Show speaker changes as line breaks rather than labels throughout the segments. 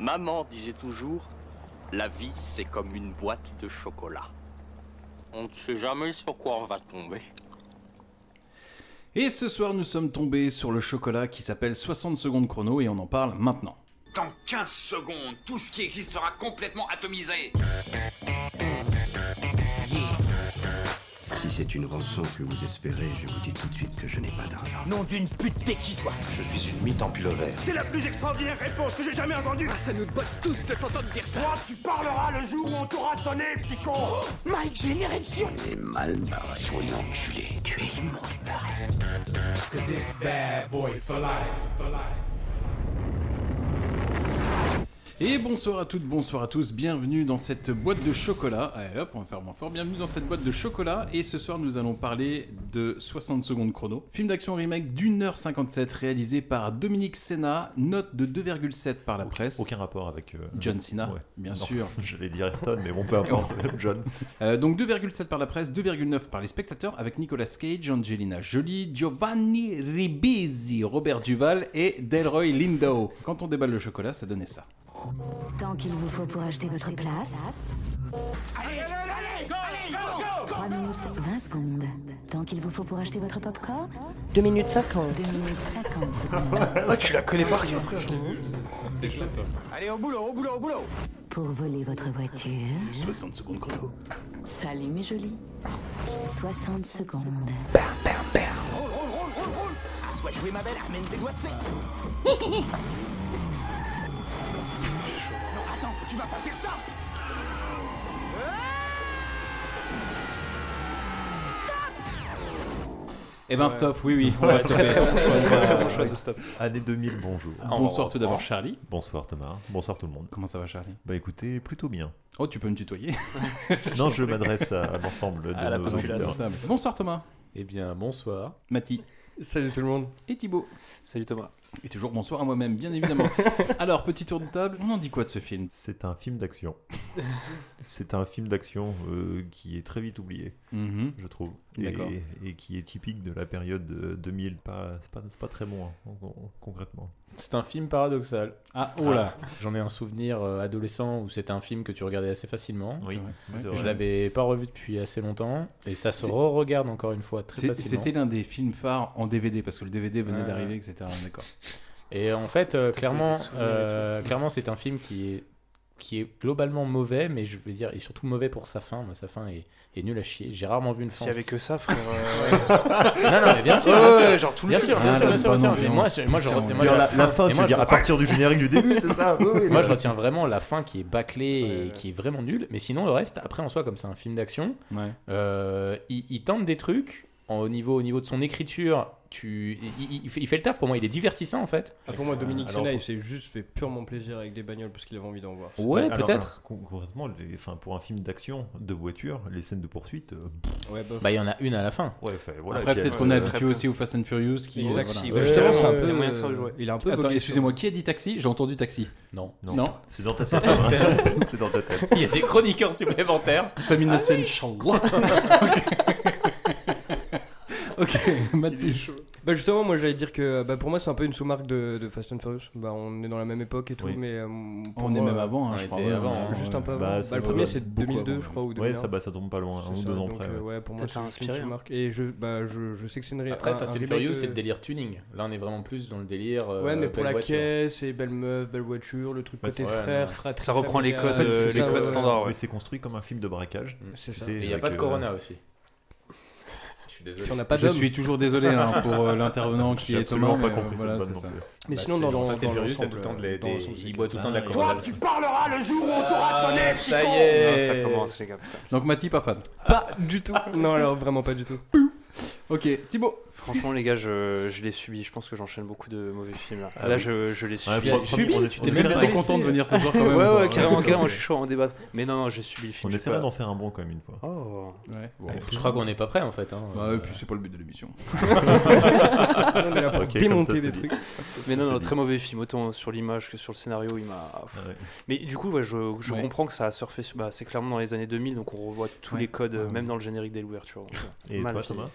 Maman disait toujours, la vie c'est comme une boîte de chocolat. On ne sait jamais sur quoi on va tomber.
Et ce soir, nous sommes tombés sur le chocolat qui s'appelle 60 secondes chrono et on en parle maintenant.
Dans 15 secondes, tout ce qui existe sera complètement atomisé.
Si c'est une rançon que vous espérez, je vous dis tout de suite que je n'ai pas d'argent.
Nom d'une pute, t'es qui toi
Je suis une mythe en pullover.
C'est la plus extraordinaire réponse que j'ai jamais entendue
Ah, ça nous botte tous de t'entendre dire ça
Toi, tu parleras le jour où on t'aura sonné, petit con oh,
My Generation
Il est mal barré. Soyez enculé, tu es immonde Cause it's bad boy
for life, for life. Et bonsoir à toutes, bonsoir à tous, bienvenue dans cette boîte de chocolat. Allez hop, on va faire moins fort. Bienvenue dans cette boîte de chocolat. Et ce soir, nous allons parler de 60 secondes chrono. Film d'action remake d'1h57 réalisé par Dominique Senna, note de 2,7 par la
aucun,
presse.
Aucun rapport avec. Euh,
John Cena, ouais. bien
non,
sûr.
J'allais dire Ayrton, mais bon, peu importe, John.
Euh, donc 2,7 par la presse, 2,9 par les spectateurs avec Nicolas Cage, Angelina Jolie, Giovanni Ribisi, Robert Duval et Delroy Lindo. Quand on déballe le chocolat, ça donnait ça.
Tant qu'il vous faut pour acheter votre place.
Allez, allez, allez, go, allez, go, go
3 minutes 20 secondes. Tant qu'il vous faut pour acheter votre popcorn.
2 minutes 50.
2 minutes 50
secondes. oh, tu la connais pas, rien. Je l'ai vu.
T'es Allez, au boulot, au boulot, au boulot
Pour voler votre voiture.
60 secondes chrono.
Salut, mais joli. 60 secondes.
Bam, bam, bam. Roule, roule, roule, roule, roule. Ah, tu vas jouer ma belle, amène tes doigts de fée. Non, attends, tu vas pas faire ça
Eh ben stop, Ah, oui oui,
on ouais, va très, très, bon choix, très, très bon choix ce stop.
Année 2000, bonjour.
Bonsoir tout d'abord Charlie.
Bonsoir Thomas, bonsoir tout le monde.
Comment ça va Charlie
Bah écoutez, plutôt bien.
Oh tu peux me tutoyer
Non, je m'adresse à l'ensemble de
à
nos auditeurs.
Bonsoir Thomas.
Eh bien bonsoir.
Mathie.
Salut tout le monde.
Et Thibaut.
Salut Thomas.
Et toujours bonsoir à moi-même, bien évidemment. Alors, petit tour de table, on en dit quoi de ce film
C'est un film d'action. C'est un film d'action euh, qui est très vite oublié, mm
Mm-hmm.
-hmm. je trouve. Et, et, qui est typique de la période 2000. Pas, c'est, pas, pas, très bon, hein, concrètement.
C'est un film paradoxal.
Ah, oh là ah.
J'en ai un souvenir euh, adolescent où c'était un film que tu regardais assez facilement.
Oui,
ouais. Je l'avais pas revu depuis assez longtemps. Et ça se re-regarde encore une fois très facilement.
C'était l'un des films phares en DVD, parce que le DVD venait ah. d'arriver, etc. D'accord.
Et en fait, euh, clairement, euh, clairement, c'est un film qui est qui est globalement mauvais, mais je veux dire, et surtout mauvais pour sa fin. Moi, sa fin est, est nulle à chier. J'ai rarement vu une fin.
S'il n'y avait que ça, frère.
Euh... non, non, mais bien sûr, bien sûr, genre tout bien sûr, bien sûr, bien sûr, bien sûr. Mais moi, moi, je retiens
moi, la, fin, fin tu veux dire à partir du générique du début, c'est ça.
Oui, moi, je retiens vraiment la fin qui est bâclée ouais, et ouais. qui est vraiment nulle. Mais sinon, le reste, après en soi, comme c'est un film d'action, euh,
ouais.
il, il tente des trucs au niveau, au niveau de son écriture, tu, il, il, fait, il, fait, le taf. Pour moi, il est divertissant en fait.
Ah, pour moi, Dominique
Euh,
Senna, alors... il s'est juste fait purement plaisir avec des bagnoles parce qu'il avait envie d'en voir.
Ouais, peut-être.
Concrètement, les, enfin, pour un film d'action de voiture, les scènes de poursuite.
Euh... Ouais, bah, il bah, y en a une à la fin.
euh, Ouais, fait, voilà,
Après, peut-être qu'on a habitué aussi au Fast and Furious qui.
Voilà.
Ouais,
justement,
ouais,
un peu, moyen euh...
Il a un peu. Attends, excusez-moi, qui a dit taxi J'ai entendu taxi.
Non.
Non. non.
C'est dans ta tête. Hein. C'est dans ta tête.
Il y a des chroniqueurs supplémentaires.
Ah
Samina Sen Ok, Mathis.
Bah justement, moi j'allais dire que bah pour moi c'est un peu une sous-marque de, de, Fast and Furious. Bah on est dans la même époque et tout, oui. mais euh,
on
moi,
est même avant, hein, je crois.
Ouais, avant, juste un peu
bah,
avant. Bah, le premier c'est 2002, je crois, ou 2001.
Ouais, ça, bah, ça tombe pas loin, un ou deux ans près.
Euh, ouais, pour moi c'est une sous-marque. Hein. Et je, bah, je, je sais que c'est une
Après, Fast and Furious c'est le délire tuning. Là on est vraiment plus dans le délire. euh,
Ouais, mais pour la caisse et belle meuf, belle voiture, le truc
Bah,
côté frère, fratrie.
Ça reprend les codes standards.
Mais c'est construit comme un film de braquage.
Mm.
Et il n'y a pas de Corona aussi.
On a pas je suis toujours désolé hein, pour euh, l'intervenant qui est Thomas. euh,
pas compris
voilà,
cette ça.
Mais bah sinon, dans, dans,
Fast Furious, tout le temps de les, des, il boit tout le temps de la commande.
Toi, tu parleras le jour où on t'aura sonné,
ah, Ça y est,
non, ça commence, les gars. Putain.
Donc, Mati, pas fan.
Pas du tout. non, alors vraiment pas du tout.
Ok, Thibaut.
Franchement, les gars, je, je l'ai subi. Je pense que j'enchaîne beaucoup de mauvais films. Là, ah, là je, je l'ai subi.
Tu l'as subi
Tu t'es même pas content de venir ce soir quand même.
Ouais, ouais, carrément, carrément, je suis chaud, on débat. Mais non, non, j'ai subi le film.
On essaiera d'en faire un bon quand même une fois.
Oh.
Ouais.
Bon. Je crois qu'on n'est pas prêt en fait. Hein.
Bah, et puis c'est pas le but de l'émission.
on est là pour
Ok,
démonter
comme ça,
des
dit.
trucs.
Mais non, non, très mauvais film. Autant sur l'image que sur le scénario, il m'a.
ouais.
Mais du coup, ouais, je, je comprends que ça a surfé. Sur... Bah, c'est clairement dans les années 2000, donc on revoit tous les codes, même dans le générique dès l'ouverture.
Et toi, Thomas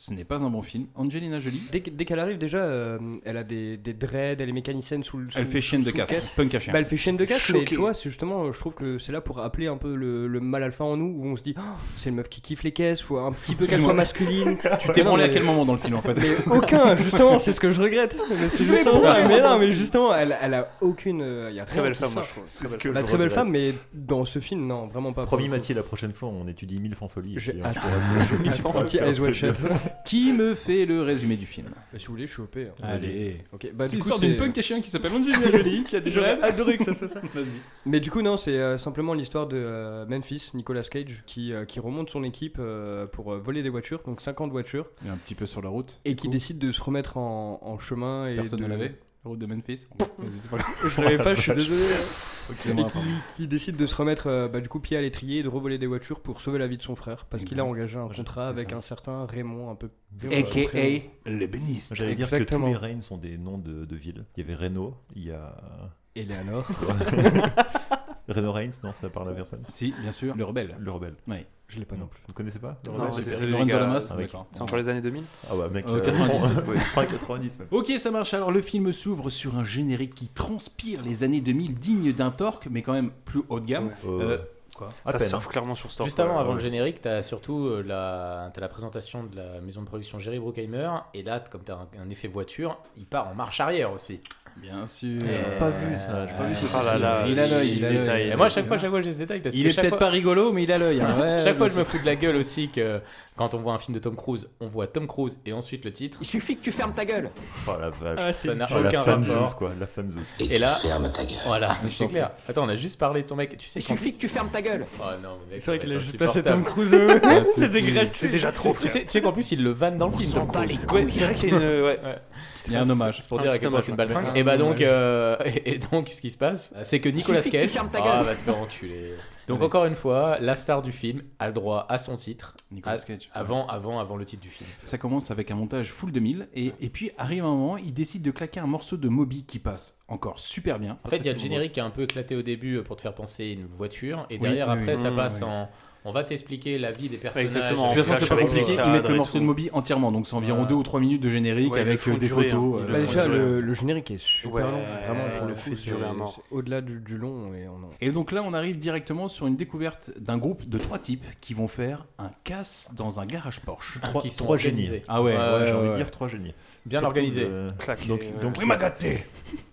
ce n'est pas un bon film. Angelina Jolie.
Dès, que- dès qu'elle arrive, déjà, euh, elle a des, des dreads, elle est mécanicienne sous le. sous-
Elle fait chienne
sous-
de
sous le
casse, punk à chien.
Bah, elle fait chienne de casse, mais
Choqué.
tu vois, c'est justement, euh, je trouve que c'est là pour appeler un peu le, le mal alpha en nous, où on se dit, Oh, c'est une meuf qui kiffe les caisses, faut un petit peu qu'elle
Excuse-moi.
soit masculine.
Tu t'es
Non,
branlé à
mais-
quel moment dans le film, en fait
Mais aucun, justement, c'est ce que je regrette. Mais c'est
Mais
justement
pourquoi
ça. Mais non, mais justement, elle, elle a aucune. euh, y a
Très
rien
belle
qui
femme, moi,
sort.
je trouve.
C'est ce
Très belle
que
femme.
Bah,
je
très belle
regrette.
femme, mais dans ce film, non, vraiment pas.
Promis Mathieu, la prochaine fois, on étudie 1000 fanfolies. et
J'ai
puis on
hâte.
pourra- on
J'ai
pourra
hâte.
faire
Eyes Wide
plaisir.
Shut.
Qui me fait le résumé du film
Bah, si vous voulez, je suis OP. hein.
Allez.
Ok, bah,
c'est
du coup,
l'histoire
c'est-
d'une punk à chien qui s'appelle Angelina Jolie, qui a des
J'aurais
dreads.
adoré que ça soit ça.
Vas-y.
Mais du coup, non, c'est euh, simplement l'histoire de euh, Memphis, Nicolas Cage, qui, euh, qui remonte son équipe euh, pour euh, voler des voitures, donc 50 voitures.
Et un petit peu sur la route.
Et
du
qui
coup.
décide de se remettre en, en chemin. Et
Personne
de-
ne l'avait La route de Memphis Vas-y, c'est pas grave.
Je l'avais pas, je suis désolé.
Excusez-moi,
Et qui,
pardon.
qui décide de se remettre euh, bah, du coup pied à l'étrier et de revoler des voitures pour sauver la vie de son frère parce qu'il a
Exact.
engagé un
Je-
contrat
c'est
avec
ça.
un certain Raymond un peu.
Prénom.
l'ébéniste.
J'allais dire que tous
Exactement.
les reines sont des noms de, de villes. Il y avait Renault, il y a.
Eleanor.
Renault Reigns, non, ça parle à personne.
Si, bien sûr. Le rebelle.
Le rebelle.
Oui.
Je l'ai pas non plus.
Vous connaissez pas
Non,
Rebelle,
c'est
super.
celui Lorenzo avec, euh, Lamas,
Ah, mec.
d'accord.
C'est encore les années 2000
Ah ouais, mec.
Euh,
euh,
90.
ouais, fin 90 même.
Ok, ça marche. Alors, le film s'ouvre sur un générique qui transpire les années 2000, digne d'un torque, mais quand même plus haut de gamme.
Euh,
Euh, quoi
Ça surfe clairement sur Storm.
Juste avant, avant le générique, t'as surtout euh, la, t'as la présentation de la maison de production Jerry Bruckheimer. Et là, t- comme t'as un, un effet voiture, il part en marche arrière aussi. Euh,
Bien sûr.
J'ai pas vu ça, j'ai pas vu ce-
Ah là là,
Il a l'œil,
j'ai
il a
des détails.
l'œil.
Et moi, à chaque fois, à chaque fois, j'ai ce détail parce
Il
que
est
chaque
peut-être
fois-
pas rigolo, mais il a l'œil. hein. Ouais,
chaque fois,
bien
je me
sûr.
fous de la gueule aussi que quand on voit un film de Tom Cruise, on voit Tom Cruise et ensuite le titre.
Il suffit que tu fermes ta gueule.
Oh la vache.
Ah, c'est
Oh,
une-
la
aucun
fanzone,
rapport.
quoi, la fanzone.
Et là,
Ferme ta gueule.
voilà,
Ah,
Je
c'est
sens
clair. Attends, on a juste parlé de ton mec. Tu sais
Il
qu'en
suffit
plus-
que tu fermes ta gueule.
Oh non, mais mec,
C'est vrai
ça
qu'il
va
a
être
juste placé Tom Cruise.
insupportable.
ouais. C'était gratuit.
C'est déjà trop,
Tu sais, tu sais qu'en plus, il le vanne dans le film, Tom Cruise.
Ouais, c'est vrai qu'il y a une. Ouais.
Il y a un hommage.
Pour dire à quel point c'est une balle
Ah,
Et bah donc,
ouais.
euh, et, et donc, ce qui se passe, c'est que Nicolas
suffit que tu
Cage.
fermes ta
Ah,
gueule.
va te faire enculer. Donc, encore une fois, la star du film a le droit à son titre.
Nicolas
à-
Cage.
Avant, avant, avant le titre du film.
Ah, Ça commence avec un montage full 2000 et, et puis arrive un moment, il décide de claquer un morceau de Moby qui passe encore super bien.
En fait, il y a le générique qui a un peu éclaté au début euh, pour te faire penser à une voiture. Et
Oui,
derrière,
oui,
après,
oui.
ça
Mmh,
passe
oui.
en. On va t'expliquer la vie des personnages.
Exactement,
De toute façon, c'est pas
Avec
compliqué.
les
Ils mettent
cadres
le
et
morceau de
tout.
Moby entièrement, donc c'est environ 2 ou 3 minutes de générique
Ouais, ils le
avec
font
euh, des
durer,
photos.
hein, ils
euh,
Bah, déjà,
Ouais.
le, le générique est super
Ouais,
long. Vraiment,
ouais,
pour le
ouais,
coup, c'est
durer à mort.
c'est au-delà du, du long. Et on en-
Et donc là, on arrive directement sur une découverte d'un groupe de trois types qui vont faire un casse dans un garage Porsche.
Trois,
qui sont
trois génies.
organisés.
Ah ouais, ouais,
j'ai
ouais,
envie de
ouais.
dire trois génies.
Bien
Surtout,
organisés.
euh,
Claqués,
donc,
ouais.
donc,
Oui,
il y a-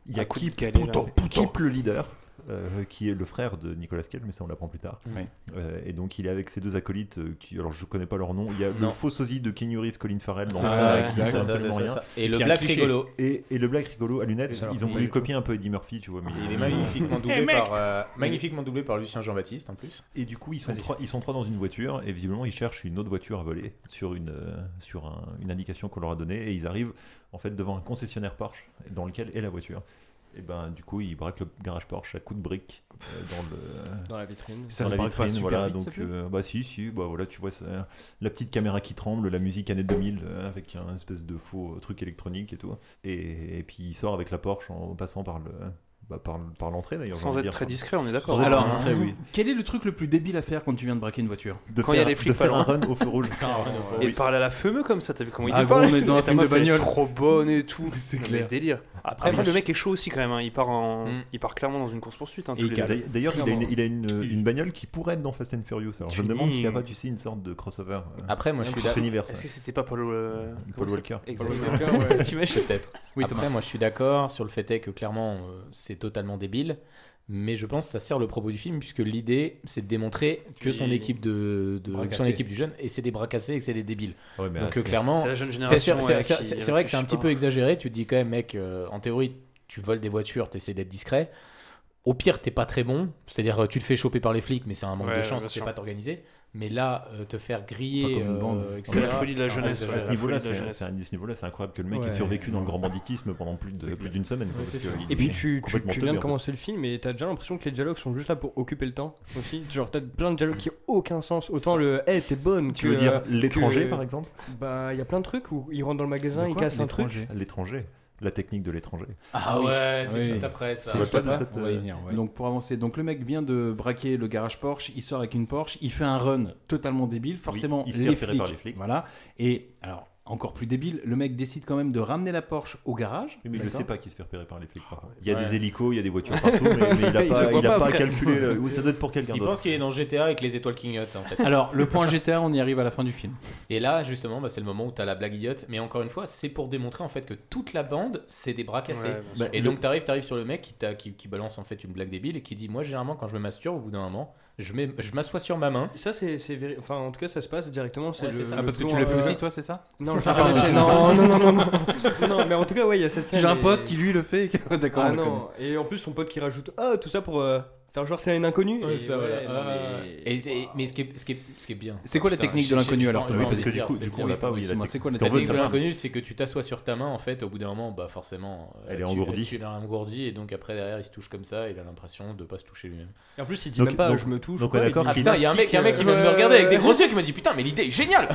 Il y a
Un coup de
Kip,
galet, là.
Puto, Puto. hein. Kip le leader, euh, qui est le frère de Nicolas Cage, mais ça on l'apprend plus tard.
Ouais.
Euh, et donc il est avec ses deux acolytes, euh, qui, alors je connais pas leur nom. Il y a le
Non.
faux sosie de Keanu Reeves, Colin Farrell, dans
C'est
ça,
ça,
qui ne sert
exact.
absolument
C'est ça,
rien.
c'est ça. Et le
Qui est un
black
cliché.
rigolo.
Et, et le black rigolo à
Et
lunettes,
ça leur
ils ont
fait
voulu
pas
copier un peu Eddie Murphy, tu vois. mais-
Il est magnifiquement doublé,
mec
par, euh, magnifiquement doublé par Lucien Jean-Baptiste en plus.
Et du coup, ils sont, trois, ils sont trois dans une voiture et visiblement ils cherchent une autre voiture à voler sur une, euh, sur un- une indication qu'on leur a donnée et ils arrivent en fait devant un concessionnaire Porsche dans lequel est la voiture. Et ben du coup, ils braquent le garage Porsche à coups de briques euh, dans le
Dans la vitrine.
Ça
dans
se
la
braque pas
vitrine,
super
voilà.
vite, ça,
donc
puis
euh, bah si si, bah voilà, tu vois ça- la petite caméra qui tremble, la musique années 2000 euh, avec un espèce de faux euh, truc électronique et tout. Et, et puis il sort avec la Porsche en passant par le bah, par, par l'entrée d'ailleurs. j'ai
Sans
envie de
être
dire.
très discret, on est d'accord.
Sans être
Alors,
très discret, oui.
quel est le truc le plus débile à faire quand tu viens de braquer une voiture
de
Quand il y
faire,
a les flics
de faire
pas
un
loin.
run au feu rouge.
Et il parle à la fumeux comme ça, t'as vu comment il
Ah,
est parlé
gros, on est dans un
Et ta
film de
meuf, elle est
bagnole.
trop bonne et tout. C'est
clair.
délire. Après,
Ah, moi,
le
je-
mec est chaud aussi quand même. hein. Il, part en...
Mm.
il part clairement dans une course-poursuite. hein,
Et
tous
il
les
cale.
deux.
D'ailleurs, d'ailleurs, il a,
Clairement.
une, il a une, une bagnole qui pourrait être dans Fast and Furious. Alors, je me demande s'il n'y a
Tuning.
pas, tu sais, une sorte de crossover. euh,
Après, moi, Ah, je
dans
suis
cet
d'accord.
univers.
Est-ce
ouais.
que c'était pas Paul, euh, comment
Paul
ça-
Walker.
Exactement.
Paul
Walker, ouais.
T'imagines
Peut-être.
Oui,
Après,
Thomas.
moi, je suis d'accord sur le fait est que clairement, euh, c'est totalement débile. Mais je pense que ça sert le propos du film, puisque l'idée, c'est de démontrer que son
Oui.
équipe, de, de-
Bras
que son
cassés.
équipe du jeune, et c'est des bras cassés et que c'est des débiles.
Ouais, mais,
Donc,
euh,
euh, clairement,
C'est la jeune
c'est
génération.
sûr- c'est-
ouais,
c'est-
qui
c'est- c'est vrai que c'est un
réfléchit
petit
pas.
peu exagéré. Tu te dis quand même, mec, euh, en théorie, tu voles des voitures, tu essaies d'être discret. Au pire, t'es pas très bon. C'est-à-dire, euh, tu te fais choper par les flics, mais c'est un manque
Ouais,
de
bien
chance, tu sais
sûr.
pas t'organiser. Mais là, euh, te faire griller,
Pas comme une bande.
euh,
C'est la
etc.,
folie de la
ça
jeunesse,
reste-
ouais.
à ce
la
niveau-là,
folie de la
c'est
jeunesse.
c'est un- à ce niveau-là, c'est incroyable que le mec
Ouais.
ait survécu dans le grand banditisme pendant plus de- plus d'une semaine. quoi, parce que il
Et puis
est
tu, tu,
complètement
tu viens
teubé,
de
en fait.
commencer le film et t'as déjà l'impression que les dialogues sont juste là pour occuper le temps aussi. Genre t'as plein de dialogues qui ont aucun sens. Autant le Eh t'es bonne.
Tu
que,
veux
euh,
dire l'étranger,
que-
par exemple
Bah il y a plein de trucs où ils rentrent dans le magasin,
De
ils
quoi,
cassent un truc.
l'étranger
L'étranger. La technique de l'étranger.
Ah ouais, c'est
Oui.
juste après
Ça
ça.
va
Juste
pas de
après.
cette,
On va y
euh,
venir, ouais. Donc pour avancer, donc le mec vient de braquer le garage Porsche, il sort avec une Porsche, il fait un run totalement débile, forcément
il se fait
les,
repérer
flics,
par les flics.
Voilà. Et alors encore plus débile, le mec décide quand même de ramener la Porsche au garage.
Mais il ne
D'accord.
sait pas qu'il se fait repérer par les flics. par contre. Il y a
Ouais.
des hélicos, il y a des voitures partout, mais, mais il n'a
le
pas,
voit
il a pas
après.
calculé. le- Oui, ça doit être pour quelqu'un
Il
d'autre.
pense qu'il est dans GTA avec les étoiles clignotent hein. en fait.
Alors, le point GTA, on y arrive à la fin du film.
Et là, justement, bah, c'est le moment où t'as la blague idiote. Mais encore une fois, c'est pour démontrer en fait que toute la bande, c'est des bras cassés.
Ouais, bien sûr.
et
Bah,
donc,
le-
t'arrives, t'arrives sur le mec qui, t'a- qui, qui balance en fait une blague débile et qui dit Moi, généralement, quand je me masturbe, au bout d'un moment, je, mets- je m'assois sur ma main.
Ça, c'est. c'est véri- Enfin, en tout cas, ça se passe directement. C'est
Ouais,
le-
c'est ça.
le
Ah, parce que
plan,
tu l'as fait
euh,
aussi, toi, c'est ça
Non, je
Ah,
l'ai jamais fait.
pardon.
Non, non, non, non, non. Non, mais en tout cas, ouais, il y a cette scène.
J'ai un
et-
pote qui, lui, le fait. D'accord,
Ah
on le
non, et en plus, son pote qui rajoute Ah, tout ça pour euh, faire genre c'est un inconnu.
Ouais,
Et
ça, voilà.
ouais, non,
Ah.
mais-
Et c'est- mais ce qui est, ce qui est- ce qui est bien.
C'est quoi la
Putain,
technique
je-
de
je-
l'inconnu,
je-
alors
je-
Oui,
je-
parce
je-
que
je-
du coup-
je-
du coup,
je-
on
je-
l'a pas, oui, la
excuse-moi,
technique.
C'est quoi la
Parce qu'on
technique
veut
de
savoir.
l'inconnu C'est que tu t'assois sur ta main, en fait, au bout d'un moment, bah forcément. euh,
Elle est
tu-
engourdie.
Tu l'as engourdie, et donc après, derrière, il se touche comme ça, il a l'impression de pas se toucher lui-même.
Ah,
Et en plus, il dit même pas, je me touche
Donc,
ou
on est euh,
pas,
d'accord
Ah
qu'il-
putain, il y a un mec, il y a un mec qui
euh,
vient de me regarder avec des gros yeux qui m'a dit Putain, mais l'idée est géniale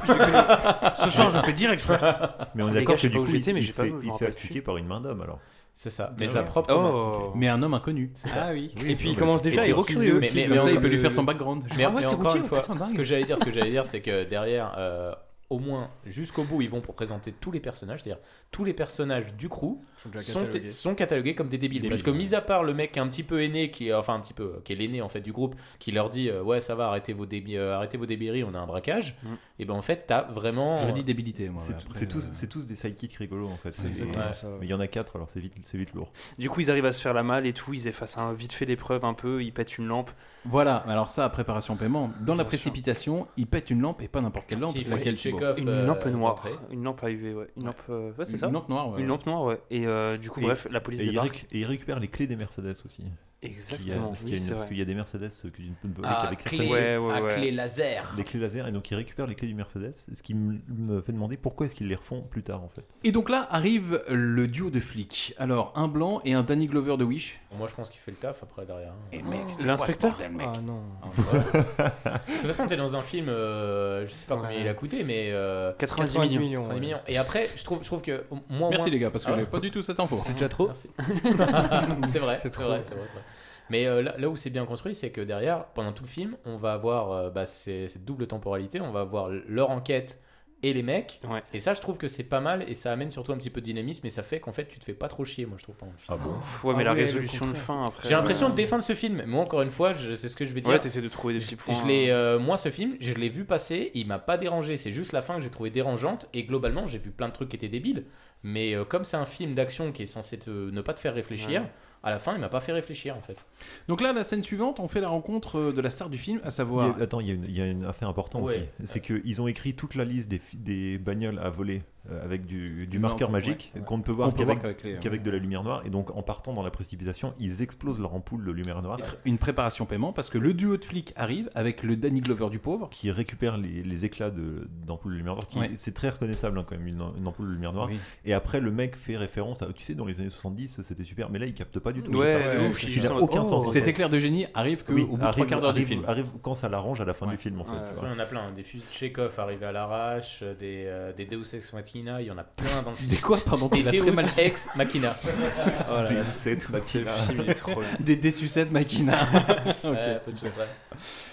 Ce soir, je le fais direct, frère.
Mais on est
Les gars,
d'accord
je
que
sais
du
pas où
coup, il
j'étais, mais
il
j'ai
se
pas
fait-
vu, je
il
m'en
se fait
rappelle
astiquer par une main d'homme alors.
C'est ça,
mais sa
Oh.
propre
Oh.
main. Mais un homme inconnu. Ah oui.
Et puis, il commence déjà à
Et
être
puis,
curieux.
mais-
aussi,
mais-
comme
mais
ça,
en-
il peut lui faire
le-
son background.
Mais,
Ah ouais,
mais
t'es
encore
routier,
une fois,
putain, dingue.
ce que j'allais dire, ce que j'allais dire, c'est que derrière, euh, au moins jusqu'au bout, ils vont pour présenter tous les personnages, c'est-à-dire tous les personnages du crew
Sont
sont,
déjà
sont
catalogués.
catalogués. comme des débiles.
Débiles,
Parce que
ouais.
mis à part le mec qui est un petit peu aîné, qui est- enfin un petit peu, euh, qui est l'aîné en fait du groupe, qui leur dit euh, ouais ça va, arrêtez vos débi- euh, arrêtez vos débileries, on a un braquage.
Mm.
Et ben en fait t'as vraiment.
J'aurais dit débilité, moi,
C'est
après,
c'est tous,
euh.
c'est tous des sidekicks rigolos en fait.
C'est exactement
Et-
ça, ouais.
Mais il y en a 4 alors c'est vite, c'est vite lourd.
Du coup, ils arrivent à se faire la malle et tout. Ils effacent un, vite fait l'épreuve un peu. Ils pètent une lampe.
Voilà, alors ça, préparation paiement. Dans la précipitation, il pète une lampe et pas n'importe quelle lampe.
Petit
laquelle
effet
Thibaut
Chekhov, Une euh, lampe noire. Une lampe à UV, ouais. Une lampe, euh, ouais, c'est
Une
ça
lampe noire, ouais,
Une
ouais.
lampe noire, ouais. Et euh, du coup,
Et-
bref, la police
et il
débarque.
récu- Et il récupère les clés des Mercedes aussi.
Exactement,
Parce qu'il y a, parce qu'il y a
oui,
une-
c'est
parce
vrai.
qu'il y a des Mercedes euh, qui ne peuvent voler
Ah,
qu'avec
clé-
certaines-
Ouais, ouais, à ouais. clé laser.
Des clés laser, et donc il récupère les clés du Mercedes, ce qui me me fait demander pourquoi est-ce qu'ils les refont plus tard en fait.
Et donc là arrive le duo de flics. Alors, un blanc et un Danny Glover de Wish.
Moi je pense qu'il fait le taf après derrière. hein.
Eh,
Et mec, c'est
L'inspecteur
quoi ce bordel, mec
Ah non.
Ah, ouais. de toute façon, t'es dans un film, euh, je sais pas combien
Ouais.
il a coûté, mais. euh,
90
90
millions,
90
ouais.
millions. Et après, je trouve, je trouve que. au- Moi, au
Merci
moins-
les gars, parce que
Ah ouais
j'avais pas du tout cette info.
C'est déjà
trop.
c'est vrai,
C'est
c'est
trop.
vrai, c'est vrai, c'est vrai. Mais euh, là, là où c'est bien construit, c'est que derrière, pendant tout le film, on va avoir euh, bah, ces- cette double temporalité, on va avoir leur enquête et les mecs. Et ça, je trouve que c'est pas mal et ça amène surtout un petit peu de dynamisme et ça fait qu'en fait, tu te fais pas trop chier, moi, je trouve, pendant le film.
Ah bon
Ouais, mais la résolution de fin après.
J'ai l'impression
euh,
de défendre ce film. Moi, encore une fois, je- c'est ce que je vais dire.
Ouais, t'essaies de trouver des
Je-
petits points.
Je l'ai, euh, moi, ce film, je l'ai vu passer. Il m'a pas dérangé. C'est juste la fin que j'ai trouvé dérangeante. Et globalement, j'ai vu plein de trucs qui étaient débiles. Mais euh, comme c'est un film d'action qui est censé te- ne pas te faire réfléchir,
Ouais.
à la fin, il m'a pas fait réfléchir en fait.
Donc là, la scène suivante, on fait la rencontre euh, de la star du film, à savoir.
Il y a- attends, il y, a une- il y a une affaire importante
Ouais.
aussi. C'est qu'ils ont écrit toute la liste des, fi- des bagnoles à voler euh, avec du, du
Non,
marqueur
ouais,
magique
ouais.
qu'on ne peut
On
voir
peut
qu'avec
voir qu'avec les- euh,
qu'avec de la lumière noire. Et donc en partant dans la précipitation, ils explosent leur ampoule de lumière noire.
Une préparation paiement parce que le duo de flics arrive avec le Danny Glover du pauvre.
Qui récupère les, les éclats de- d'ampoule de, lumière noire. qui-
Ouais.
C'est très reconnaissable hein, quand même, une, une ampoule de lumière noire.
Oui.
Et après, le mec fait référence à. Tu sais, dans les années 70, c'était super, mais là, il capte pas du tout.
Ouais,
C'est
ouais,
parce
ouais,
qu'il
il
a
sent-
aucun
oh,
sens.
cet éclair de génie arrive que
Oui,
au bout de
arrive-
trois quarts d'heure du
arrive-
film.
Arrive quand ça l'arrange à la fin
Ouais.
du film, en fait.
Ouais,
tu
ouais,
vois.
il y en a plein. hein. Des fusils de Chekhov arrivés à l'arrache, des, euh, des Deus Ex Machina, il y en a plein dans le film.
Des quoi, pardon, tu
Des
l'as très
Deus
mal-
Ex Machina.
Oh là là, Deus
c'est- Ex Machina.
ce film, il est trop bien.
Des, des sucettes Machina. Ok,
Ouais,
c'est
c'est
bien.
vrai.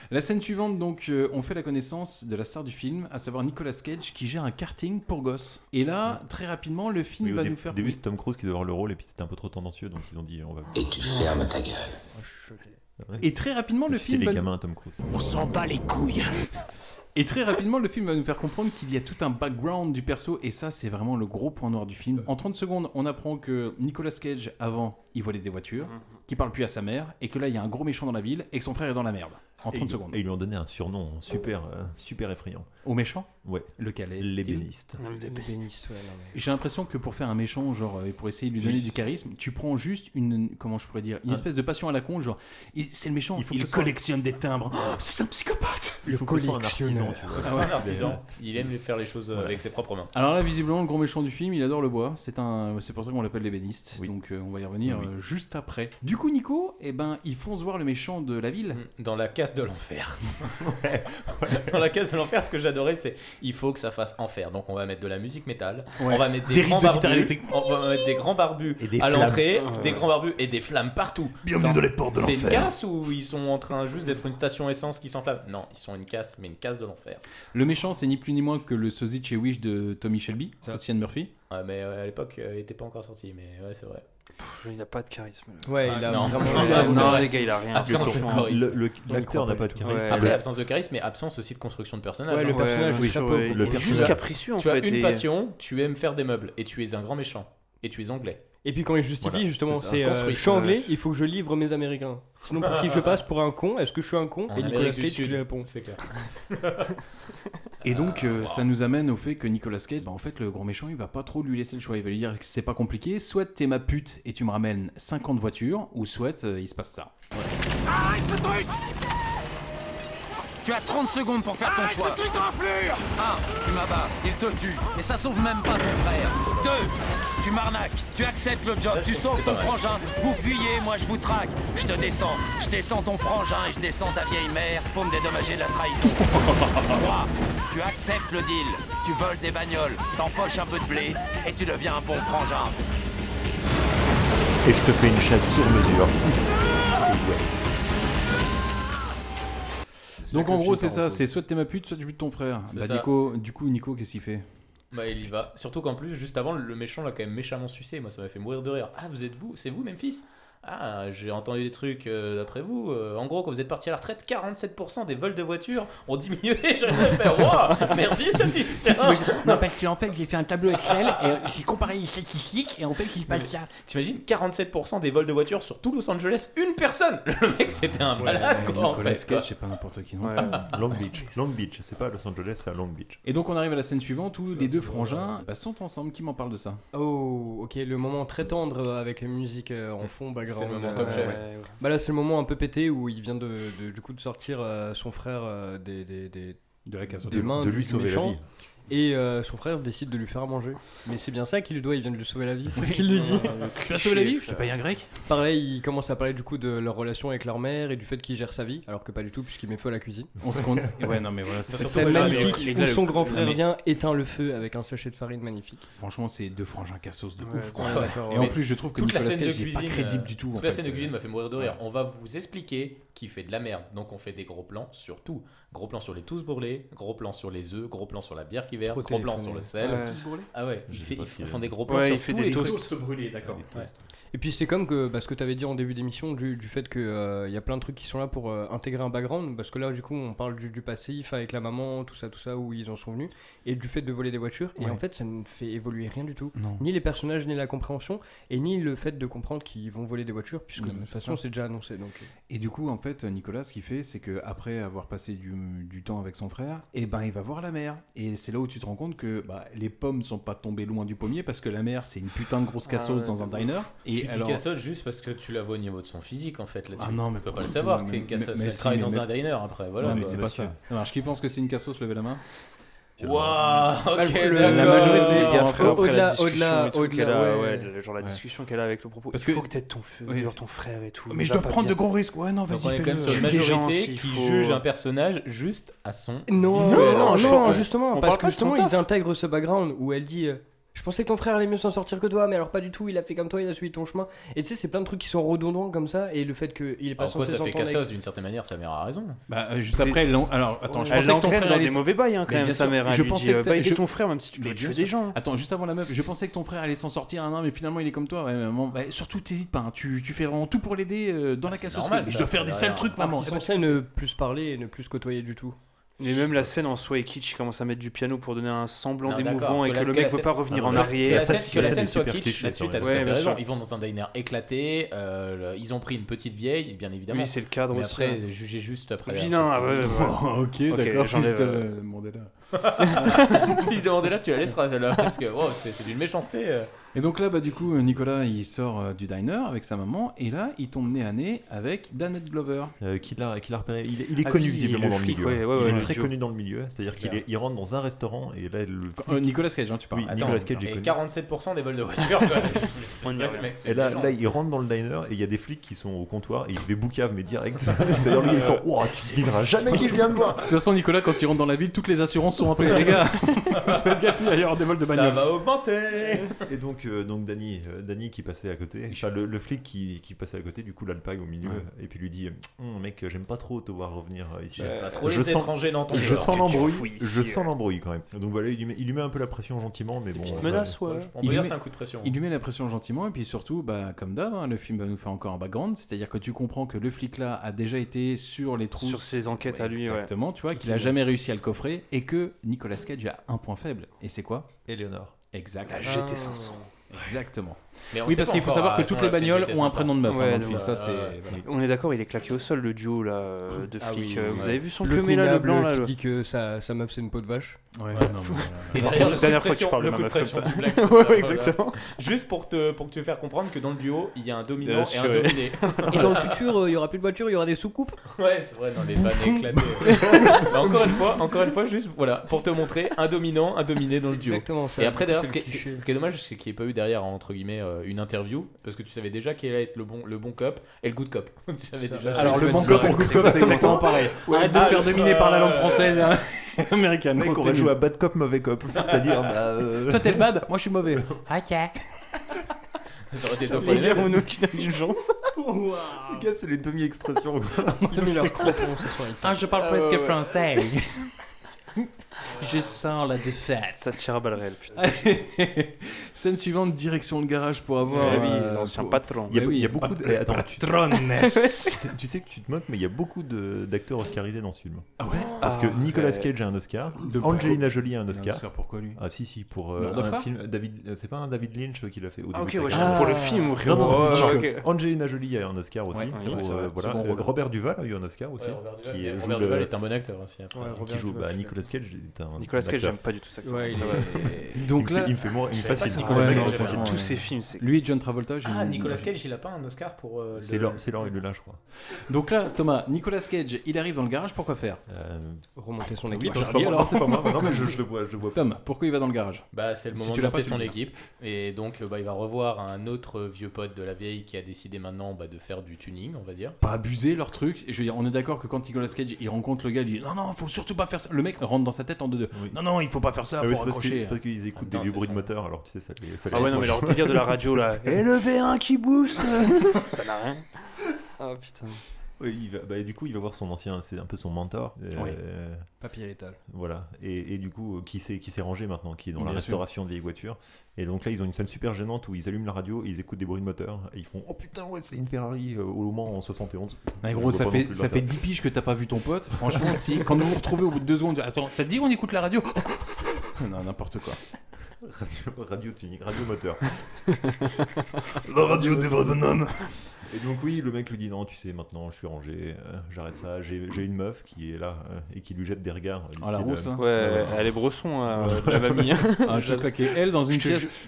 La scène suivante, donc, euh, on fait la connaissance de la star du film, à savoir Nicolas Cage, qui gère un karting pour gosses. Et là, très rapidement, le film
Oui, au
va
dé-
nous faire.
début, c'est Tom Cruise qui devait avoir le rôle, et puis c'était un peu trop tendancieux, donc ils ont dit on va.
Et tu fermes ta gueule.
Et très rapidement, le
C'est
film.
les
va-
gamins, Tom Cruise.
On s'en bat les couilles.
Et très rapidement, le film va nous faire comprendre qu'il y a tout un background du perso, et ça, c'est vraiment le gros point noir du film. En 30 secondes, on apprend que Nicolas Cage, avant, il volait des voitures,
Mm-hmm.
qu'il parle plus à sa mère, et que là, il y a un gros méchant dans la ville, et que son frère est dans la merde. En
Et
30
ils-
secondes.
Et ils lui ont donné un surnom super, euh, super effrayant.
Au méchant
Ouais.
Lequel est
L'ébéniste.
L'ébéniste, ouais, non, mais-
J'ai l'impression que pour faire un méchant, genre, euh, et pour essayer de lui donner du charisme, tu prends juste une, comment je pourrais dire, une
Un-
espèce de passion à la con, genre, il- c'est le méchant, il,
Ah. faut que ce soit-
collectionne des timbres, Oh, c'est un psychopathe
Il faut que ce soit un artisan, tu vois.
C'est un artisan. Il aime faire les choses euh, avec ses propres mains.
Alors là, visiblement, le grand méchant du film, il adore le bois, c'est un, c'est pour ça qu'on l'appelle l'ébéniste, donc euh, on va y revenir.
Oui,
euh, juste après. Du coup, Nico, eh ben, ils foncent voir le méchant de la ville.
Dans la case de l'enfer. Dans la case de l'enfer, ce que j'adorais, c'est il faut que ça fasse enfer. Donc on va mettre de la musique métal,
Ouais.
on va mettre des,
Des
grands
riffs de guitare
barbus,
électrique.
on va mettre des grands barbus
des
à
flammes.
l'entrée,
Ah ouais.
des grands barbus et des flammes partout.
Bienvenue
Dans-
dans les portes de
C'est une
l'enfer.
casse ou ils sont en train juste d'être une station essence qui s'enflamme Non, ils sont une casse, mais une casse de l'enfer.
Le méchant, c'est ni plus ni moins que le sosie de chez Wish de Tommy Shelby, Tatian Murphy.
Ouais, mais euh, à l'époque, euh, il était pas encore sorti, mais ouais, c'est vrai.
Il a pas de charisme.
Ouais, il a
non.
vraiment-
Non,
il a-
non,
c'est-
les gars, il a rien.
Absence de charisme.
Le- le-
On
l'acteur
y croit
n'a pas de
du tout.
charisme. Ouais,
Après,
le-
absence de charisme, mais absence aussi de construction de personnage.
Ouais, le Ouais, personnage est oui, très peu- le
Tu as-
personnage. capricieux, en
Tu as
fait,
une
et-
passion, tu aimes faire des meubles, et tu es un grand méchant, et tu es anglais.
Et puis quand il justifie
Voilà,
justement,
ça.
c'est euh,
Construit.
je suis anglais, il faut que je livre mes Américains. Sinon pour qui je passe pour un con Est-ce que je suis un con
En
Et Nicolas
Amérique du
Cage qui
Sud,
lui répond.
C'est clair.
Et donc, euh, ça nous amène au fait que Nicolas Cage, bah, en fait, le grand méchant, il va pas trop lui laisser le choix. Il va lui dire que c'est pas compliqué, soit t'es ma pute et tu me ramènes 50 voitures, ou soit euh, il se passe ça.
Arrête le truc
Tu as 30 secondes pour faire ton
Arrête
choix.
le truc enflure
1. Ah, Tu m'abats, il te tue, mais ça sauve même pas ton frère. 2. Tu m'arnaques, tu acceptes le job, tu sauves ton frangin, vous fuyez, moi je vous traque. Je te descends, je descends ton frangin et je descends ta vieille mère pour me dédommager de la trahison. 3. Tu acceptes le deal, tu voles des bagnoles, t'empoches un peu de blé et tu deviens un bon frangin.
Et je te fais une chasse sur mesure.
Donc,
que
en
le
gros,
film
c'est
part en
ça c'est soit t'es ma pute, soit tu butes ton frère.
C'est
Bah,
ça.
Nico, du coup, Nico, qu'est-ce qu'il fait
Bah, il y va. Surtout qu'en plus, juste avant, le méchant l'a quand même méchamment sucé. Moi, ça m'a fait mourir de rire. Ah, vous êtes vous C'est vous, Memphis Ah, j'ai entendu des trucs euh, d'après vous. Euh, en gros, quand vous êtes parti à la retraite, 47% des vols de voitures ont diminué. J'aurais fait, waouh, merci, statisticien
Non, parce qu'en fait, j'ai fait un tableau Excel et euh, j'ai comparé les statistiques et en fait, il passe
Mais
ça.
T'imagines 47% des vols de voitures sur tout Los Angeles, une personne Le mec c'était un malade quoi, en fait,
ah,
quoi.
hein.
Ah, Long Beach. Long Beach, c'est pas à Los Angeles, c'est à Long Beach.
Et donc, on arrive à la scène suivante où les deux frangins bah, sont ensemble. Qui m'en parle de ça
Oh, ok, le moment très tendre euh, avec les musiques euh, en fond, background.
C'est le moment
euh,
top chef.
ouais.
Ouais, ouais.
Bah là, c'est le moment un peu pété où il vient de, de- du coup de sortir euh, son frère euh, des, des, des-
De la case
des
de-
mains
de
du
lui sauver la
méchant.
vie.
Et euh, son frère décide de lui faire à manger. Mais c'est bien ça qu'il lui doit, il vient de lui sauver la vie. C'est ce qu'il lui dit.
Tu m'as sauvé la vie Je te paye un grec
Pareil, il commence à parler du coup de leur relation avec leur mère et du fait qu'il gère sa vie, alors que pas du tout, puisqu'il met feu à la cuisine.
On se compte. Ouais, non, mais voilà, c'est-
c'est
surtout, moi, j'aurais
magnifique.
aimé-
où
les-
son
le-
grand
le-
frère
mais-
vient éteint le feu avec un sachet de farine magnifique.
Franchement, c'est deux frangins cassos de
Ouais,
ouf. quoi.
ouais, d'accord,
Et en
ouais.
plus, je trouve que
toute la
Nicolas
scène de
Cage n'est
cuisine,
pas crédible
euh,
du tout. en
Toute la
fait.
scène de cuisine m'a fait mourir de rire. On va vous expliquer qui fait de la merde. Donc on fait des gros plans sur tout. Gros plan sur les tous brûlés, gros plan sur les œufs, gros plan sur la bière qui verse,
Trop
gros plan
téléphoné.
sur le sel.
Ouais. Tous brûlés
Ah ouais, ils,
J'ai
fait-
pas
ils
fait-
font des gros plans
Ouais,
sur
il fait
tous
des
les
toasts.
toasts brûlés, d'accord. Ouais.
Et puis c'est comme que, bah, ce que tu avais dit en début d'émission, du, du fait qu'il il y a plein de trucs qui sont là pour euh, intégrer un background, parce que là du coup on parle du, du passif avec la maman, tout ça, tout ça, où ils en sont venus, et du fait de voler des voitures, et
Ouais.
en fait ça ne fait évoluer rien du tout.
Non.
Ni les personnages, ni la compréhension, et ni le fait de comprendre qu'ils vont voler des voitures, puisque
Non,
de
mais
toute
c'est
façon
ça.
c'est déjà annoncé. Donc... euh.
Et du coup, en fait, Nicolas, ce qu'il fait, c'est que après avoir passé du, du temps avec son frère, eh ben, il va voir la mère. Et c'est là où tu te rends compte que bah, les pommes sont pas tombées loin du pommier parce que la mère, c'est une putain de grosse cassos dans un diner.
Et tu
Et alors,
dis cassotte juste parce que tu la vois au niveau de son physique en fait. Là-dessus.
Ah non, mais
tu peux pas
mais-
le savoir que
mais-
c'est une cassotte.
mais- mais
Elle
si,
travaille
mais-
dans
mais-
un diner après. Voilà.
Ouais, mais
quoi.
c'est pas ça. Ça marche. Qui pense que c'est une cassos, levez la main.
Waouh, ok,
la
d'accord.
majorité.
Et après,
au-
après la
au-delà,
discussion
au-delà,
et tout
au-delà,
qu'elle a,
ouais,
ouais,
le- genre la
ouais.
discussion qu'elle a avec le propos.
Parce
il
que-
faut que t'aides ton, f-
Oui,
genre
c'est-
ton frère et tout.
Mais je
va
dois
pas
prendre
bien.
de gros risques. Ouais, non,
vas-y,
Donc on est quand même sur
Tu
une
des gens
majorité
s'il
qui
faut.
juge un personnage juste à son
Non,
visuel.
non,
je
non,
pense-
justement,
on
parce
parle
que
pas de son
justement
taf.
ils intègrent ce background où elle dit euh, Je pensais que ton frère allait mieux s'en sortir que toi, mais alors pas du tout, il a fait comme toi, il a suivi ton chemin. Et tu sais, c'est plein de trucs qui sont redondants comme ça, et le fait qu'il est pas
Alors quoi,
censé
ça fait
s'entendre avec-
cassos d'une certaine manière, sa mère a raison.
Bah, euh, juste après, elle l'en- alors attends, je
Elle
pensais que ton
l'entraîne
frère
dans
allait-
des mauvais bails, hein, quand
Mais
même,
bien
sa
sûr.
mère, elle
Je
lui
pensais
dit,
que
euh,
t'a-
bah, aidez
je-
ton frère, même si tu dois
Mais
tuer
bien
des
sûr.
gens.
Attends, juste avant la meuf, je pensais que ton frère allait s'en sortir un an, mais finalement il est comme toi. Ouais, maman. Bah, surtout, t'hésites pas, hein. tu, tu fais vraiment tout pour l'aider euh, dans la
c'est
cassos.
normal,
Mais je
ça,
dois faire des
derrière.
sales trucs, maman. Eh ben,
Ils sont censés ne plus parler et ne plus se côtoyer du tout.
Mais même la scène en soi est kitsch, il commence à mettre du piano pour donner un semblant
Non,
d'émouvant
d'accord,
et
que
que
la-
le
que
mec
la
peut
scène-
pas revenir en
que la- Ah, Que
arrière.
la scène, que la scène soit kitsch, là-dessus, t'as tout à fait raison.
Il
Ils vont dans un diner éclaté, euh, le- ils ont pris une petite vieille, bien évidemment.
Oui, c'est le cadre
Mais
aussi,
après,
hein.
jugez juste après. la-
Vilain, ah ouais, ouais. j'enlève, euh,
Mandela. hein.
Fils de Mandela, tu la laisseras celle-là, parce que wow, c'est c'est d'une méchanceté. euh.
Et donc là, bah, du coup, Nicolas, il sort euh, du diner avec sa maman, et là, il tombe nez à nez avec Danette Glover.
Euh, qui l'a qui l'a repéré. Il, est- il est
Ah
connu
oui,
visiblement
le
dans le
flic,
milieu. hein.
ouais, ouais, ouais,
il
le
est très
duo.
connu dans le milieu, c'est-à-dire
C'est
qu'il
clair.
est- il rentre dans un restaurant et là le
Quand- euh, Nicolas Cage, hein, tu parles.
Oui,
Attends,
Nicolas Cage,
et
il est connu.
47% des vols de voitures. quoi. C'est vrai que le mec, c'est
Et là,
une légende.
là, il rentre dans le diner et il y a des flics qui sont au comptoir et ils se déboucavent, mais direct. C'est-à-dire, lui, ils sont Oh, tu devineras jamais qui je viens de voir
De toute façon, Nicolas, quand il rentre dans la ville, toutes les assurances sont appelées, les gars. Faites gaffe, il va y avoir des vols de bagnole.
augmenter
Et donc, euh, donc Danny, euh, Danny qui passait à côté, enfin, le, le flic qui, qui passait à côté, du coup, là, le pague au milieu,
Ouais.
et puis lui dit Hum, Mec, j'aime pas trop te voir revenir euh, ici.
J'aime pas trop les étrangers dans ton
Je
dehors.
sens
Tu
l'embrouille,
fous ici,
je sens
ouais.
l'embrouille quand même. Donc voilà, il lui met, il lui met un peu la pression gentiment, mais bon.
Petite
euh,
menace, ouais.
voilà.
On peut dire c'est un coup de pression.
Il lui met la pression gentiment, et puis surtout, bah, comme d'hab, hein, le film va nous faire encore un background, c'est-à-dire que tu comprends que le flic là a déjà été sur les trous.
Sur ses enquêtes à lui, ouais.
Exactement, tu vois, qu'il a jamais réussi à le coffrer, et que Nicolas Cage a un point faible. Et c'est quoi
Eleonore.
Exact.
La GT500.
Exactement.
Mais on
oui,
sait
parce
pas
qu'il faut
encore
savoir
à
que
ce
toutes les
moment-là,
bagnoles
c'est
ont un
GT500.
prénom de meuf. hein,
Ouais,
dans le
donc,
film, ça,
euh,
c'est.
ouais.
voilà.
On est d'accord, il est claqué au sol le duo là euh, de
Ah
flics.
oui,
euh,
ouais.
Vous avez vu son
le
plumé là, le
minable
blanc là
qui
le-
dit que sa, sa meuf c'est une peau de vache.
Ouais, non,
Et
Par
derrière,
contre,
le coup de pression- le coup de pression du black, c'est ça, voilà. Juste pour te, pour te faire comprendre que dans le duo, il y a un dominant et un dominé.
Et dans le futur, euh, il y aura plus de voiture, il y aura des soucoupes.
Ouais, c'est vrai, dans les vannes
Bouffon.
éclatées. Bah, encore une fois, encore une fois, juste voilà, pour te montrer un dominant, un dominé dans le duo.
exactement ça,
Et après, d'ailleurs, ce,
c'est le
qui est-
cliché.
ce qui est dommage, c'est qu'il n'y ait pas eu derrière, entre guillemets, euh, une interview, parce que tu savais déjà quel allait être le bon, le bon cop et le good cop. tu savais déjà ça.
Alors, le bon cop et le good cop, c'est exactement pareil. Arrête de me faire dominer par la langue française hein, américaine.
Mec, on va
Continue.
jouer à bad cop, mauvais cop. C'est-à-dire, bah, euh,
Toi, t'es le bad, moi, je suis mauvais. Ok.
Ça aurait été
Ça
top.
veut dire
Ouais.
mon aucune indulgence. Les gars, c'est les demi-expressions. Ils
mis leur crampon Ah, je parle
Euh,
Ah,
presque
ouais, ouais.
français. je sens la défaite.
Ça tire à balles réelles, putain.
Scène suivante, direction le garage pour avoir.
Eh oui,
euh,
l'ancien
pour-
patron.
Il y a,
Eh oui,
il y a beaucoup de.
pat-
eh, attends, tu-
patrones.
tu sais que tu te moques, mais il y a beaucoup de- d'acteurs oscarisés dans ce film. Ah ouais Parce que
Ah,
Nicolas
ouais.
Cage a un Oscar,
De quoi
Angelina Jolie
Il
a un
a un
Oscar.
Oscar pourquoi, lui
Ah si, si, pour euh,
Lord of
un
War
film. David, euh, c'est pas un David Lynch euh, qui l'a fait au
Ah,
début
ok,
de sa
ouais, je-
carrière.
pour le film,
Non, non,
frérot.
David
Ah,
Lynch.
ok.
Angelina Jolie a eu un Oscar aussi.
Ouais, c'est vrai,
pour,
c'est vrai.
euh, voilà.
Second rôle.
Euh, Robert Duval a eu un Oscar aussi.
Ouais, Robert Duval,
qui,
et
euh, joue
Robert
le-
Duval est un bon acteur aussi,
hein,
après. Ouais,
qui
Robert
joue
Duval,
bah,
je-
Nicolas Cage. est un
Nicolas Cage,
acteur.
j'aime pas du tout cet acteur.
Ouais, il est-
Ah ouais,
c'est-
c'est-
Donc
il me
là,
fait- il me fait mourir- il
Je
me
savais pas
fascine.
si
Nicolas
Nicolas
Cage,
Cage
j'aime
avait
bien.
tous ses films, c'est-
Lui et John Travolta, j'ai
Ah,
une-
Nicolas Cage, il a pas un Oscar pour. euh,
C'est
le-
l'or, c'est l'or et le lin, je crois.
Donc là, Thomas, Nicolas Cage, il arrive dans le garage pour quoi faire
Euh,
Remonter son
Oui,
équipe.
Charlie,
C'est pas moi,
alors.
c'est pas moi. Non, mais je- je
le vois, je le vois.
Tom, pourquoi il va dans le garage
Bah, c'est le
Si
moment
tu
de
l'as pas,
monter
tu
son
le dis.
équipe. Et donc, euh, bah, il va revoir un autre vieux pote de la vieille qui a décidé maintenant bah, de faire du tuning, on va dire.
Pas abuser leur truc. Et Je veux dire, on est d'accord que quand Nicolas Cage il rencontre le gars, il dit non, non, faut surtout pas faire ça. Le mec rentre dans sa tête en deux deux. Non, non, il faut pas faire ça,
Ah oui,
faut
c'est parce que-
raccrocher. hein.
c'est parce qu'ils écoutent des vieux bruits de moteur, alors tu sais, ça les. ça
Ah
les
ouais, non, mais leur délire de la radio là. Et le V1 qui booste Ça n'a rien. Ah putain.
Oui, il va- bah, du coup, il va voir son ancien, c'est un peu son mentor. euh,
Oui. Papy à l'étal.
Voilà. Et, et du coup, euh, qui s'est qui s'est rangé maintenant, qui est dans la
Bien sûr.
restauration des voitures. Et donc là, ils ont une scène super gênante où ils allument la radio et ils écoutent des bruits de moteur. Et ils font Oh putain, ouais, c'est une Ferrari euh, au Mans en 71.
Ouais,
Je
gros,
vois
ça
pas
fait,
non plus
ça fait
l'intérêt.
10 piges que t'as pas vu ton pote. Franchement, si, quand vous vous retrouvez au bout de deux secondes, attends, ça te dit on écoute la radio Non, n'importe quoi.
Radio, radio tuning, radio moteur. La radio des vrais bonhommes. Et donc oui, le mec lui dit non, tu sais, maintenant je suis rangé, euh, j'arrête ça, j'ai j'ai une meuf qui est là euh, et qui lui jette des regards. euh, du
Ah, la
style,
rousse,
euh,
là
euh,
Ouais, elle est brosson, euh,
Ouais.
la mamie.
Ah, je l'ai claqué. Elle, dans une
Je te
pièce.
jure.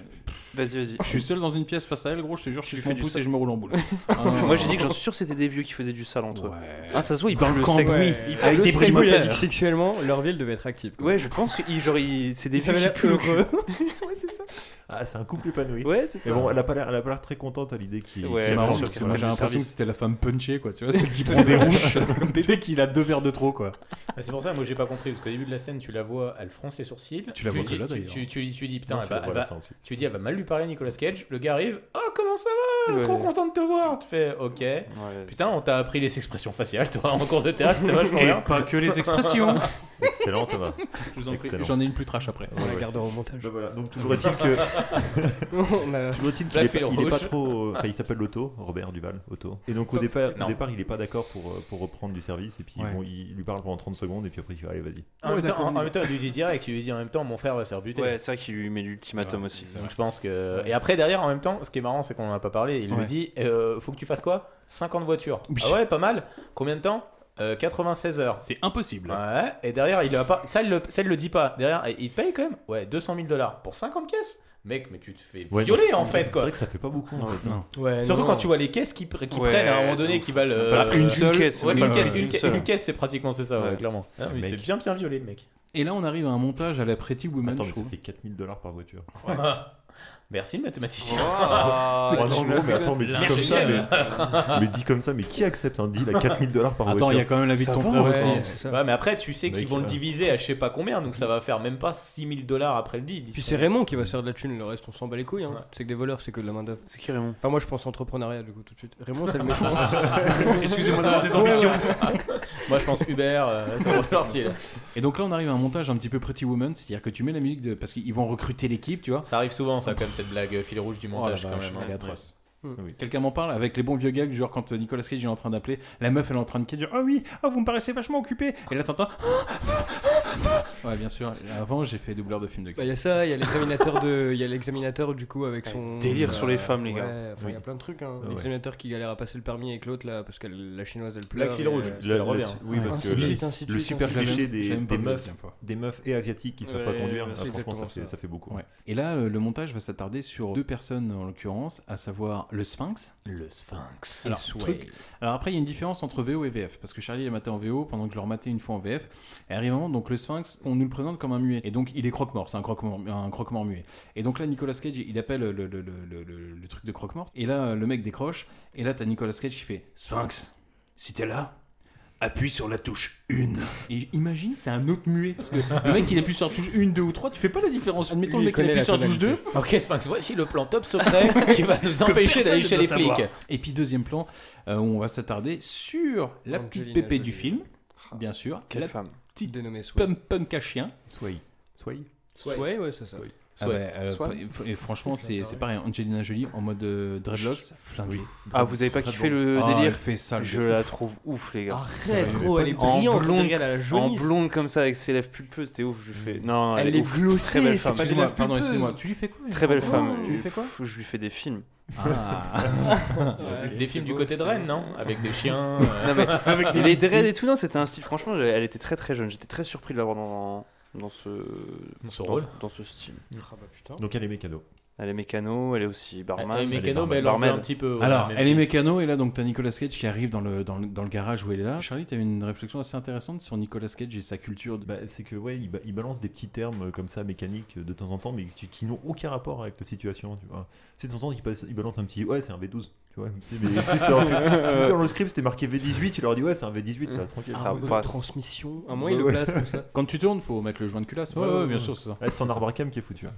Vas-y, vas-y.
Je suis seul dans une pièce face à elle, gros, je te jure, je suis
fais
mon
du
pouce
sale.
et je me roule en boule. Ah,
Moi j'ai dit que j'en suis sûr c'était des vieux qui faisaient du sale entre eux. Ah ça se voit ils
Dans
parlent
le
le
camp,
sexe.
oui.
Ils
Avec
parlent
des
le
bruits
sexe.
moteur. Sexuellement, leur ville devait être active.
Ouais je pense que ils- genre ils- c'est des
Ça
vieux
avait
qui
l'air
puent le
heureux.
cul.
ouais, c'est ça.
Ah, c'est un couple épanoui.
Ouais, c'est ça.
Mais bon, elle a pas l'air, elle a pas l'air très contente à l'idée qu'il.
Ouais,
qu'il
c'est marrant
avance,
parce que
qu'il
moi j'ai
fasse du
l'impression que
service.
c'était la femme punchée, quoi. Tu vois, celle qui prend des rouges dès qu'il a deux verres de trop, quoi.
Bah, c'est pour ça, moi j'ai pas compris, parce qu'au début de la scène, tu la vois, elle fronce les sourcils.
Tu la vois que
dis-
là,
tu,
d'ailleurs.
tu, tu- tu dis, putain,
Non,
bah, elle
tu la
va-
vois
elle
à la
va-
fin aussi.
tu dis, elle va mal lui parler, Nicolas Cage. Le gars arrive, oh, comment ça va
Ouais.
Trop content de te voir. Tu fais, ok. putain, on t'a appris les expressions faciales, toi, en cours de théâtre, c'est vachement
Et
bien.
pas que les expressions.
Excellent, Thomas.
Je vous en prie.
Excellent.
J'en ai une plus trash après.
Ouais, ouais. Bah voilà, donc toujours est-il
On a-
que. toujours est-il qu'il
Là,
est
il fait
pas-
le
il est pas
rouge.
trop. euh, Enfin, il s'appelle Lotto, Robert Duval, Otto. Et donc au départ, au départ il est pas d'accord pour, euh, pour reprendre du service. Et puis
Ouais.
bon, il lui parle pendant 30 secondes. Et puis après, il fait Allez, vas-y.
En, même temps, en- en même temps, il lui dit direct, il lui dit en même temps, mon frère va se faire buter.
Ouais, c'est vrai qu'il lui met l'ultimatum
Ouais,
aussi.
Donc je pense que. Et après, derrière, en même temps, ce qui est marrant, c'est qu'on en a pas parlé. Il
Ouais.
lui dit euh, Faut que tu fasses quoi 50 voitures.
Oui.
Ah ouais, pas mal. Combien de temps Euh, 96 heures.
C'est impossible.
Ouais, et derrière, il a pas. Ça, il le, ça, il le dit pas. Derrière, et il te paye quand même Ouais, 200 000 dollars pour 50 caisses mec, mais tu te fais
Ouais,
violer
mais
en
c'est-
fait
c'est
quoi.
vrai que ça fait pas beaucoup, en fait, hein.
Ouais,
Surtout
non.
quand tu vois les caisses qui, pr- qui
Ouais,
prennent à un moment
de
donné
ouf.
qui valent.
C'est
euh,
pas la- une
euh,
seule caisse,
ouais,
hein.
c'est
une
pas
caisse,
la-
une,
une
ca-
seule.
une caisse, c'est pratiquement c'est ça, ouais,
Ouais.
clairement. Ah, mais
Mec.
c'est bien bien violé le mec.
Et là, on arrive à un montage à la Pretty Woman.
Attends,
je
mais ça
trouve.
fait 4000 dollars par voiture.
Merci le mathématicien.
Oh, non, gros, mais attends, mais dit comme ça, mais... mais dit comme ça, mais qui accepte un deal à 4000 dollars par voiture
Ah
Ouais, Bah, mais après, tu sais
Mec,
qu'ils vont le
euh,
diviser à je sais pas combien, donc ça va faire même pas 6000 dollars après le deal.
Puis c'est Raymond qui va se faire de la thune, le reste on s'en bat les couilles. hein. C'est que des voleurs, c'est que de la main-d'œuvre.
C'est qui Raymond
Enfin, moi je pense entrepreneuriat du coup tout de suite. Raymond, c'est le méchant.
Excusez-moi d'avoir des ambitions. Moi, je pense Uber, euh, ça va falloir s'y aller.
Et donc là, on arrive à un montage un petit peu Pretty Woman, c'est-à-dire que tu mets la musique de. Parce qu'ils vont recruter l'équipe, tu vois.
Ça arrive souvent, ça, quand même, cette blague euh, fil rouge du montage, quand même.
Oh Elle est
hein.
atroce.
Ouais.
Oui. Quelqu'un m'en parle avec les bons vieux gags, genre quand euh, Nicolas Cage est en train d'appeler, la meuf elle est en train de dire Ah oui, ah, vous me paraissez vachement occupé Et là t'entends Ouais, bien sûr, avant j'ai fait doubleur de film de
Bah, il y a ça, il y a l'examinateur de, il y a l'examinateur du coup avec son Bah,
Délire sur les femmes, les gars.
Ouais, enfin, il y a
Oui.
plein de trucs. Hein.
Ouais.
L'examinateur qui galère à passer le permis avec l'autre là parce que la chinoise elle pleure.
La file
et,
rouge.
euh,
La-
elle
la-
revient.
oui, parce
Ainsi
que
de
le,
suite, ainsi de
le
suite,
super
ainsi de
cliché
suite.
des,
j'aime pas
des
le
meufs,
deuxième fois.
des meufs et asiatiques qui savent pas
Ouais,
conduire,
ouais,
ah,
c'est
franchement ça
exactement
fait, ça fait beaucoup.
Ouais. Et là, euh, le montage va s'attarder sur deux personnes en l'occurrence, à savoir le Sphinx.
Le Sphinx.
Alors,
Et Sway.
truc- alors après, il y a une différence entre VO et VF, parce que Charlie l'a maté en VO pendant que je l'ai rematé une fois en VF. Et arrive un moment, donc le Sphinx, on nous le présente comme un muet. Et donc il est croque-mort, c'est un croque-mort un croque-mort muet. Et donc là, Nicolas Cage, il appelle le, le- le- le- le- le truc de croque-mort. Et là, le mec décroche. Et là, t'as Nicolas Cage qui fait Sphinx, si t'es là, appuie sur la touche 1. Et imagine, c'est un autre muet. Parce que le mec, il appuie sur la touche 1, 2 ou 3, tu fais pas la différence. Admettons,
Lui,
le
il
mec, Ah, il appuie
connaît la
sur la touche 2.
tonalité. Ok, Sphinx, voici le plan top secret qui va nous empêcher d'aller chez les flics.
Et puis, deuxième plan, euh, où on va s'attarder sur la petite
Angelina
pépée
Jolie.
du film, bien sûr.
Quelle
la
femme.
Petite
dénommée Sway.
pump punk à chien.
Sway. Sway
Sway, Sway, ouais, c'est ça.
Ah ouais, euh, p- et franchement, c'est c'est pareil. Angelina Jolie en mode euh, dreadlocks, flinguée.
Ah, vous avez pas
Très
kiffé
bon.
le
Ah,
délire
elle fait ça. le
Je
de
la
ouf.
trouve ouf, les gars.
Arrête, gros, elle est brillante, regarde, elle a la jolie.
En blonde comme ça, avec ses lèvres pulpeuses, t'es ouf, je lui fais. Non,
Elle
elle,
est Ah,
ouf.
glossée,
Très belle
c'est
femme.
pas des Excuse-moi, lèvres pardon, pulpeuses. excuse-moi,
tu lui fais quoi,
Très belle
Jean
femme.
Tu lui fais quoi
Pff, Je lui fais des films.
Ah.
Ouais, Des films du côté de Rennes, non Avec des chiens. euh,
Non, mais les dreads et
zits.
tout, non, c'était un style. Franchement, j'ai- elle était très très jeune. J'étais très surpris de l'avoir dans, dans ce
Dans ce rôle.
dans ce style.
Ah bah putain.
Donc elle est mécano.
Elle est mécano, elle est aussi barman.
Elle est mécano, mais elle en
barmaid.
veut un petit peu.
Alors,
ouais,
elle est
Memphis.
mécano, et là, donc, t'as Nicolas Cage qui arrive dans le, dans le, dans le garage où elle est là. Charlie, t'as eu une réflexion assez intéressante sur Nicolas Cage et sa culture. de-
Bah, c'est que ouais, il, ba- il balance des petits termes euh, comme ça mécaniques euh, de temps en temps, mais qui, qui n'ont aucun rapport avec la situation. Tu vois, c'est de temps en temps qu'il passe- il balance un petit ouais, c'est un V12. Tu vois, c'est- mais, c'est- c'est- en fait, c'était dans le script, c'était marqué V18. Il leur dit ouais, c'est un V18, ça tranquille.
Ah,
ça
ouais,
passe.
transmission. À moins,
moi
Ah, il le place comme ça.
Quand tu tournes, faut mettre le joint de culasse. Bah Ouais,
Ouais,
ouais,
ouais,
bien
ouais.
sûr, c'est ça.
Ouais, c'est ton arbre à cam qui est foutu. hein.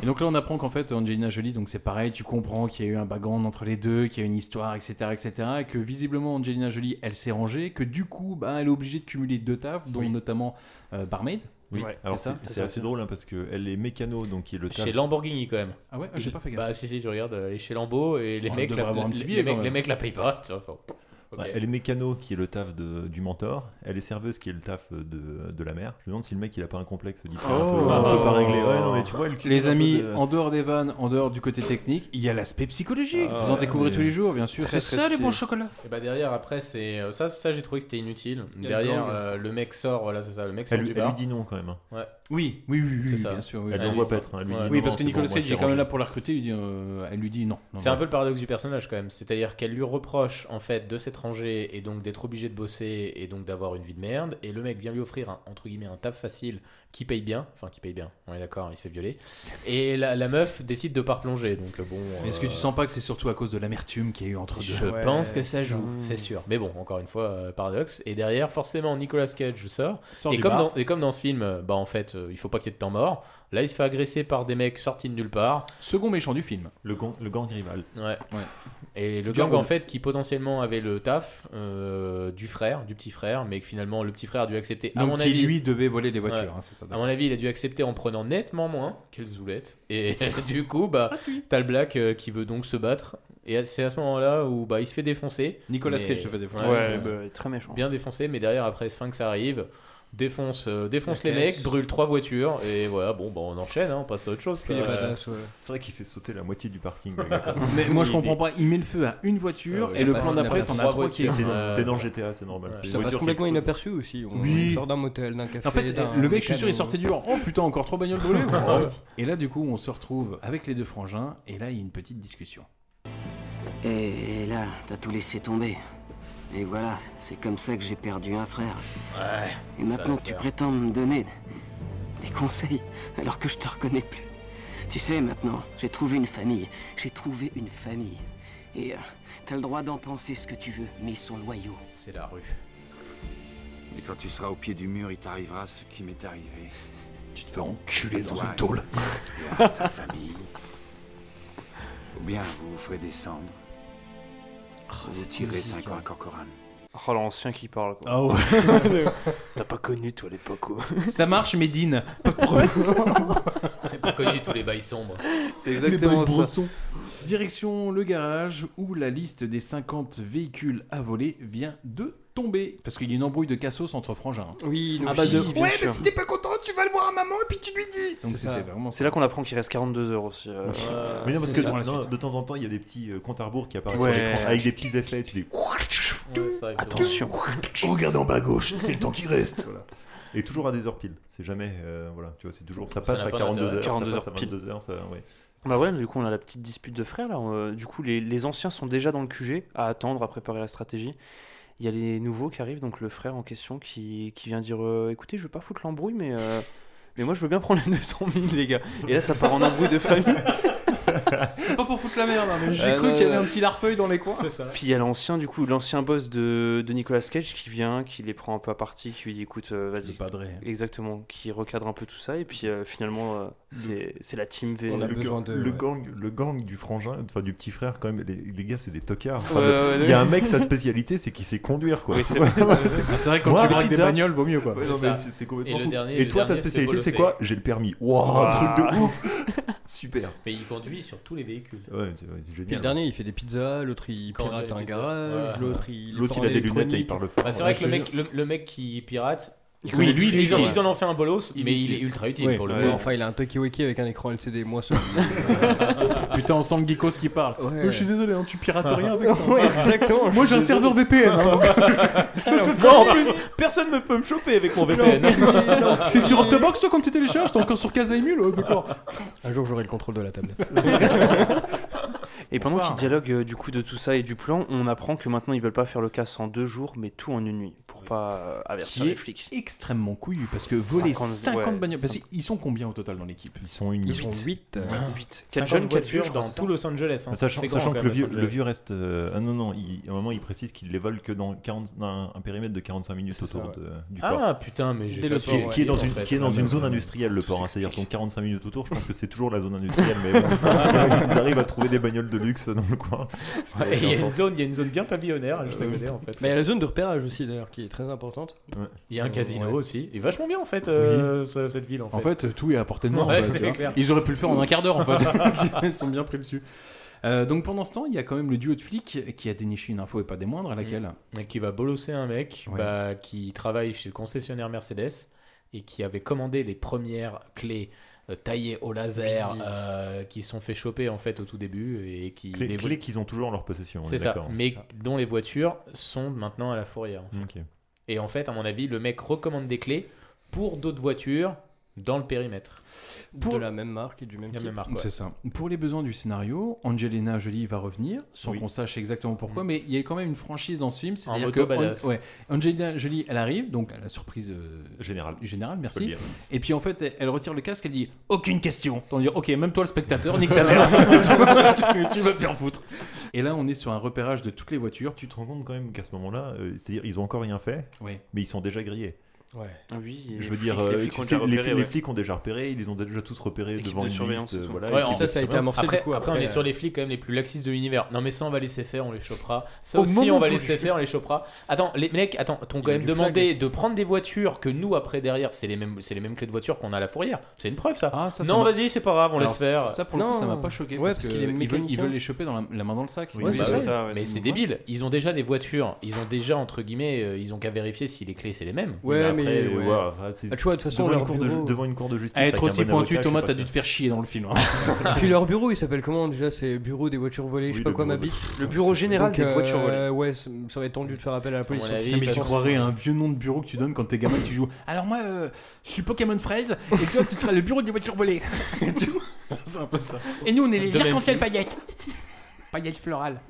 Et donc là, on apprend qu'en fait, Angelina Jolie, donc c'est pareil, tu comprends qu'il y a eu un background entre les deux, qu'il y a une histoire, etc., etc., et que visiblement Angelina Jolie, elle s'est rangée, que du coup, bah, elle est obligée de cumuler deux tafs, dont notamment euh, barmaid.
Oui, alors
c'est ça.
c'est c'est assez drôle hein, parce que elle est mécano, donc il le
Chez Lamborghini quand même.
Ah ouais, Ah, j'ai pas fait gaffe.
Bah si si, tu regardes, elle est chez Lambo et les
Bon, elle
mecs,
devrait
la,
avoir un petit
les-
billet,
les,
quand
mecs
même.
les mecs la payent pas. tu vois, enfin, ok.
Bah, elle est mécano qui est le taf de- du mentor, elle est serveuse qui est le taf de, de la mère. Je me demande si le mec il a pas un complexe d'hyper un, peu, un peu pas réglé. Ouais, non, mais tu vois, le cul,
Oh. les
un peu
amis,
de-
en dehors des vannes, en dehors du côté technique, il y a l'aspect psychologique.
Ah,
Vous en
ouais,
découvrez
mais-
tous les jours, bien sûr. C'est ça les bons chocolats.
Et bah derrière après c'est euh, ça ça j'ai trouvé que c'était inutile.
Il y a le
Derrière
gang.
euh, le mec sort voilà c'est ça le mec sort
Elle,
du
lui- elle
bar.
lui dit non quand même. hein.
Ouais.
Oui, oui, oui, oui,
C'est ça.
bien sûr. Oui,
Elle
oui.
l'envoie pas être, hein, elle lui dit
oui,
non,
parce
non,
que
c'est
Nicolas
bon, moi,
Cage il
c'est
est quand même
rangé.
là pour la recruter. il dit, euh, elle lui dit non. non,
C'est un
voilà.
peu le paradoxe du personnage quand même, c'est-à-dire qu'elle lui reproche en fait de s'être rangée et donc d'être obligée de bosser et donc d'avoir une vie de merde, et le mec vient lui offrir un, entre guillemets un taf facile qui paye bien, enfin qui paye bien, on est d'accord, hein, il se fait violer, et la, la meuf décide de pas replonger, donc euh, bon...
Mais Est-ce que
euh,
tu sens pas que c'est surtout à cause de l'amertume qu'il y a eu entre
Je
deux
pense que ça joue, c'est sûr. Mais bon, encore une fois, euh, paradoxe. Et derrière, forcément, Nicolas Cage sort.
Sort
et,
du
comme
bar.
dans, et comme dans ce film, euh, bah en fait, euh, il faut pas qu'il y ait de temps mort. Là, il se fait agresser par des mecs sortis de nulle part.
Second méchant du film.
Le gang, le gang rival.
Ouais. Et le gang, en fait, qui potentiellement avait le taf euh, du frère, du petit frère, mais que finalement, le petit frère a dû accepter, à
Donc,
mon
qui,
avis.
lui, devait voler les voitures, hein, c'est ça,
à mon avis, il a dû accepter en prenant nettement moins. Quelle zoulette. Et du coup, bah, t'as le black euh, qui veut donc se battre. Et c'est à ce moment-là où bah, il se fait défoncer.
Nicolas
Mais-
Cage se fait défoncer.
Ouais, bah, il est très méchant.
Bien défoncé, mais derrière, après, Sphinx arrive. défonce, euh, défonce
La
les mecs,
caisse.
brûle trois voitures, et voilà, bon, bah, on enchaîne, hein, on passe à autre chose.
C'est
quoi.
vrai, c'est vrai qu'il fait sauter la moitié du parking. le gars.
Mais moi je comprends pas, il met le feu à une voiture
Ah Euh, ouais,
et le
ça,
plan
ça,
d'après
ça,
t'en
ça,
as
ça,
trois
ça,
qui
ça,
explosent.
T'es dans GTA, c'est normal.
Ouais.
C'est une
Ça passe
voiture qui
complètement
explose.
inaperçu aussi. On
Oui.
sort d'un motel, d'un café.
En fait,
d'un-
le
d'un
mec, je suis sûr,
canot.
il sortait du genre Oh putain, encore trois bagnoles volées quoi. Et là, du coup, on se retrouve avec les deux frangins, et là, il y a une petite discussion.
Et, et là, t'as tout laissé tomber. Et voilà, c'est comme ça que j'ai perdu un frère.
Ouais.
Et maintenant, tu prétends me donner des conseils alors que je te reconnais plus. Tu sais, maintenant, j'ai trouvé une famille. J'ai trouvé une famille. Et euh, t'as le droit d'en penser ce que tu veux, mais ils sont loyaux.
C'est la rue.
Et quand tu seras au pied du mur, il t'arrivera ce qui m'est arrivé.
Tu te fais enculer dans une tôle.
Ta famille. Ou bien vous vous ferez descendre. vous tirez 5 ans à Corcoran.
Oh l'ancien qui parle quoi.
Ah ouais.
T'as pas connu toi l'époque où.
Ça marche, Médine
J'ai pas connu tous les bails sombres.
C'est exactement ça.
Direction le garage où la liste des 50 véhicules à voler vient de tomber. Parce qu'il y a une embrouille de cassos entre frangins. hein.
Oui,
Ah bah de- bien
Ouais, mais
sûr.
si t'es pas content, tu vas le voir à maman et puis tu lui dis.
Donc c'est vraiment
C'est là qu'on apprend qu'il reste 42 heures aussi. euh.
Mais non, parce que
C'est ça.
non, de temps en temps, il y a des petits euh, comptes à rebours qui apparaissent
Ouais.
sur l'écran avec des petits effets. Tu dis
Attention.
Regarde en bas à gauche, c'est le temps qui reste. Et toujours à des heures pile. C'est jamais. euh, voilà, tu vois, c'est toujours. Ça
Ça
passe
n'a
à
pas
42
d'intérêt.
heures.
42
ça
heures
passe à
pile.
22 heures, ça, ouais.
Bah ouais, du coup on a la petite dispute de frères là. Euh, Du coup les, les anciens sont déjà dans le QG à attendre, à préparer la stratégie. Il y a les nouveaux qui arrivent, donc le frère en question qui, qui vient dire euh, écoutez je veux pas foutre l'embrouille mais, euh, mais moi je veux bien prendre les 200 000 les gars. Et là ça part en embrouille de famille.
C'est pas pour foutre la merde, hein, mais j'ai
Euh,
cru
non,
qu'il y avait
non.
un petit larfeuille dans les coins. C'est ça.
Puis il y a l'ancien, du coup, l'ancien boss de, de Nicolas Cage qui vient, qui les prend un peu à partie, qui lui dit écoute, euh, vas-y. Exactement, qui recadre un peu tout ça. Et puis euh, finalement, euh, c'est c'est la team V.
le, gang- le gang, le gang du frangin, enfin du petit frère, quand même, les, les gars, c'est des tocards. Enfin,
Ouais,
le-
ouais,
il
ouais.
y a un mec, sa spécialité, c'est qu'il sait conduire, quoi.
Oui, c'est vrai.
C'est vrai, quand
Moi,
tu braques des
pizza-
bagnoles, vaut mieux, quoi.
Ouais, non,
C'est
mais
ça.
c'est- c'est complètement
Et le
fou.
dernier-
Et
le
toi, ta
dernier, c'est
spécialité, c'est quoi
bolosser.
J'ai le permis. Waouh,
Waouh.
truc de ouf Super
Mais il conduit sur tous les véhicules.
Ouais, c'est ouais, c'est
Puis le
génial.
dernier, il fait des pizzas, l'autre il
Quand
pirate
on a
un
des pizzas.
garage,
Ouais.
l'autre il.
L'autre, il a des lunettes et il parle fort.
Bah, c'est vrai que le mec, le, le mec qui pirate,
Il
oui,
connaît
lui,
tous les
ils, en-
gens.
ils en ont fait un bolos, mais il est
utile.
ultra utile
Ouais,
pour le
ouais,
coup.
Enfin, il a un Tokiweki avec un écran LCD, moi seul.
Putain, on sent le geekos qui parle.
Ouais.
Euh, je suis désolé, hein, tu pirates rien avec ça.
Ouais, exactement, je
Moi,
suis
j'ai un
désolé.
serveur VPN. hein, donc-
Non, en plus, personne ne peut me choper avec mon VPN.
T'es sur Octobox, toi, quand tu télécharges T'es encore sur Casa Emule euh, D'accord.
Un jour, j'aurai le contrôle de la tablette.
Et pendant
Bonsoir.
qu'ils dialoguent euh, du coup de tout ça et du plan, on apprend que maintenant ils veulent pas faire le casse en deux jours, mais tout en une nuit, pour pas euh, avertir
Qui
les
est
flics.
extrêmement couillu parce que voler 50,
50, ouais,
bagnoles. Parce
cinq-
qu'ils sont combien au total dans l'équipe
Ils sont une.
Ils sont 8.
Huit. Quatre
4
jeunes, quatre vieux, je
voitures
crois,
dans
c'est
tout Los Angeles. hein.
Sachant,
C'est grand,
sachant
quand
que le
même,
vieux,
Los
le
Angeles.
vieux reste. euh, ah non, non, il- à un moment, il précise qu'il les vole que dans 40, un, un périmètre de 45 minutes autour
ouais.
de- du port.
Ah putain, mais j'ai
Dès
pas
le
su-
Qui est, qui est dans
en
une,
fait.
qui est dans
Ah,
une
mais-
zone industrielle, le port. hein. C'est-à-dire, ton 45 minutes autour, je pense que c'est toujours la zone industrielle, mais bon, ils arrivent à trouver des bagnoles de luxe dans le coin. Ça n'a
Ouais, Il y,
aucun
a une
sens.
zone, il y a une zone bien pavillonnaire juste à côté en fait.
Mais il y a la zone de repérage aussi, d'ailleurs, qui est très importante.
Il y a un
Ouais.
casino aussi. Et vachement bien en fait euh, ce- cette ville en fait.
En fait, euh, tout est à portée de main. en
Ouais,
fait,
c'est
tu vois.
clair.
Ils auraient pu le faire en un quart d'heure, en fait. Ils sont bien pris dessus. Euh, donc pendant ce temps, il y a quand même le duo de flics qui a déniché une info et pas des moindres, à
Mm.
laquelle
Et qui va bolosser un mec
Ouais.
bah, qui travaille chez le concessionnaire Mercedes et qui avait commandé les premières clés euh, taillées au laser euh, qui se sont fait choper en fait au tout début et qui
Clés,
les vo-
clés qu'ils ont toujours en leur possession. on est
c'est ça,
d'accord, hein.
mais dont les voitures sont maintenant à la fourrière. en fait.
Ok.
Et en fait, à mon avis, le mec recommande des clés pour d'autres voitures dans le périmètre.
De la même marque et du même
Il y a
type.
même marque, ouais.
C'est ça. Pour les besoins du scénario, Angelina Jolie va revenir, sans
Oui. Mm.
qu'on sache exactement pourquoi, mais il y a quand même une franchise dans ce film. cest
moto badass.
ouais, Angelina Jolie, elle arrive, donc à la surprise euh,
Général.
générale,
Faut
merci.
le dire.
Et puis en fait, elle, elle retire le casque, elle dit Aucune question On dit Ok, même toi le spectateur, nique ta mère tu, tu vas te faire foutre Et là, on est sur un repérage de toutes les voitures.
Tu te rends compte quand même qu'à ce moment-là, euh, c'est-à-dire, ils ont encore rien fait,
Oui.
mais ils sont déjà grillés.
Ouais.
Oui,
Je veux dire, euh, tu sais, les, flics-
Bah
les flics ont déjà repéré, ils les ont déjà tous repérés
Équipe
devant
de
une
surveillance
liste, euh,
et tout.
voilà,
Ouais,
équipe
en-
ça,
de
ça a été
surveillance.
amorcé,
après,
du coup,
après, on
après,
est
euh,
sur les flics quand même les plus laxistes de l'univers. Non mais ça on va laisser faire, on les chopera. Ça
Au
aussi
moment
on va
où
laisser
je-
faire, on les chopera. Attends, les mecs, attends, t'ont
Il
quand
y a
même
du
demandé de prendre des voitures que nous après derrière, c'est les mêmes, c'est les mêmes clés de voiture qu'on a à la fourrière. C'est une preuve ça.
Ah, ça, ça
non
m'a-
vas-y, c'est pas grave, on
Alors,
laisse faire.
Ça, pour le
Non.
coup, ça m'a pas choqué.
Ouais,
parce,
parce
que
qu'il est
ils veulent- ils veulent,
mécanicien.
les choper dans la, la main dans le sac.
Oui,
Ouais,
oui,
c'est
bah
ça.
oui.
ça, ouais,
mais
c'est
c'est débile. Ils ont déjà des voitures. Ils ont déjà entre guillemets, euh, ils ont qu'à vérifier si les clés c'est les mêmes.
Ouais, mais,
après,
mais,
euh,
ouais.
voir, enfin, c'est
Ah, tu vois, de toute façon,
devant,
leur
une cour de
bureau-
ju- devant une cour de justice.
À être
avec un
aussi
bon
pointu,
avocat, je
Thomas,
suis
t'as
pas
dû te
sûr.
faire chier dans le film. hein.
Puis leur bureau, il s'appelle comment déjà C'est bureau des voitures volées, je sais pas
le
quoi, ma
bureau
bite.
des- Le bureau
euh,
général des voitures
volées. Ouais, ça ça va être tendu de faire appel à la police.
Putain, mais je croirais à un vieux nom de bureau que tu donnes quand t'es gamin tu joues. Alors moi, euh, je suis Pokémon Fraise et toi, tu seras le bureau des voitures volées. C'est un peu ça. Et nous, on est les
De
arc-en-ciel
Memphis.
paillettes. Paillettes florales.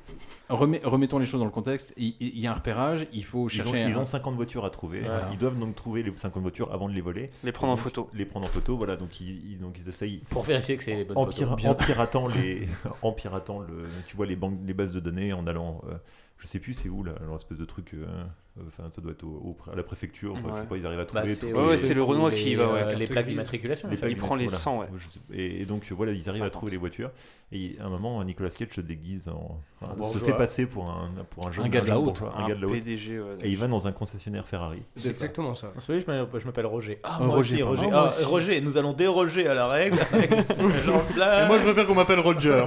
Remet- remettons les choses dans le contexte. Il, il y a un repérage, il faut
Ils ont,
chercher.
ils
un-
ont 50 voitures à trouver.
Voilà.
Ils doivent donc trouver les 50 voitures avant de les voler.
Les prendre en
Donc,
photo.
Les prendre en photo, voilà. Donc ils, ils- donc ils essayent.
Pour vérifier que c'est les bonnes
en,
photos.
pira-
Bien.
en piratant les, en piratant le, tu vois les banques, les bases de données, en allant, euh, je sais plus c'est où là, leur espèce de truc. euh, Enfin, ça doit être au- au- à la préfecture. enfin, je sais
Ouais.
pas, ils arrivent à
Bah,
trouver.
c'est-
tous
ouais, ouais,
les-
c'est le Renoir qui y va, ouais.
cartes
Les euh, plaques
grises.
d'immatriculation,
Les
en fait.
plaques
Il prend les
d'immatriculation,
100,
voilà. Je sais- Et, et donc euh, voilà, ils arrivent à trouver les voitures. Et à un moment, Nicolas Cage se déguise en,
En
enfin, se
bourgeois.
fait passer pour un pour un jeune
gars de la
jeune
haute.
bourgeois, un
Un
gars de la haute.
PDG, ouais.
Et il va dans un concessionnaire Ferrari.
C'est
exactement ça.
C'est pas vrai, je m'appelle- je m'appelle Roger. Ah,
Euh,
moi
Roger,
aussi,
pardon.
Roger.
Ah,
Ah,
moi aussi.
Roger, nous allons déroger à la règle. avec ce genre de blague.
Et moi, je préfère qu'on m'appelle Roger.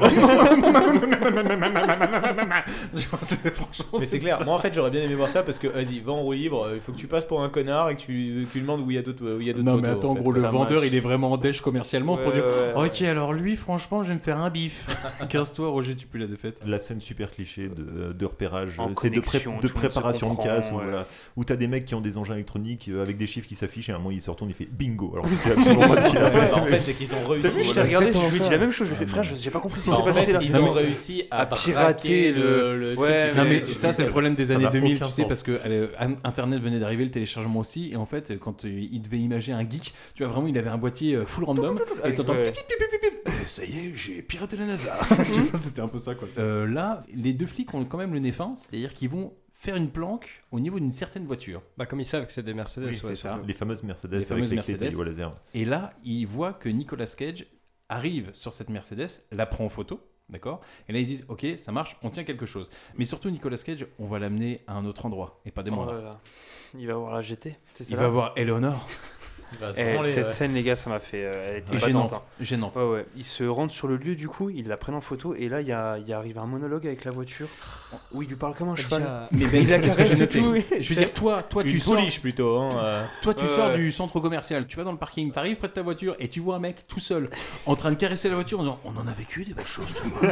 Mais c'est clair, moi en fait j'aurais bien aimé voir ça parce que vas-y, va en roue libre, euh, il faut que tu passes pour un connard et que tu, que tu demandes où il y a d'autres où il y a d'autres
Non, mais
photos,
attends,
en
en
fait.
gros, le
Ça
vendeur,
marche.
il est vraiment en dèche commercialement pour
Ouais,
dire
ouais, ouais.
Ok, alors lui, franchement, je vais me faire un bif. 15 toi Roger, tu pues la défaite.
La scène super cliché de, de repérage,
En
euh, c'est de, pré-
connexion, tout le monde
de
se
préparation de
comprend,
casse, où,
ouais.
voilà, où t'as des mecs qui ont des engins électroniques euh, avec des chiffres qui s'affichent et à un moment ils se retournent et fait bingo. Alors c'est absolument pas ce qu'il a
Ouais,
fait.
bah, en fait, c'est qu'ils ont réussi.
T'as vu, je t'ai
Voilà.
regardé,
Exactement
je lui ai dit
ça.
la même chose, je
Ah,
fais
non.
frère, je sais pas compris ce qui
Non,
s'est
en
passé
fait,
là.
Ils
Non,
ont
mais-
réussi à,
à
braquer
pirater
le. le truc
Ouais,
qui
Non
faisait
mais
sur
ça c'est le
Google.
problème des
Ça
années
n'a
2000
aucun
tu sais
sens.
parce que euh, an- internet venait d'arriver le téléchargement aussi et en fait euh, quand euh, il devait imager un geek tu vois vraiment il avait un boîtier euh, full random et
Avec,
t'entends
ouais.
pip, pip, pip, pip, pip. Euh, ça y est j'ai piraté la NASA Tu vois, c'était un peu ça quoi Euh, là les deux flics ont quand même le nez fin c'est à dire qu'ils vont faire une planque au niveau d'une certaine voiture
Bah, comme ils savent que c'est des Mercedes,
Oui,
ouais,
c'est ça.
surtout.
Les fameuses Mercedes
Les
avec
fameuses
les clés
Mercedes.
taillées au laser.
Et là, ils voient que Nicolas Cage arrive sur cette Mercedes, la prend en photo, d'accord Et là, ils disent, ok, ça marche, on tient quelque chose. Mais surtout, Nicolas Cage, on va l'amener à un autre endroit, et pas des
Oh
moindres.
là là. Il va voir la GT. c'est
Il
ça
va voir Eleanor.
Il va se
Eh,
branler,
cette
ouais.
scène, les gars, ça m'a fait. euh, elle était
Et
battante,
gênante,
hein.
gênante.
Ouais, ouais. Ils se rendent sur le lieu, du coup, ils la prennent en photo, et là, il y, a- il y arrive un monologue avec la voiture où il lui parle comme un cheval.
Mais Ben,
il la
c'est ce que
caresse
j'ai
et tout.
noté. Je veux dire, toi, toi,
Une
tu sors-
pouliche, plutôt, hein, euh.
Toi, tu
Ouais,
sors
ouais.
du centre commercial, tu vas dans le parking, t'arrives près de ta voiture et tu vois un mec tout seul en train de caresser la voiture en disant On en a vécu des belles choses, toi.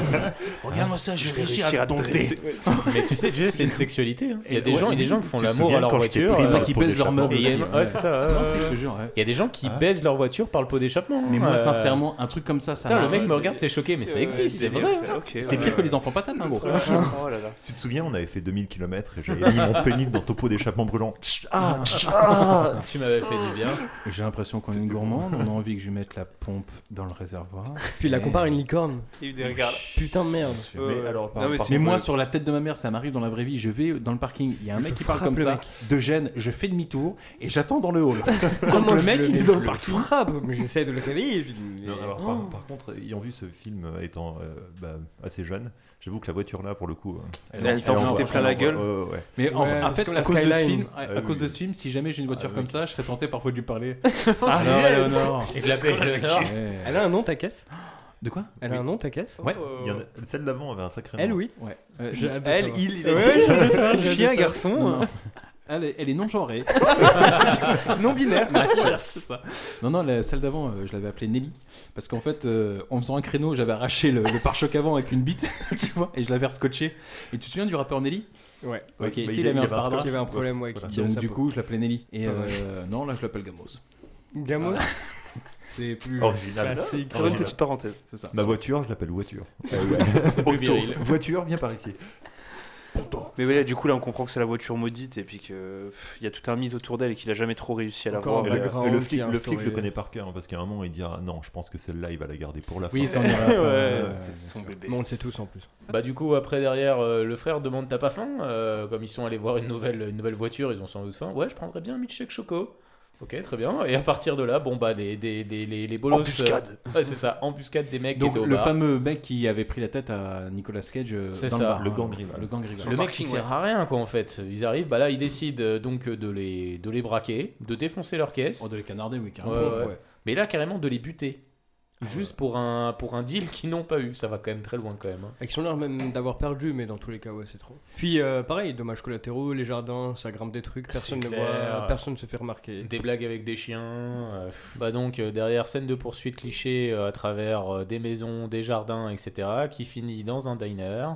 Regarde-moi ça, j'ai
Je vais
réussi
réussir
à
à te
dompter.
dresser.
Mais tu sais, tu sais, c'est une sexualité. hein. Il y a
Et
des
ouais,
gens, il y a des gens qui font
tu te
l'amour
souviens
à leur
quand je t'ai
voiture.
pris,
euh,
moi, qui
pour
baise leur
d'échappement.
meuble
Et il y a-
aussi,
Ouais, c'est ça.
ouais. Non,
ouais,
c'est-
ouais.
je te jure, ouais.
Il y a des gens qui baisent leur voiture par le pot d'échappement.
Mais moi,
euh.
sincèrement, un truc comme ça, ça
Putain,
m'a-
le mec me regarde, c'est choqué, mais ça
Ouais,
existe, c'est
délire.
vrai.
Ok,
C'est pire que les enfants patates, hein, gros.
oh
Tu te souviens, on avait fait 2000 km et j'avais mis mon pénis dans ton pot d'échappement brûlant. Tch, Ah, tch, ah,
Tu m'avais fait du bien.
J'ai l'impression qu'on est une gourmande, on a envie que je lui mette la pompe dans le réservoir.
Puis il la
Et-
compare à une licorne.
Il y a eu des regards.
Putain de merde.
Mais, alors, par- par- mais
euh,
moi, sur la tête de ma mère, ça m'arrive dans la vraie vie. Je vais dans le parking, il y a un mec
Je
qui parle
frappe
comme
le
ça,
mec.
de gêne, je fais demi-tour et j'attends dans le hall. Tant que
Moi,
le
je
mec, il est
je
dans le
le
parking.
frappe, mais j'essaie de le réveiller. Je lui dis, mais-
Non, alors,
Oh.
par, par contre, ayant vu ce film euh, étant euh, bah, assez jeune, j'avoue que la voiture là, pour le coup, euh,
Elle t'en
envoie-
foutait plein la
elle envoie-
gueule.
ouais, ouais, ouais.
Mais en, en fait, à cause, de ce film, à, à
Ah,
cause
oui.
de ce film, si jamais j'ai une voiture
Ah,
comme
oui.
ça, je serais tenté parfois de lui parler.
Arrête.
Ah, Léonore
C'est ce qu'on a fait. Elle a un nom, ta caisse
De quoi
Elle a un nom, ta caisse
Ouais.
Il y en a- Celle d'avant avait un sacré
Elle,
nom.
oui.
Ouais.
Euh,
je-
j'adore
elle,
ça.
il, il
Ouais, j'adore ça,
C'est
j'adore
chien,
ça.
garçon.
Non, non.
Elle est, elle est non genrée.
Non binaire.
Voilà, c'est ça. Non, non, la, celle d'avant, euh, je l'avais appelée Nelly. Parce qu'en fait, euh, en faisant un créneau, j'avais arraché le, le pare-choc avant avec une bite, tu vois, et je l'avais rescotché. Et tu te souviens du rappeur Nelly
Ouais.
Ok,
Ouais,
tu sais,
bah,
il, avait un sparadrap.
Il avait un problème, ouais. qui
Voilà.
tirait
Donc,
sa
du
peau.
coup, je l'appelais Nelly. Et
Ouais.
euh, non, là, je l'appelle Gamos. Oh,
Gamos
Voilà. C'est plus
Original.
classique.
Très bonne petite parenthèse.
C'est ça.
Ma voiture, je l'appelle voiture. Euh, ouais.
C'est plus viril.
Voiture, viens par ici.
Mais voilà, du coup, là, on comprend que c'est la voiture maudite et puis qu'il y a tout un mythe autour d'elle et qu'il a jamais trop réussi à la voir.
Oh,
Euh,
Et le- et le, flic, le flic, je le
connaît
connais par cœur hein, parce qu'à un moment il dira non, je pense que celle-là il va la garder pour la fin.
Oui, ça, on ira euh,
après.
Ouais,
Ouais,
c'est
son bébé.
Mais on le sait tous en plus.
Bah du coup après derrière euh, le frère demande t'as pas faim Euh, comme ils sont allés voir une nouvelle une nouvelle voiture ils ont sans doute faim ouais je prendrais bien un milkshake choco ok très bien et à partir de là bon bah les des des les, les bolos euh,
Embuscade.
ouais, c'est ça embuscade des mecs
Donc,
qui étaient au
le
bar.
fameux mec qui avait pris la tête à Nicolas Cage. euh,
C'est
dans
ça.
le, bar,
Le
hein.
gang rival.
Le gang rival.
le mec qui
s'est
sert à rien quoi en fait ils arrivent bah là ils décident euh, donc euh, de les de les braquer de défoncer leur caisse
Oh, de les canarder, oui,
Ah,
Ouais,
carrément.
ouais.
Ouais.
mais Oh là carrément de les buter juste pour un, pour un deal qu'ils n'ont pas eu. Ça va quand même très loin quand même. hein.
Avec son l'air même d'avoir perdu, mais dans tous les cas, ouais, c'est trop. Puis euh, pareil, dommages collatéraux, les jardins, ça grimpe des trucs, personne ne
C'est
voit,
clair.
personne ne se fait remarquer.
Des blagues avec des chiens. euh, pff. bah donc, euh, derrière scène de poursuite cliché euh, à travers euh, des maisons, des jardins, etc., qui finit dans un diner.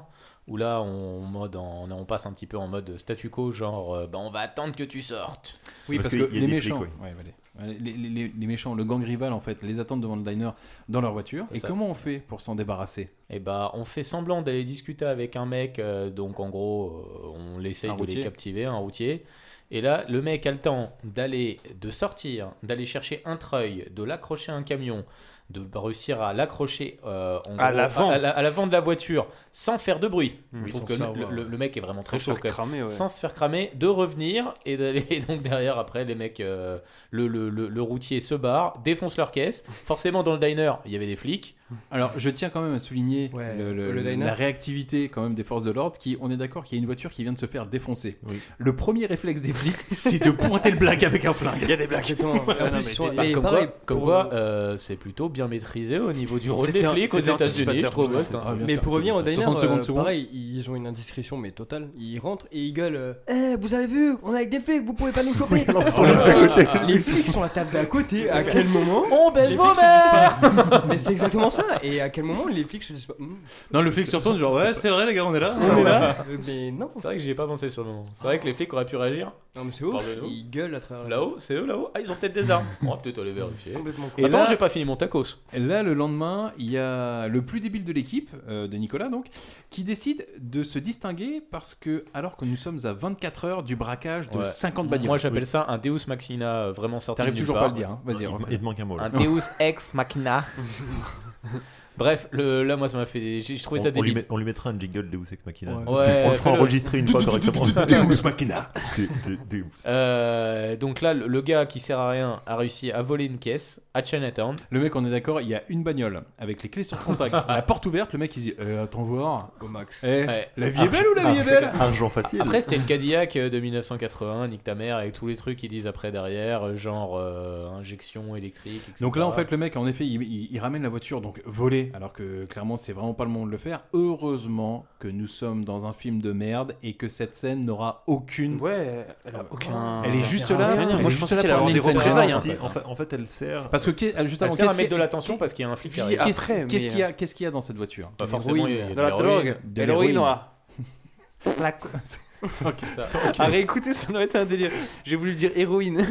Où là, on, mode en- on passe un petit peu en mode euh, statu quo, genre, euh, bah on va attendre que tu sortes.
Oui, parce, que, les méchants, ouais, allez. Les, les- les- les méchants, le gang rival en fait, les attendent devant le diner dans leur voiture.
C'est
Et
ça.
comment on fait pour s'en débarrasser
Et bah, on fait semblant d'aller discuter avec un mec, euh, donc en gros, euh, on essaye
Un
de
routier.
les captiver, un routier. Et là, le mec a le temps d'aller, de sortir, d'aller chercher un treuil, de l'accrocher à un camion, de réussir à l'accrocher euh, en
À
gros,
l'avant.
à, à l'avant de la voiture, sans faire de bruit.
Mmh.
Je trouve
Sans
que
se faire
le,
voir.
le- le mec est vraiment
Sans
très
se
chaud.
faire
quand même.
cramer, ouais.
Sans se faire cramer, de revenir et d'aller. et donc derrière, après, les mecs, euh, le, le- le- le routier se barre, défonce leur caisse. Forcément, dans le diner, il y avait des flics.
Alors, je tiens quand même à souligner le- le-
le diner.
la réactivité quand même des forces de l'ordre. Qui, on est d'accord, qu'il y a une voiture qui vient de se faire défoncer. Le premier réflexe des flics, c'est de pointer le blague avec un flingue. Il y a des blagues.
Ah
Bah, bah, comme quoi, comme quoi, euh, c'est plutôt bien maîtrisé au niveau du rôle des
C'était un-
flics aux
c'était
États-Unis, je
anticipateur,
trouve.
putain,
ouais,
c'était
c'est un-
très bien. mais pour revenir au diner,
60
euh,
secondes, secondes.
pareil, ils ont une indiscrétion mais totale. Ils rentrent et ils gueulent. euh,
Eh, vous avez vu, on est avec des flics, vous pouvez pas nous choper.
euh, Les flics sont à la table d'à côté. À quel moment
On baisse
les
vos
flics se
mères
disent pas Mais c'est exactement ça. Et à quel moment les flics se disent pas hmm,
Non, le flic se retourne, genre, ouais, c'est vrai, les gars, on est là.
On est là. Euh, Mais non.
C'est vrai que j'y ai pas pensé sur le moment. C'est vrai que les flics auraient pu réagir.
Non, mais c'est ouf.
Pardonnez-nous.
Ils gueulent à travers.
Là-haut, c'est eux là-haut. Ah, ils ont peut-être des armes. On va peut-être aller vérifier.
Et
Attends,
là-
j'ai pas fini mon tacos.
Là, le lendemain, il y a le plus débile de l'équipe, euh, de Nicolas donc, qui décide de se distinguer parce que, alors que nous sommes à 24 heures du braquage de
Ouais.
50 bagnoles.
Moi, j'appelle ça un Deus Machina euh, vraiment sorti.
T'arrives
de nulle
toujours
part.
pas à le dire, hein. Vas-y, Il- refais. il te manque un mot, là.
Un Deus Ex Machina. Bref, le, là, moi, ça m'a fait. j'ai- Je trouvais ça
on, on lui
débile.
met- on lui mettra un jingle Deus Ex Machina.
Ouais.
On
Ouais,
le fera
fais-le.
enregistrer une fois correctement.
Deus Machina.
De- de- Deus.
Euh, donc là, le, le gars qui sert à rien a réussi à voler une caisse à Chinatown.
Le mec, on est d'accord, il y a une bagnole avec les clés sur contact. la porte ouverte, le mec il dit euh, Attends voir.
Au max.
Eh,
Ouais. Ah,
La vie est belle ou la vie est belle
Après, c'était une Cadillac euh, de 1980, nique ta mère, avec tous les trucs qu'ils disent après derrière, euh, genre euh, injection électrique, etc.
Donc là, en fait, le mec, en effet, il, il- il ramène la voiture, donc volée, alors que clairement, c'est vraiment pas le moment de le faire. Heureusement que nous sommes dans un film de merde et que cette scène n'aura aucune.
Ouais, elle a aucun.
Ah bah, Elle est
ça
juste
sert à
là.
rien.
elle
Moi,
est
je
juste
pensais
là
qu'elle
pour
allait
une
avoir des
scène.
représailles, hein.
Si, en, fait, en fait, elle sert.
Parce que qu'est- ah, juste
Elle
avant,
sert à
qu'est-ce
mettre
qu'il-
de l'attention parce qu'il y a un flic qui
qu'est-ce
arrive.
qu'il y a-
Après,
Qu'est-ce
mais,
qu'il y a
euh,
Qu'est-ce qu'il y a dans cette voiture
Bah, forcément, il y a de
De la
l'héroïne.
drogue,
De
de l'héroïne.
l'héroïne.
ah. La co-
Ça,
À réécouter, ça doit être un délire. J'ai voulu dire héroïne.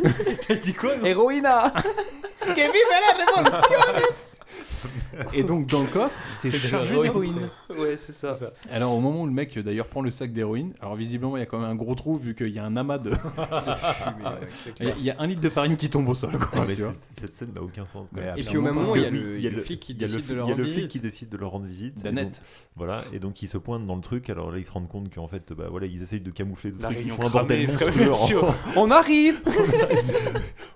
T'as dit quoi Héroïna
Que vive la révolution
Et donc, dans le coffre, c'est
C'est de
chargé
l'héroïne.
d'héroïne.
Ouais, c'est ça.
Alors au moment où le mec euh, d'ailleurs prend le sac d'héroïne, alors visiblement il y a quand même un gros trou vu qu'il y a un amas de... de fumée, ouais.
c'est
Il y a-
clair.
il y a un litre de farine qui tombe au sol. Quoi,
Non, mais
tu vois.
cette- cette scène n'a aucun sens. quand
Mais
Ah,
même.
Et puis,
Clairement,
au même
parce
moment,
que
il y a le-
oui,
le flic qui
il y a le
décide de
flic-
leur
il y a
rendre
le flic
visite.
qui décide de leur rendre visite. et
Danette.
donc- Voilà, et donc ils se pointent dans le truc. Alors là, ils se rendent compte qu'en fait, bah, voilà, ils essayent de camoufler le
La
truc. Ils
réunion
font un bordel
cramée, frère,
monstrueux.
monsieur.
en-
On arrive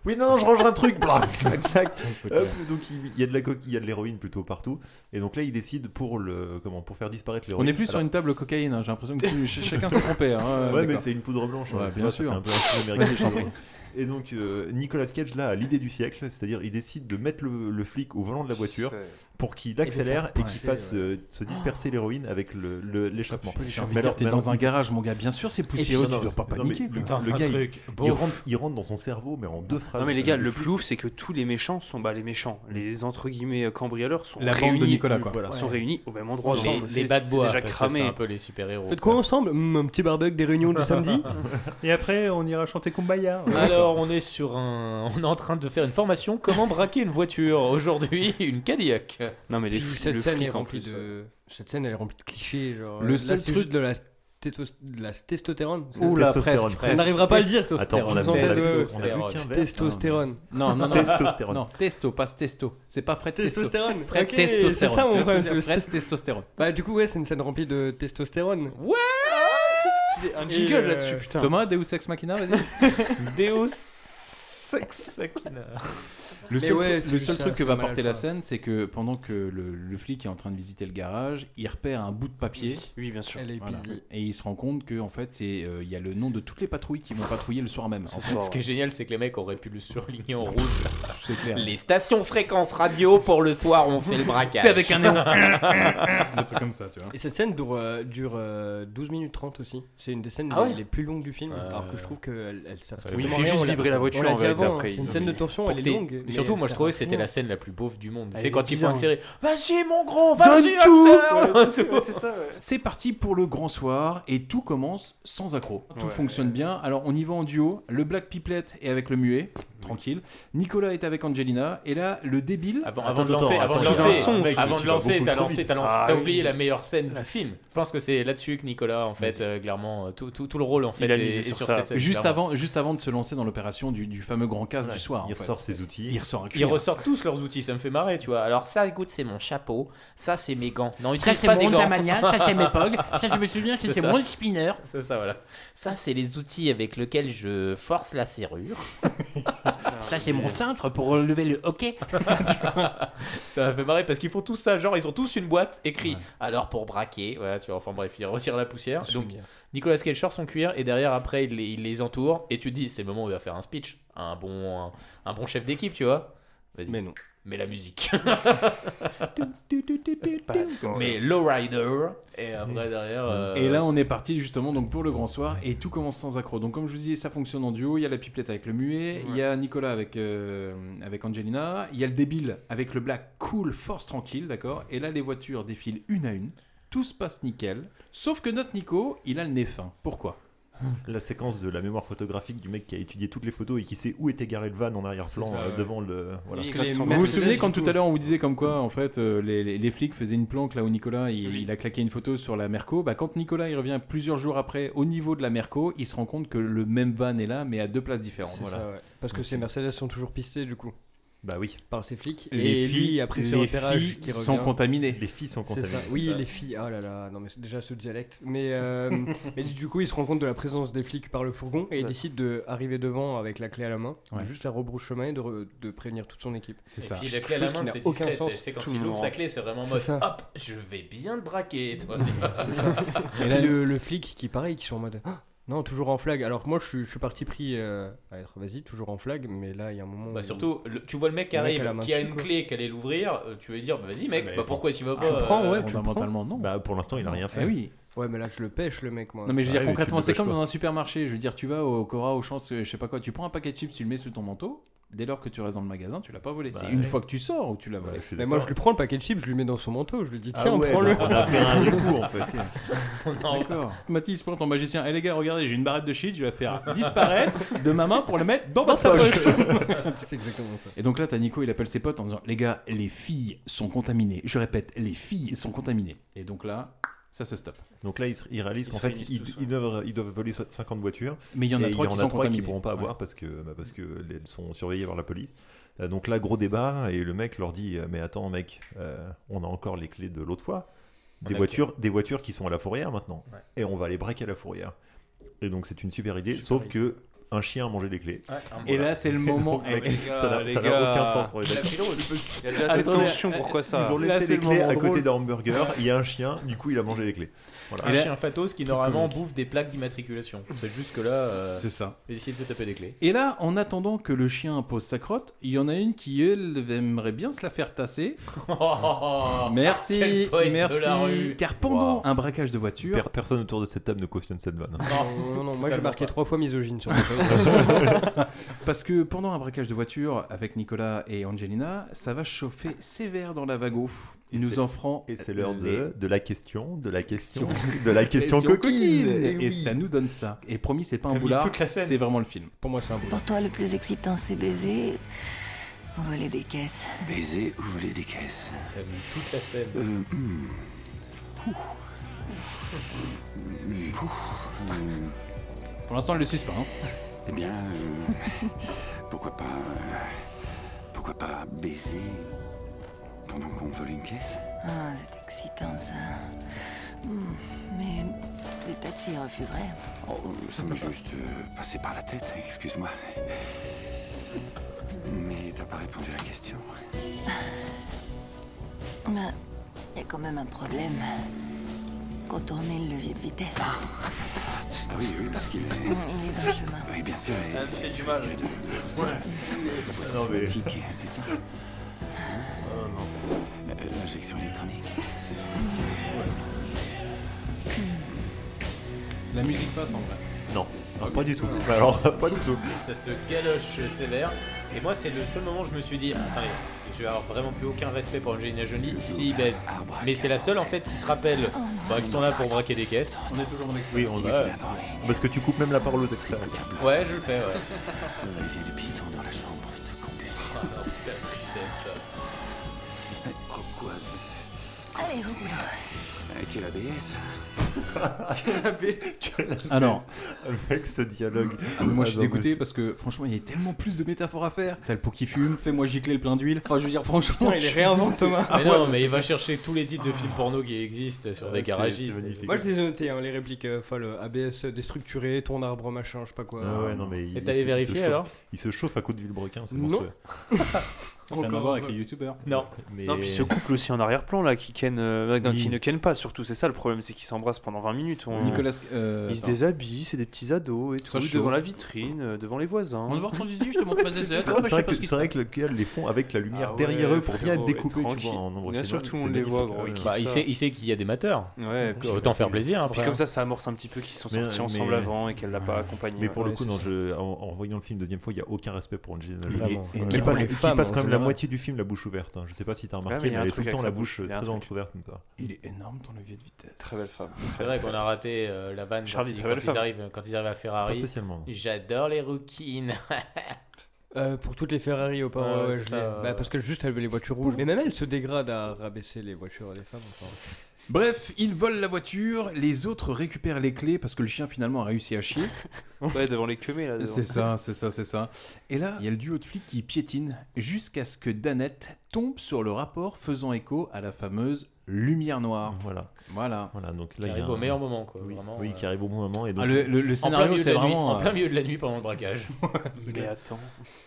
Oui, non, non, je range un truc. Blac, clac, clac. Hop, donc il il y a de la coque, il y a de l'héroïne plutôt partout. Et donc là, ils décident pour le comment pour faire disparaître
On
l'héroïne.
n'est plus sur
Alors-
une table cocaïne, hein, j'ai l'impression que tu- ch- chacun s'est trompé. hein,
ouais, mais
d'accord.
c'est une poudre blanche. hein,
Ouais,
je sais
bien
pas, ça
sûr.
fait un peu un film américain, je sais pas. Et donc euh, Nicolas Cage là a l'idée du siècle, c'est-à-dire il décide de mettre le, le flic au volant de la voiture pour qu'il
de
accélère
faire
et qu'il
pointer,
fasse euh, se disperser l'héroïne avec le- le- l'échappement.
J'ai envie de
Mais
dire,
alors-
t'es
mais
dans
alors,
un
il-
garage, mon gars, bien sûr, c'est poussiéreux,
non,
tu dois pas
non, mais
paniquer.
Le,
quoi.
le gars, il, il rentre, il rentre dans son cerveau, mais en deux phrases.
Non mais les gars, le
flic-
plus ouf c'est que tous les méchants sont bah, les méchants. Les entre guillemets euh, cambrioleurs sont
La bande de
réunis.
Nicolas, quoi.
Voilà, sont
Ouais.
réunis au même endroit.
Les-
ensemble.
les
C'est-
bad
c'est
boys,
déjà
parce que
cramé.
c'est un peu les super-héros.
Faites quoi ensemble Hmm, Un petit barbecue des réunions du samedi
Et après, on ira chanter Kumbaya.
Alors, on est sur un. On est en train de faire une formation comment braquer une voiture. Aujourd'hui, une Cadillac.
Non, mais
Puis cette scène est remplie
euh.
de cette scène elle est remplie de clichés genre
Le
là,
seul
c'est
truc-
juste de la stétos- de la testostérone
Ouh là,
Testostérone.
presque.
on n'arrivera pas à le dire
Attends, on a- on a- on a- on a- on a- on a- on a- on a- on a-
testostérone
Non, non, non.
Testostérone.
Non, testo, pas testo. C'est pas Fred Testo.
testostérone
Fred
Ok,
Testostérone.
c'est ça mon
Tu vois
problème
ce que
c'est
je veux
le
dire Fred
sté-
Testostérone.
bah du coup ouais c'est une scène remplie de testostérone
ouais
un jingle
Et, euh,
là-dessus putain.
Thomas, Deus Ex Machina, vas-y.
Deus Sex Machina.
Le seul, truc- le seul truc que va apporter la scène, c'est que pendant que le, le flic est en train de visiter le garage, il repère un bout de papier.
Oui, oui, bien sûr.
Voilà. Et il se rend compte que en fait, c'est euh, il y a le nom de toutes les patrouilles qui vont patrouiller le soir même. En fait.
Ce qui est génial, c'est que les mecs auraient pu le surligner en rouge.
C'est clair.
Les stations fréquences radio pour le soir, on fait le braquage.
C'est avec un néon.
Des trucs comme ça, tu vois.
Et cette scène dure, euh, dure, euh, 12 minutes 30 aussi. C'est une des scènes
Ah ouais
les, les plus longues du film,
Euh.
alors que je trouve qu'elle elle sert strictement
Oui, il fait
à rien.
juste
On l'a-
vibrer la voiture,
on l'a
en
dit
vérité,
avant, hein.
hein,
après,
C'est
il-
une scène de tension, elle est
Porter-
longue. mais
mais surtout,
elle
moi je
sert
trouvais
à
que c'était
rien.
la scène la plus beauf du monde.
Elle
C'est
est
quand ils
bizarre.
font accélérer. Vas-y mon gros, vas-y
Donne tout
Axel
Ouais, c'est ça, ouais. Euh, C'est parti pour le grand soir et tout commence sans accroc. Tout
Ouais.
fonctionne bien. Alors on y va en duo. Le Black Piplet est avec le muet, tranquille. Nicolas est avec Angelina et là le débile.
Ah,
Avant, avant de lancer, avant de lancer, avant de lancer, t'as lancé, t'as
Ah
lancé, t'as oublié la meilleure scène du film. Je pense que c'est là-dessus que Nicolas, en fait, euh, clairement, euh, tout, tout, tout le rôle en fait
Il a
est,
misé
est
sur
sur
ça.
cette scène.
juste,
clairement.
avant, juste avant de se lancer dans l'opération du, du fameux grand casse du soir.
il
en fait.
ressort ses outils.
Il ressort un
Ils
cuir.
ressortent tous leurs outils, ça me fait marrer, tu vois. Alors ça, écoute, c'est mon chapeau, ça c'est mes gants. Non,
Ça,
utilise
c'est
pas
mon
des gants.
Honda Mania, ça, c'est mes Pog, ça, je me souviens, ça, c'est
ça.
mon spinner.
C'est ça, voilà. Ça, c'est les outils avec lesquels je force la serrure.
Ça, c'est mon cintre pour relever le hockey.
ça m'a fait marrer parce qu'ils font tous ça, genre ils ont tous une boîte écrit. Alors pour braquer, voilà, tu vois, enfin bref, ils retirent la poussière. Donc Nicolas Cage sort son cuir et derrière après il les, il les entoure et tu te dis c'est le moment où il va faire un speech, un bon, un, un bon chef d'équipe, tu vois. Vas-y. Mais non. Mets la musique. Mais Lowrider et après derrière. euh,
Et là, on est parti justement donc pour le grand soir et tout commence sans accro. Donc, comme je vous disais, ça fonctionne en duo. Il y a la pipelette avec le muet, il y a Nicolas avec, euh, avec Angelina, il y a le débile avec le black cool, force tranquille, d'accord Et là, les voitures défilent une à une. Tout se passe nickel. Sauf que notre Nico, il a le nez fin. Pourquoi
La séquence de la mémoire photographique du mec qui a étudié toutes les photos et qui sait où était garé le van en arrière-plan
C'est ça,
euh,
ouais.
devant le. Voilà.
Vous vous souvenez quand tout à l'heure on vous disait comme quoi en fait euh, les, les- les flics faisaient une planque là où Nicolas il, il a claqué une photo sur la Merco bah, quand Nicolas il revient plusieurs jours après au niveau de la Merco il se rend compte que le même van est là mais à deux places différentes
C'est
voilà.
ça, ouais. Parce que ces Mercedes sont toujours pistées du coup.
Bah oui.
Par ces flics.
Les
et
filles-
lui, après ses
les
repérages,
filles
qui
sont
revient-
contaminées. Les filles sont
C'est
contaminées.
ça. Oui,
C'est ça.
les filles. Oh là là. Non, mais c'est déjà ce dialecte. Mais, euh, mais du coup, il se rend compte de la présence des flics par le fourgon et il
Ouais.
décide d'arriver devant avec la clé à la main, de
Ouais.
juste la rebrousse chemin et de, re- de prévenir toute son équipe.
C'est
Et puis la clé à la main, c'est discret, c'est- c'est quand il ouvre sa clé, c'est vraiment en mode hop, je vais bien te braquer, toi.
C'est ça. Et là, le, le flic qui, pareil, qui sont en mode. Ah, non, toujours en flag. Alors que moi, je suis, je suis parti pris euh, à être, vas-y, toujours en flag, mais là, il y a un moment.
Bah
où-
surtout, le- tu vois le mec qui
Le mec
arrive,
à la main
qui a
dessus,
une
quoi.
clé, qu'elle allait l'ouvrir, euh, tu veux dire, bah, vas-y mec,
Ah, mais
bah pourquoi tu vas
tu
pas euh,
le prends, ouais, Ah, tu le
Fondamentalement, non.
Bah, pour l'instant, il a
Ah
rien fait.
Ouais, mais là, je le pêche, le mec, moi.
Non mais je veux
Ah
dire
oui,
concrètement
tu
c'est
le
comme
gâches
dans un supermarché je veux dire tu vas au Cora au Champs je sais pas quoi tu prends un paquet de chips tu le mets sous ton manteau dès lors que tu restes dans le magasin tu l'as pas volé
Bah,
c'est une
ouais.
fois que tu sors ou tu
Bah,
l'as volé
Mais moi, je lui prends le paquet de chips, je lui mets dans son manteau, je lui dis,
Ah
tiens,
ouais,
prends-le.
bah,
donc on a fait un découp, en fait.
Non.
D'accord. Mathis pointe en magicien. Eh les gars, regardez, j'ai une barrette de shit, je vais la faire disparaître de ma main pour le mettre dans, votre
C'est exactement ça.
Et donc là, t'as Nico, il appelle ses potes en disant Les gars, les filles sont contaminées. Je répète, les filles sont contaminées. Et donc là, ça se stoppe.
Donc là, ils, se- ils réalisent
Ils
qu'en
se
fait,
réunissent
ils,
tous,
ils doivent, ils doivent voler so- 50 voitures.
Mais il y en a
Et
trois qui
en
sont
qui
contaminées.
pourront pas avoir parce que bah, parce que les- elles sont surveillées par la police. Euh, donc là, gros débat et le mec leur dit euh, mais attends mec, euh, on a encore les clés de l'autre fois.
On
Des
a
voitures, des voitures qui sont à la fourrière maintenant.
Ouais.
Et on va les braquer à la fourrière. Et donc c'est une super idée, sauf que un chien a mangé les clés.
Ouais, un
Et là, c'est le moment.
Donc, mec,
Eh, les
ça
gars,
n'a
les
ça n'a aucun
gars.
sens. ouais,
La
d'accord.
philo,
il y a déjà assez de
Attendez,
tension, pourquoi ça
Ils ont
Là,
laissé
c'est
les
le
clés
moment
à
drôle.
côté d'un hamburger. Il y a un chien, du coup, il a mangé les clés. Voilà.
Un chien fatos qui normalement bouffe des plaques d'immatriculation. C'est juste que là, euh,
C'est ça.
il décide de se taper des clés.
Et là, en attendant que le chien pose sa crotte, il y en a une qui, elle, aimerait bien se la faire tasser.
quel
merci,
Oh, poète de
merci.
la rue.
Car pendant un braquage de voiture,
Per- personne autour de cette table ne cautionne cette vanne.
Non, non, non, moi, j'ai marqué trois fois misogyne sur mon
Parce que pendant un braquage de voiture avec Nicolas et Angelina, ça va chauffer sévère dans la vago,
Et
nous
c'est-
offrant.
Et c'est l'heure
les-
de, de la question, de la question, de la question
coquine.
coquine.
Et,
oui.
ça nous donne ça. Et promis, c'est pas un
T'as mis
boulard,
toute la scène.
c'est vraiment le film.
Pour moi, c'est un
Pour toi, le plus excitant, c'est baiser ou voler des caisses.
Baiser ou voler des caisses
T'as mis toute la scène.
Euh, hmm. Hmm. Hmm.
Pour l'instant, elle le suce pas. hein.
Eh bien, euh, pourquoi pas. euh, pourquoi pas baiser pendant qu'on vole une caisse
Ah, c'est excitant ça. Hmm, Mais des tas de filles refuseraient.
euh, Oh, ça m'est juste euh, passé par la tête, excuse-moi. Mais t'as pas répondu à la question.
Ben, il y a quand même un problème. Quand on met le levier de vitesse,
Ah oui, oui, parce qu'il est.
il est dans le chemin.
Oui, bien sûr.
Ah,
et-
Elle
et tu risques de- de- de- de-
Non, mais- Oh,
automatique, hein, C'est ça. Euh, L'injection électronique.
La musique passe en vrai.
Non, Ah, pas du tout. Alors, pas du tout.
Ça se galoche sévère. Et moi, c'est le seul moment où je me suis dit, attendez, je vais avoir vraiment plus aucun respect pour Angelina Jolie s'il baise.
Ah,
Mais c'est la seule en fait qui se rappelle bah, qu'ils sont là pour braquer des caisses.
On est toujours dans
Oui, on
Ouais.
le Parce que tu coupes même la parole aux experts.
Ah,
Ouais, je le fais, ouais.
Le levier du piston dans la chambre de campus.
Ah, C'est la tristesse.
Oh quoi
Allez, au boulot.
euh, Quelle ABS
Alors.
Avec ce dialogue.
Ah, mais moi je suis
Ah, non, mais
dégoûté parce que franchement il y a tellement plus de métaphores à faire. T'as le pot qui fume, fais-moi gicler le plein d'huile. Enfin je veux dire franchement.
Putain, il
je
est
suis
réinvent,
dégoûté.
Thomas.
Ah
Mais
ouais,
non, mais il va chercher tous les titres
Ah.
de films porno qui existent sur des garagistes.
Moi je les ai notés, hein, les répliques euh, folles. euh, ABS déstructuré, ton arbre machin, je sais pas quoi.
Ah ouais, non, mais il-
Et
il
t'allais
se- il se
vérifier,
chauffe-
alors
Il se chauffe à coups de vilebrequin, c'est
Non.
monstrueux.
Rien
à voir avec les youtubeurs.
Non.
Mais-
Non,
Bah,
puis ce couple aussi en arrière-plan là qui ken, euh, non,
Oui.
qui ne ken pas surtout, c'est ça le problème, c'est qu'ils s'embrassent pendant 20 minutes. on-
Nicolas, euh,
ils se
attends.
déshabillent, c'est des petits ados et tout,
Sois chaud.
devant la vitrine, euh, devant les voisins.
On va voir ton zizi, je te montre ma
C'est
zézette.
c'est
Ah, bah, je sais
vrai
pas
que,
ce qui
c'est
se
vrai que le gars les font avec la lumière
Ah
derrière
ouais,
eux pour bien
frérot,
être découpés, tu
tranquille.
vois, en nombre
Bien
final,
sûr, tout le
c'est
monde les voit,
magnifique,
gros.
Euh, quand même.
Ils
Bah, il
Ça.
sait, il sait qu'il y a des mateurs.
Ouais,
Donc,
puis-
autant faire plaisir hein, après.
Puis comme ça, ça amorce un petit peu qu'ils sont
Mais-
sortis
mais-
ensemble avant et qu'elle l'a pas
Ouais.
accompagné.
Mais pour le
Ouais,
coup,
c'est
non,
ça.
je, en, en voyant le film deuxième fois, il n'y a aucun respect pour Angelina
Et-
Jolie.
et- et
qui
pour
passe,
les
qui
femmes,
passe
en
quand même la
général.
moitié du film la bouche ouverte. hein. Je sais pas si t'as
Ouais,
remarqué,
mais il y
mais
a un
elle est tout
truc
le
avec
temps
sa
la
bouche,
bouche
il
euh,
y a un
très
truc.
entrouverte. comme ça.
Il est énorme ton levier de vitesse.
Très belle femme.
C'est vrai qu'on a raté euh, la vanne
Charlie,
quand, ils,
très belle
quand ils
femme.
arrivent, quand ils arrivent à Ferrari.
Pas spécialement.
J'adore les rouquines.
Euh, pour toutes les Ferrari au
Ouais,
part, ouais,
c'est
je
ça,
l'ai.
euh.
Bah, parce que juste elle veut les voitures rouges. Mais même elle se dégrade à rabaisser les voitures des femmes. enfin.
Bref, ils volent la voiture, les autres récupèrent les clés parce que le chien finalement a réussi à chier.
Ouais, devant les queumés là. devant.
C'est ça, c'est ça, c'est ça. Et là, il y a le duo de flics qui piétine jusqu'à ce que Danette tombe sur le rapport faisant écho à la fameuse lumière noire.
Voilà.
Voilà.
Voilà, donc
Qui
là, il y a
arrive au
un-
meilleur moment, quoi.
Oui,
vraiment,
oui, qui
euh,
arrive au bon moment. Et donc,
Ah, le- le- le
en plein
scénario,
milieu de
c'est
la nuit-
vraiment,
en plein
euh,
milieu de la nuit pendant le braquage.
Mais attends.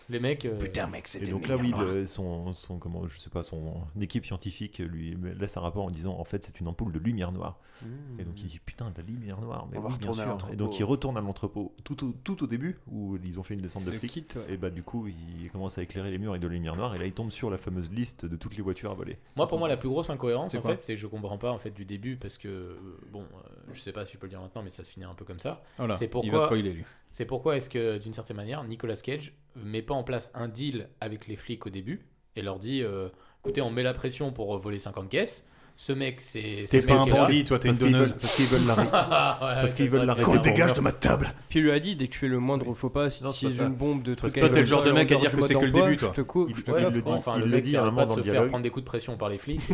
Les mecs. euh,
Putain, mec, c'était
Et donc là, oui, le- son, son- comment, je sais pas, son équipe scientifique lui laisse un rapport en disant en fait, c'est une ampoule de lumière noire.
Mm.
Et
Mhm.
donc il dit putain, de la lumière noire, mais
On va
oui, bien
retourner à
sûr.
l'entrepôt.
Et donc il retourne à l'entrepôt tout au, tout au début où ils ont fait une descente de
Le
flics.
kit, ouais.
Et bah, du coup, il commence à éclairer les murs avec de la lumière noire. Et là, il tombe sur la fameuse liste de toutes les voitures à voler.
Moi, pour moi, la plus grosse incohérence,
C'est
en
quoi
fait, c'est que je comprends pas en fait du début parce que euh, bon, euh, je sais pas si je peux le dire maintenant, mais ça se finit un peu comme ça.
Voilà,
c'est
il
pourquoi.
va spoiler, lui.
C'est pourquoi est-ce que d'une certaine manière, Nicolas Cage met pas en place un deal avec les flics au début et leur dit, euh, écoutez, on met la pression pour euh, voler 50 caisses. Ce mec, c'est.
T'es
ce
pas
mec
un
est là.
bandit, toi, t'es une Parce qu'ils donneuse. veulent- parce qu'ils veulent l'arrêter.
Voilà,
Parce qu'ils
Ah, ça
veulent
serait
l'arrêter.
clairement
Qu'on dégage de ma
table Puis il lui a dit dès que tu fais le moindre faux pas, si
Non,
tu
c'est
utilises
pas ça.
une bombe de
Parce
trucs
que toi, t'es le genre de
et en
mec à
dehors
dire
du
que
mode
c'est que le
d'emploi,
début, toi.
Je te coupe.
Il-
je te
il
coupe.
le dit.
Enfin,
Il
le
le
mec
dit
qui
à un
arrête
moment
pas de
dans
se
le
faire
dialogue.
prendre des coups de pression par les flics. et-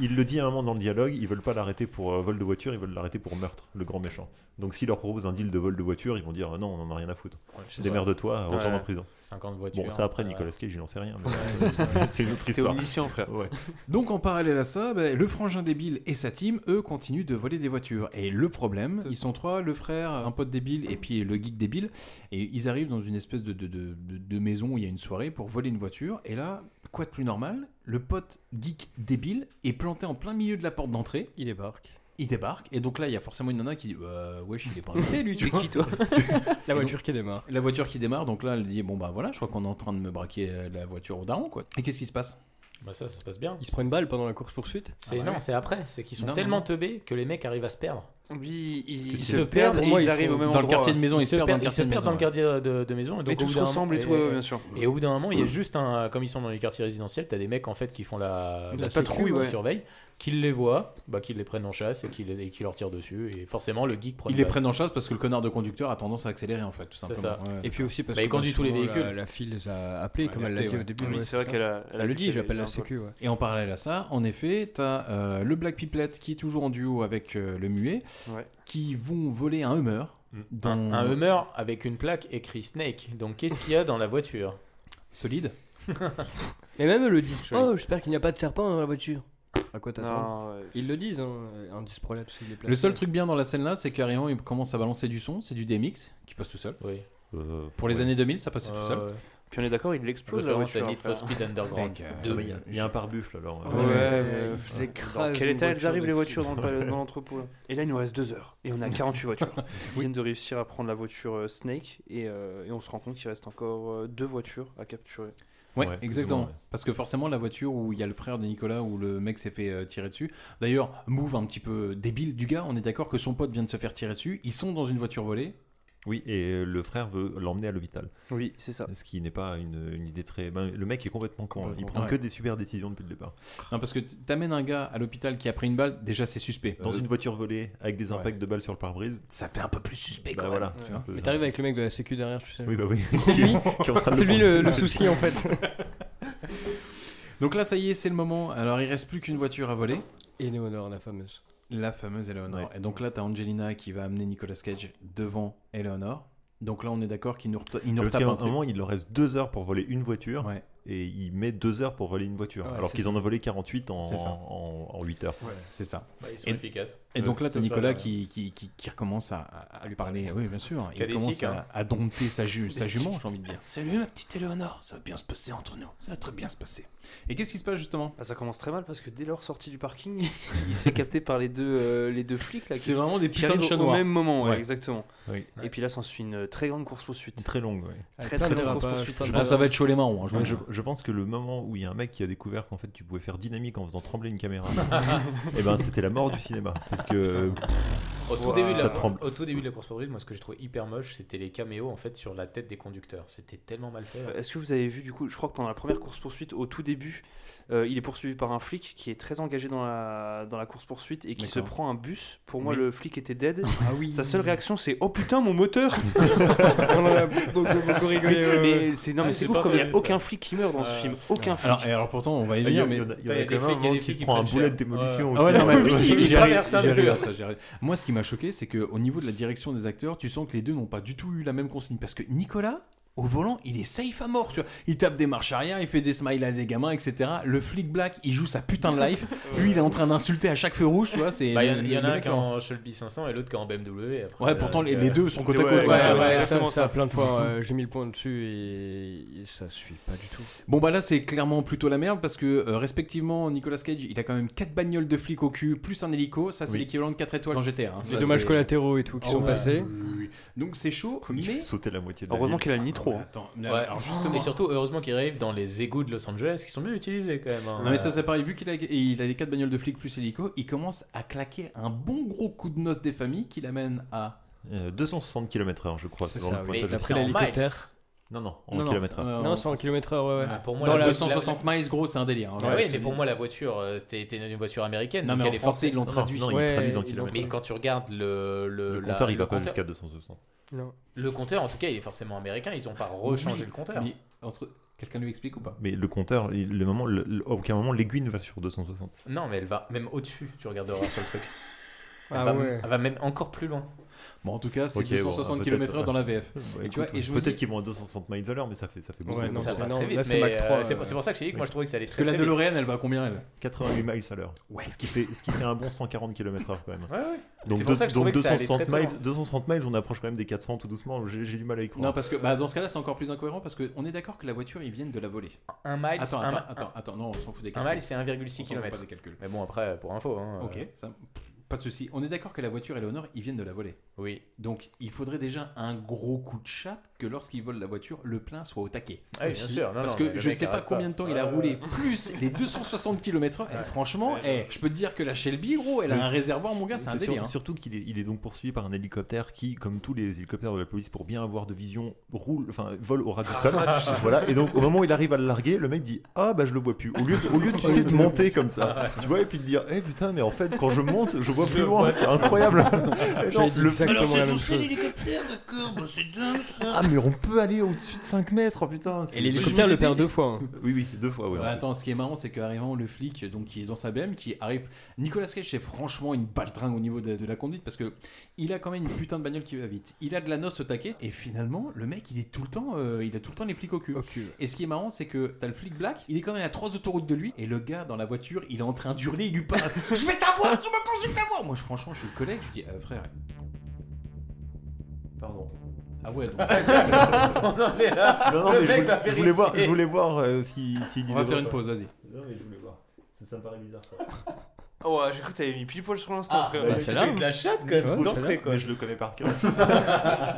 Il le dit à un moment dans le dialogue, ils veulent pas l'arrêter pour euh, vol de voiture, ils veulent l'arrêter pour meurtre, le grand méchant. Donc s'il leur propose un deal de vol de voiture, ils vont dire euh, non, on en a rien à foutre.
Ouais, c'est
Démerde-toi,
ça.
retourne
Ouais.
en prison.
50 voitures,
Bon, ça après
ouais.
Nicolas Cage, j'en sais rien. mais c'est-
Ouais, c'est ça.
c'est une autre
T'es
histoire.
omniscient, frère.
Ouais.
Donc en parallèle à ça, bah, le frangin débile et sa team, eux, continuent de voler des voitures. Et le problème, ils sont trois, le frère, un pote débile et puis le geek débile. Et ils arrivent dans une espèce de, de- de- de- de maison où il y a une soirée pour voler une voiture. Et là, quoi de plus normal Le pote geek débile est planté en plein milieu de la porte d'entrée.
Il débarque.
Il débarque. Et donc là, il y a forcément une nana qui dit euh, Wesh, il est pas invité lui, tu
T'es
vois.
qui, toi La
Et donc,
voiture qui démarre.
La voiture qui démarre, donc là, elle dit Bon bah voilà, je crois qu'on est en train de me braquer euh, la voiture au daron, quoi. Et qu'est-ce qui se passe
Bah ça, ça se passe bien.
Il se prend une balle pendant la course poursuite.
C'est non, c'est après, c'est qu'ils sont
Non,
tellement
non, non.
teubés que les mecs arrivent à se perdre.
Oui, ils,
Ils
se perdent et ils arrivent au même endroit.
ils se perdent, ils se perdent dans le quartier de, de maison. Et, donc,
Et
au bout
tous
d'un
ressemblent et
moment-
tout, ouais, bien sûr.
Et au bout d'un moment, il y a juste un. Comme ils sont dans les quartiers résidentiels, t'as des mecs en fait qui font la,
La
la
patrouille,
sécu,
ouais.
qui surveillent, qui les voient, bah, qui les prennent en chasse et qui, les- et qui leur tirent dessus. Et forcément, le geek prend.
Ils
une
les
balle.
prennent en chasse parce que le connard de conducteur a tendance à accélérer en fait, tout
C'est
simplement.
ça.
Ouais.
Et puis aussi parce
Bah, il
que bah,
conduit tous les
souvent, la-
véhicules.
La, fille les a appelés,
Ouais,
comme elle l'a
alerté,
dit
ouais.
au début.
Oui,
ouais,
c'est vrai
ça.
qu'elle a- elle a
Elle le
dit
dit,
qu'elle
j'appelle
avait
la
un peu.
sécu, ouais.
Et en parallèle à ça, en effet, t'as euh, le Black Pipelette qui est toujours en duo avec euh, le muet,
Ouais.
qui vont voler un Hummer. dans-
Mm. Un, un Hummer avec une plaque écrit Snake. Donc qu'est-ce qu'il y a dans la voiture
solide.
Mais même elle le dit. Oh, j'espère qu'il n'y a pas de serpent dans la voiture. À quoi t'attends
Non, ouais.
Ils le disent, hein, un disprolapse, il est placé.
Le seul truc bien dans la scène là, c'est carrément ils commencent à balancer du son, c'est du DMX qui passe tout seul.
Oui. Euh,
Euh,
Pour les
ouais.
années 2000, ça passait
Ouais,
tout seul.
ouais.
Puis on est d'accord, il l'explose la
Référence à
voiture.
Need for
après, hein.
Speed Underground. Mec, euh, Deux.
Ah bah, Il y a- il y, a un pare-buffle alors. euh,
Ouais, mais-
je
dans Quel état elles arrivent les voitures dans le pal- dans l'entrepôt là Et là, il nous reste deux heures et on a 48 voitures. Ils viennent de réussir à prendre la voiture euh, Snake et, euh, et on se rend compte qu'il reste encore euh, deux voitures à capturer.
Ouais,
Ouais,
exactement.
plus ou moins, ouais.
Parce que forcément, la voiture où il y a le frère de Nicolas, où le mec s'est fait euh, tirer dessus. D'ailleurs, move un petit peu débile du gars. On est d'accord que son pote vient de se faire tirer dessus. Ils sont dans une voiture volée.
Oui, et euh, le frère veut l'emmener à l'hôpital.
Oui, c'est ça.
Ce qui n'est pas une, une idée très. ben, le mec est complètement con. hein. Il
Complètement,
prend
ouais.
que des super décisions depuis le départ.
Non, parce que t- t'amènes un gars à l'hôpital qui a pris une balle, déjà c'est suspect.
Dans
Euh,
une voiture volée avec des impacts de balles sur le pare-brise.
Ça fait un peu plus suspect
Bah
quand
voilà,
même.
c'est
tu
un
vois.
peu-
Mais t'arrives avec le mec de la sécu derrière, tu sais.
Oui, bah oui.
C'est lui,
Qui est en train de
c'est lui le,
prendre.
le souci en fait.
Donc là, ça y est, c'est le moment. Alors, il reste plus qu'une voiture à voler.
Eleonore, la fameuse.
La fameuse Eleonore. Et donc là, t'as Angelina qui va amener Nicolas Cage devant Eleonore. Donc là, on est d'accord qu'il nous, reta- il nous
Parce
retape
qu'à
un
un
truc.
moment, il leur reste deux heures pour voler une voiture.
Ouais.
Et il met deux heures pour voler une voiture.
Ouais,
alors
c'est
qu'ils
ça.
en ont volé 48 en,
C'est ça.
en, 8 heures.
C'est ça.
euh,
Bah, ils sont efficaces.
Et donc là, t'as
Sauf
Nicolas
à-
qui, qui, qui, qui recommence à, à- à lui parler. Oui, bien sûr. Il
Cadétique,
commence à,
hein.
à dompter sa, ju- sa jument, j'ai envie de dire.
Salut ma petite Eleonore, ça va bien se passer entre nous, ça va très bien se passer.
Et qu'est-ce qui se passe justement
Ah, Ça commence très mal parce que dès leur sortie du parking, il se fait capter par les deux, euh, les deux flics. là, qui-
C'est vraiment des
qui
putains de
arrivent
chats
Au
noirs.
même moment, ouais,
Ouais.
exactement.
Oui.
Et puis là, s'ensuit une très grande course-poursuite.
Très longue, oui.
Très très longue course-poursuite.
Je pense que ça va être chaud les mains, hein, je
Ouais,
vous
je,
le dis.
je pense que le moment où il y a un mec qui a découvert qu'en fait tu pouvais faire dynamique en faisant trembler une caméra, et ben c'était la mort du cinéma. Parce que euh,
Au tout,
Ouah,
début de
ça
la,
tremble.
au tout début de la course poursuite, moi ce que j'ai trouvé hyper moche, c'était les caméos en fait sur la tête des conducteurs. C'était tellement mal fait.
Euh, Est-ce que vous avez vu du coup, je crois que pendant la première course-poursuite, au tout début, euh, il est poursuivi par un flic qui est très engagé dans la, dans la course-poursuite et qui se
D'accord.
prend un bus. Pour moi,
Oui.
le flic était dead.
Ah oui.
Sa seule réaction, c'est Oh putain, mon moteur
On en a beaucoup, beaucoup rigolé,
Mais-
ouais, ouais.
Mais c'est non,
Ah,
mais
c'est
euh, c'est ouf
pas
comme il n'y a
vrai, ça.
aucun flic qui meurt dans ce film. Aucun flic.
Alors, Ah, et alors pourtant, on va y
Ah, Il y
venir,
a-
mais.
il y en a- il y en a Il y a quand des même un flics, il y a moment des qui se flics qui prend un prennent boulet cher. de démolition
Ah ouais,
aussi.
non, mais attends,
Oui,
j'y
il
arrive,
traverse
j'y
un
arrive
mur.
à ça, j'y arrive. Moi, ce qui m'a choqué, c'est qu'au niveau de la direction des acteurs, tu sens que les deux n'ont pas du tout eu la même consigne. Parce que Nicolas. Au volant, il est safe à mort, tu vois. Il tape des marches arrière, il fait des smiles à des gamins, etc. Le flic black, il joue sa putain de life. Lui, il est en train d'insulter à chaque feu rouge, tu vois. c'est
Bah, il y en-
le-
il y, en
le
a un
mec
qui est
en-
en Shelby 500 et l'autre qui est en BMW. et après, euh,
Ouais, pourtant, les- les deux sont côte à
Ouais,
côte, euh,
ouais,
quoi.
ouais,
Ouais,
ouais.
ouais.
Ça,
exactement
ça,
ça.
plein de fois, euh, j'ai mis le point dessus et... et ça suit pas du tout.
Bon bah là c'est clairement plutôt la merde parce que euh, respectivement Nicolas Cage il a quand même 4 bagnoles de flic au cul plus un hélico, ça c'est
Oui.
l'équivalent de 4 étoiles dans GTA. hein.
Les
Ça,
dommages
c'est-
collatéraux et tout qui
Ah
sont
ouais,
passés.
oui, oui. Donc c'est chaud,
il
mais-
fait sauter la
euh,
moitié de la
Heureusement
ville.
qu'il a le nitro. hein.
Attends,
Ouais.
mais alors, justement-
Et surtout, heureusement qu'il arrive dans les égouts de Los Angeles qui sont mieux utilisés quand même. hein.
Non mais ça c'est pareil, vu qu'il a, il a les 4 bagnoles de flic plus hélico, il commence à claquer un bon gros coup de noce des familles qui l'amène à...
Euh, 260 km/h, je crois, selon
ça,
le
oui.
pointage.
Et après,
C'est en
l'hélicoptère.
miles. Non, non, en hein. km/h.
euh,
Non, c'est en kilomètre heure, ouais, ouais.
Ah, pour moi,
Dans
la-
la 260 miles gros c'est un délire. hein,
Ah
ouais,
oui,
je te
mais
le
pour
dis.
moi, la voiture, euh, c'était c'était une voiture américaine.
Ah, Non,
donc
mais
elle
en
est
français, ils l'ont
Non, non,
traduit.
non,
Ouais,
ils traduisent en
ils l'ont
kilomètres. Mais
traduit.
quand tu regardes le. Le,
Le
euh, la-
compteur, il va
le
pas
compteur-
jusqu'à 260.
Non.
Le compteur, en tout cas, il est forcément américain. Ils ont pas rechangé
Oui,
le compteur.
mais entre- Quelqu'un lui explique ou pas
Mais le compteur, il- le moment, le- le- à aucun moment, l'aiguille ne va sur 260.
Non, mais elle va même au-dessus. Tu regarderas sur le truc. Elle,
Ah
va,
ouais.
elle va même encore plus loin.
Bon, en tout cas, c'est
Ok, bon,
260
peut-être,
km/h dans la
ouais.
VF.
Bah,
et tu
écoute,
vois, et je me
Peut-être
dis-
qu'ils vont à 260 miles à l'heure, mais ça fait, ça fait beaucoup.
Ouais, non,
Ah, ça
c'est
va
énorme.
très vite.
Là, c'est
mais,
Mach
euh,
3,
c'est
euh,
pour- c'est pour ça que j'ai dit que moi, je trouvais que ça allait
Parce
très
que la
très vite.
DeLorean, elle va à combien elle
88 miles à l'heure.
Ouais.
Ce qui fait, ce qui fait un bon 140 km/h quand même.
Ouais, ouais.
Donc,
C'est pour ça que je
donc
trouvais que ça allait
260
très, très
miles, 260 miles, on approche quand même des 400 tout doucement. J'ai j'ai du mal à y croire.
Non, parce que bah, dans ce cas-là, c'est encore plus incohérent parce qu'on est d'accord que la voiture, ils viennent de la voler.
Un mile,
Attends,
Ah, un
attends,
ma-
attends, attends, non, on s'en fout des
Un
calculs.
mile, c'est 1,6
On s'en fout
km.
pas des calculs.
Mais bon, après, pour info. hein,
Ok,
euh,
Ah ça- pas de souci. On est d'accord que la voiture et l'honneur, ils viennent de la voler.
Oui.
Donc, il faudrait déjà un gros coup de chat que lorsqu'ils volent la voiture, le plein soit au taquet.
Ah oui, bien
Aussi.
sûr. Non,
Parce
non, mais
que
le
je ne
mec
sais pas
arrête
combien
pas.
de temps il a
Ouais,
roulé,
ouais.
plus les 260 km/h. Eh, franchement, eh, je peux te dire que la Shelby, gros, elle a
Mais
un
c'est-
réservoir, mon gars, c'est un
sûr-
délire. hein.
Surtout qu'il est, il est donc poursuivi par un hélicoptère qui, comme tous les hélicoptères de la police, pour bien avoir de vision, roule, enfin vole au ras du sol.
ras du sol.
voilà. Et donc au moment où il arrive à le larguer, le mec dit ah bah je le vois plus. Au lieu de, au lieu de, tu sais, de monter comme ça, tu vois, et puis de dire eh putain mais en fait quand je monte, Ah, je vois plus loin. C'est incroyable. Et genre, le-
l'hélicoptère, d'accord, bah c'est dingue ça
Ah mais on peut aller au-dessus de 5 mètres, oh, putain. c'est-
Et l'hélicoptère le perd deux
fois.
Oui oui, deux fois. ouais,
Bah,
en plus.
attends, ce qui est marrant, c'est qu'arrivant, le flic donc, qui est dans sa BM, qui arrive. Nicolas Cage, c'est franchement une baltringue au niveau de, de la conduite parce que il a quand même une putain de bagnole qui va vite. Il a de la noce au taquet et finalement, le mec, il est tout le temps, euh, il a tout le temps les flics au cul. Et ce qui est marrant, c'est que t'as le flic black, il est quand même à trois autoroutes de lui et le gars dans la voiture, il est en train d'hurler, il lui parle. je vais t'avoir, tu m'attends, je vais t'avoir. Moi, je, franchement, je suis le collègue, je lui dis, Euh, frère,
Pardon.
Ah ouais, donc.
On en est Ah, là.
Non, non,
Le
mais je
mec
voulais-
va
je voulais
vérifier.
voir, je voulais voir euh, si, s'il
On va
disait
faire
vrai.
une pause, vas-y.
Non, mais je voulais voir. Ça, ça me paraît bizarre.
Oh, j'ai cru que t'avais mis pile poil sur l'instant,
Ah,
frère.
bah, Bah, c'est là, avec de la chatte, quand même,
Ouais,
trop
c'est
d'entrée,
là.
quoi. Mais je le connais par cœur.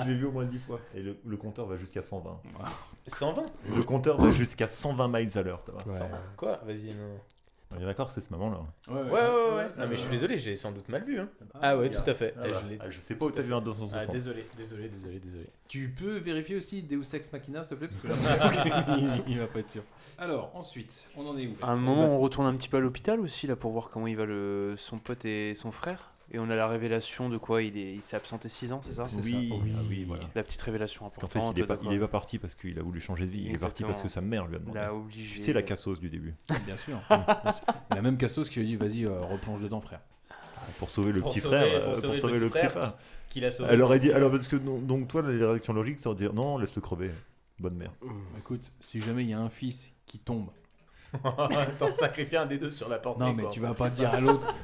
je l'ai vu au moins 10 fois. Et le, le compteur va jusqu'à 120.
120
Le compteur va jusqu'à 120 miles à l'heure. t'as
Ouais.
120.
Quoi Vas-y, non.
On est d'accord, c'est ce moment-là.
Ouais, ouais, ouais. ouais,
Ah,
Non, mais je suis désolé, j'ai sans doute mal vu. Hein. Ah ouais, tout à fait.
Ah
Eh,
bah.
je, l'ai-
Ah, je sais pas où t'as vu un 260.
Ah, désolé, désolé, désolé, désolé.
Tu peux vérifier aussi Deus Ex Machina, s'il te plaît, parce que là, il- il va pas être sûr. Alors, ensuite, on en est où
À un moment, on retourne un petit peu à l'hôpital aussi, là, pour voir comment il va le... son pote et son frère. Et on a la révélation de quoi il est- il s'est absenté 6 ans, c'est ça
Oui,
C'est ça.
ah oui, voilà.
La petite révélation
Parce qu'en
importante.
fait, il est, pas,
de quoi-
il est pas parti parce qu'il a voulu changer de vie. Il est
Exactement.
parti parce que sa mère lui a demandé.
L'a obligé.
C'est la cassose du début.
Ah, Bien sûr. La même cassos qui lui dit vas-y, euh, replonge dedans, frère.
Pour sauver le
Pour
petit
sauver-
frère.
pour
euh,
sauver
Pour
le
sauver
petit
le petit
frère
frère.
qu'il a sauvé
Elle aurait
pendant
dit.
six
Alors,
ans.
parce que non- donc, toi, la réaction logique, c'est de dire non, laisse-le crever. Bonne mère.
Écoute, si jamais il y a un fils qui tombe,
T'en sacrifies un des deux sur la porte.
non mais tu vas pas dire à l'autre,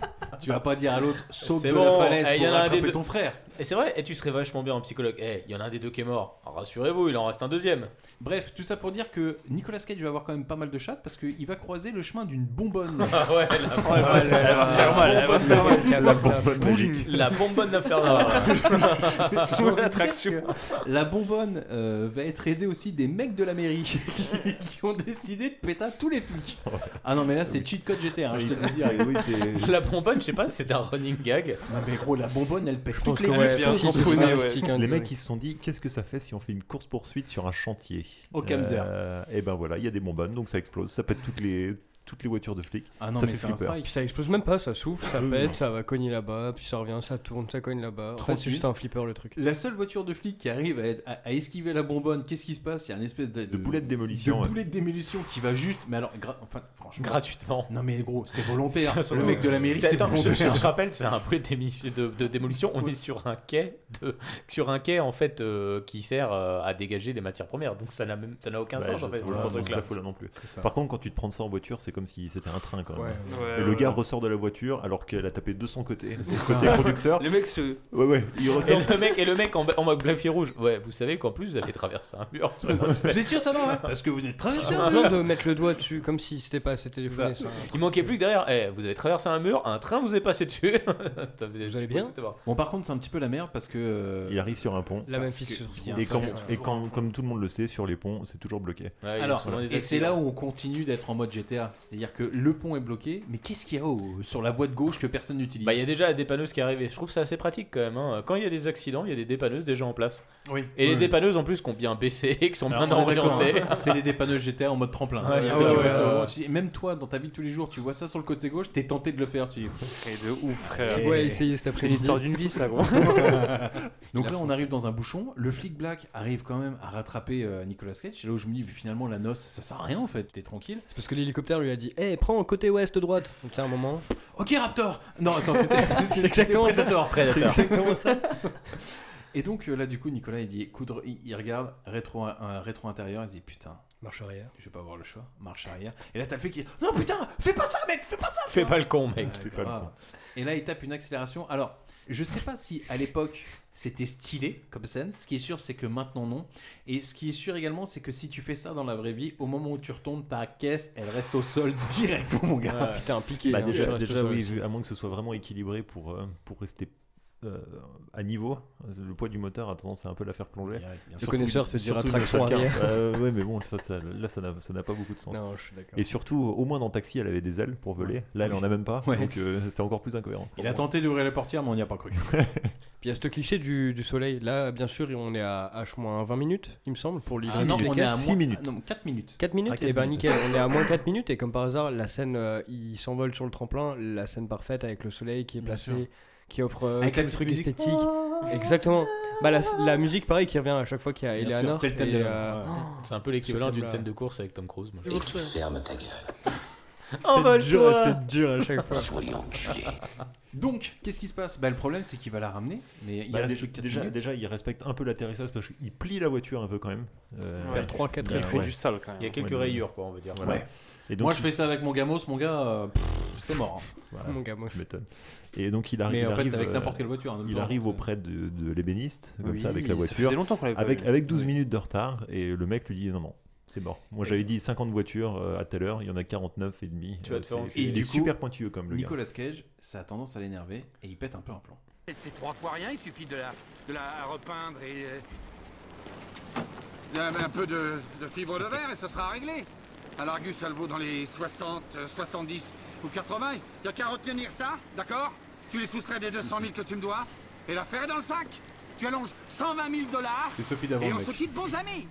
tu vas pas dire à l'autre saute
C'est
de
bon,
la falaise
eh, il y
pour
en a un des
rattraper
deux-
ton frère.
Et c'est vrai, et tu serais vachement bien en psychologue. Eh, il y en a un des deux qui est mort. Ah, Rassurez-vous, il en reste un deuxième.
Bref, tout ça pour dire que Nicolas Cage va avoir quand même pas mal de chattes parce qu'il va croiser le chemin d'une bonbonne.
Ah ouais, la-
Oh là là,
Elle va
la
faire mal, elle va
bonbonne infernale.
faire mal. La bonbonne magique. La bonbonne infernale.
Je voulais
L'attraction.
dire que La bonbonne euh, va être aidée aussi des mecs de la mairie qui, qui ont décidé de péter à tous les flics. Ah non mais là c'est cheat code GT, hein, je te le dis.
La bonbonne, je sais pas, c'est un running gag.
Non mais gros, la bonbonne elle pète toutes les gueules.
hein,
Les mecs, ils se sont dit qu'est-ce que ça fait si on fait une course poursuite sur un chantier
Au Kamzer.
Et ben voilà, il y a des bonbonnes, donc ça explose, ça pète toutes les toutes les voitures de flics.
Ah
ça fait flipper.
Ça explose même pas, ça souffle, ça
Euh,
pète,
non.
ça va cogner là-bas, puis ça revient, ça tourne, ça cogne là-bas. En
Trop
fait, c'est
nul.
juste un flipper le truc.
La seule voiture de flic qui arrive à, être- à- à esquiver la bonbonne, qu'est-ce qui se passe Il y a une espèce Euh, de, de
boulette démolition, hein.
De
ouais.
boulette démolition qui va juste. Mais alors, gra- enfin, franchement.
Gratuitement.
Non, mais gros, c'est volontaire.
Ça, surtout-
le mec de la mairie, c'est
Attends, je,
volontaire.
je- je rappelle, c'est un bruit d'émission- de, de démolition. On est sur un quai, de- sur un quai en fait euh, qui sert euh, à dégager les matières premières. Donc ça n'a même, ça n'a aucun
Ouais,
sens
je-
en fait.
je
ce
pense que
truc-là.
ça fout là non plus.
C'est ça.
Par contre, quand tu te prends ça en voiture, c'est comme si c'était un train quand même.
Ouais, ouais.
Et
Ouais,
le
ouais,
gars
ouais.
ressort de la voiture alors qu'elle a tapé 200 côtés.
C'est
le côté
ça.
producteur.
Le mec se-
Ouais, ouais, il ressort.
Et le mec, et le mec en, en mode blague fille rouge. Ouais, vous savez qu'en plus vous avez traversé un mur.
Vous êtes sûr, ça va, ouais Parce que vous êtes
C'est important de mettre le doigt dessus, comme si c'était pas assez téléphoné.
Ça.
ça.
Il manquait plus que derrière. Eh, vous avez traversé un mur, un train vous est passé dessus. vous allez
bien
Bon, par contre, c'est un petit peu la merde parce que. euh,
Il arrive sur un pont.
La même
Parce que-
fissure.
Et, quand, et quand- comme tout le monde le sait, sur les ponts, c'est toujours bloqué.
Alors,
Voilà.
et c'est là où on continue d'être en mode GTA. C'est-à-dire que le pont est bloqué, mais qu'est-ce qu'il y a au- sur la voie de gauche que personne n'utilise
Bah, il y a déjà la dépanneuse qui est arrivée. Je trouve ça assez pratique quand même. hein. Quand il y a des accidents, il y a des dépanneuses déjà en place.
Oui.
Et les
Oui.
dépanneuses en plus qui ont bien baissé, qui sont
Alors,
bien
on est d'accord,
orientées.
hein. C'est les dépanneuses GTA en mode tremplin.
Ouais,
C'est-à-dire
ouais,
que tu
ouais,
vois ça
ouais,
au-
ouais.
tu dis- Même toi, dans ta vie de tous les jours, tu vois ça sur le côté gauche, t'es tenté de le faire. Tu dis.
Et de ouf, frère.
Et-
Ouais, essayer cet après-midi. C'est l'histoire d'une vie, ça, gros.
Donc là,
La
on
fonction.
arrive dans un bouchon. Le flic black arrive quand même à rattraper euh, Nicolas Cage. C'est là où je me dis, mais finalement, la noce, ça sert à rien en fait. T'es tranquille.
C'est parce que l'hélicoptère lui a dit Eh, prends côté ouest, droite. Donc, c'est un moment.
Ok, Raptor Non, attends, c'était.
C'est exactement
c'était Predator.
ça. Predator.
C'est exactement ça. Et donc euh, là, du coup, Nicolas, il dit, écoute, il, il regarde rétro, un rétro intérieur, il se dit, putain.
Marche arrière.
Je vais pas avoir le choix. Marche arrière. Et là, t'as le flic qui. Non, putain, fais pas ça, mec, fais pas ça.
Fais pas le con, mec.
Ouais, grave. Ah. Et là, il tape une accélération. Alors, je sais pas si à l'époque c'était stylé comme scène. Ce qui est sûr, c'est que maintenant non. Et ce qui est sûr également, c'est que si tu fais ça dans la vraie vie, au moment où tu retombes, ta caisse, elle reste au sol direct, mon
Ah,
gars.
hein,
Bah, déjà, déjà, oui, vu- à moins que ce soit vraiment équilibré pour, euh, pour rester euh, à niveau, le poids du moteur a tendance à un peu la faire plonger.
Direct, bien
Surtout
sûr. Le connaisseur te
une-
dira
surtout une
traction
seule
arrière.
carte. Euh, ouais, mais bon, ça, ça- là, ça n'a ça n'a pas beaucoup de sens.
hein. Non, je suis d'accord.
Et surtout, au moins dans Taxi, elle avait des ailes pour voler. Là, elle en a même pas.
Ouais.
Donc, euh, c'est encore plus incohérent.
Il a tenté d'ouvrir la portière, mais on n'y a pas cru.
Puis il y a ce cliché du, du soleil. Là, bien sûr, on est à H-20 minutes, il me semble, pour l'idée.
Ah non, on est à moins- ah non, 4 minutes.
4 minutes
Ah, quatre
Et ben
minutes.
nickel, on est à moins 4 minutes. Et comme par hasard, la scène, euh, il s'envole sur le tremplin, la scène parfaite avec le soleil qui est
Bien
placé,
sûr.
qui offre euh,
Avec
tout
la
le
petite
truc
musique.
esthétique. Exactement. Bah, la, la musique, pareil, qui revient à chaque fois qu'il y a
Bien
Eleanor.
sûr, c'est le thème
et,
de
euh,
la- ouais.
oh,
C'est un peu l'équivalent
ce
d'une
thème-là.
scène de course avec Tom Cruise. Moi, je
hein.
Et
trouve.
tu fermes
ta gueule.
C'est dur,
Envole-toi.
c'est dur à chaque fois.
Donc, qu'est-ce qui se passe bah, Le problème, c'est qu'il va la ramener, mais il
Bah,
reste
déjà,
plus que 4
déjà,
minutes.
déjà, il respecte un peu l'atterrissage parce qu'il plie la voiture un peu quand même. Euh,
Il perd trois, quatre
il y a-
ailes. Il fait
ouais.
du sale, quand même. Il y a quelques
mais-
rayures,
quoi, on va dire.
Voilà.
Ouais.
Et donc,
Moi, je
il-
fais ça avec mon gamos, mon gars. euh, pff,
c'est mort.
Voilà,
Mon gars, moi.
tu m'étonnes. Et donc il, arri-
Mais,
il
en fait,
arrive
avec
euh,
n'importe quelle voiture, en même
il
temps,
arrive
euh.
auprès de, de l'ébéniste comme
Oui,
ça avec
ça
la voiture.
faisait longtemps qu'on l'avait pas
avec
vu.
avec 12 minutes de retard et le mec lui dit non non. C'est mort. Moi j'avais dit 50 voitures euh, à telle heure, il y en a 49 et demi.
Tu
Euh,
vas te faire
c'est-
enculer.
il
Et du
est
coup,
super pointilleux comme le gars.
Nicolas Cage, ça a tendance à l'énerver et il pète un peu un plan.
C'est trois fois rien, il suffit de la, de la repeindre et... euh, d'un- Un peu de, de fibre de verre et ce sera réglé. À l'Argus, ça le vaut dans les 60, euh, 70 ou 80. Il n'y a qu'à retenir ça, d'accord Tu les soustrais des 200 000 que tu me dois et l'affaire est dans le sac. Tu allonges 120 000 dollars
C'est Sophie d'avant,
et on
mec.
se quitte bons amis.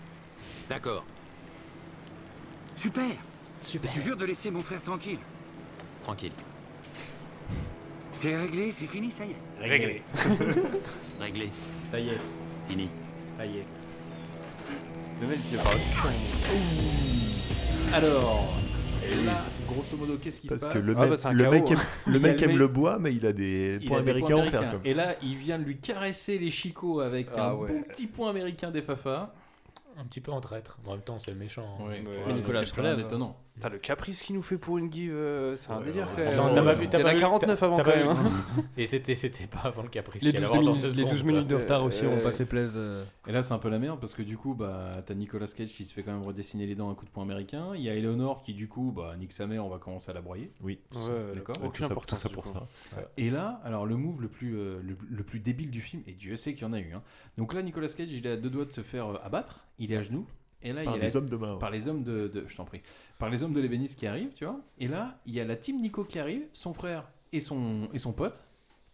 D'accord.
Super Super Tu jures de laisser mon frère tranquille
Tranquille.
C'est réglé, c'est fini, ça y est.
Réglé. Réglé.
Ça y est.
Fini.
Ça y est.
Le mec, il Alors, là, grosso modo, qu'est-ce qui se passe
Eh Parce que le mec, le, mec aime, le mec aime le bois, mais il a des
Il
points
a des
américains
points
à en faire.
américains.
Comme.
Et là, il vient de lui caresser les chicots avec
Ah
un
ouais.
bon petit point américain des Fafa.
Un petit peu en traître. En même temps, c'est le méchant.
Ouais, ouais, Mais Nicolas donc, se relève. étonnant.
T'as le caprice qu'il nous fait pour une give, euh, c'est un délire. quand même.
Attends, t'as pas vu,
Il y
t'as
en
pas
a
vu-
49
t'as-
avant
t'as
quand
pas
même.
vu.
hein.
Et c'était, c'était pas avant le caprice.
Les
qu'il allait
12
avoir dans
minutes-
deux
les
secondes,
12
quoi.
minutes de retard aussi
Euh,
ont pas fait plaise. euh.
Et là, c'est un peu la merde parce que du coup, bah, t'as Nicolas Cage qui se fait quand même redessiner les dents à coups de poing américain. Il y a Eleanor qui, du coup, bah, nique sa mère, on va commencer à la broyer.
Oui,
Ouais,
d'accord.
aucune Tout ça- importance, tout ça du pour coup.
ça. Ouais.
Et là, alors le move le plus, euh, le, le plus débile du film, et Dieu sait qu'il y en a eu. hein. Donc là, Nicolas Cage, il est à deux doigts de se faire euh, abattre. Il est à genoux. Et là,
Par
il y a
les
la-
hommes de main, ouais.
Par les hommes de, de- je t'en prie. Par les hommes de l'ébéniste qui arrivent, tu vois. Et là, il y a la team Nico qui arrive, son frère et son, et son pote,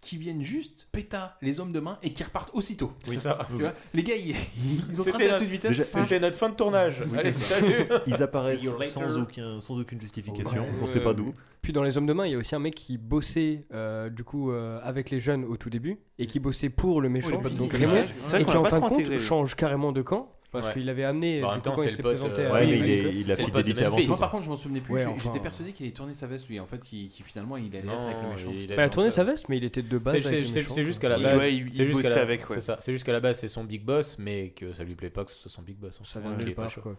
qui viennent juste péta les hommes de main et qui repartent aussitôt.
Oui, ça.
Tu vois, les gars, ils, ils ont
C'était
tracé à
notre-
toute vitesse.
Déjà- C'était notre fin de tournage.
Oui,
Allez,
c'est ça.
salut.
Ils apparaissent
See you later.
sans, aucun, sans aucune justification,
Ouais,
on sait
ouais,
pas
ouais.
d'où.
Puis dans Les Hommes de Main, il y a aussi un mec qui bossait euh, du coup euh, avec les jeunes au tout début et qui bossait pour le
Oh, il
méchant,
est pas de
donc
bon
Raymond,
personnage. C'est vrai
et
qu'on
qui
l'a
en
pas
fin de
trop
compte
intégré, lui.
change carrément de camp parce
Ouais.
qu'il avait amené.
Bah, en
du
même
coup,
temps,
quand
c'est
il
le
s'était
pote,
présenté
euh,
à-
ouais, mais
à
il est-
Memphis.
il a C'est le pote de fidélité avant Memphis.
Moi, par contre, je m'en souvenais plus.
Ouais,
J'ai-
enfin,
J'étais persuadé qu'il avait tourné sa veste, lui. En fait, qu'il- qu'il- finalement, il allait être avec le méchant.
il
Bah, il a tourné sa veste, mais il était de base.
C'est-
avec
C'est
le
c'est-
méchant,
c'est juste qu'à
quoi.
la base,
Ouais, il-
c'est
il
juste qu'à
bossait
la-
avec, ouais.
c'est ça. C'est juste qu'à la base, c'est son big boss, mais que ça lui plaît pas que ce soit son big boss. Ça
vient nulle part, quoi.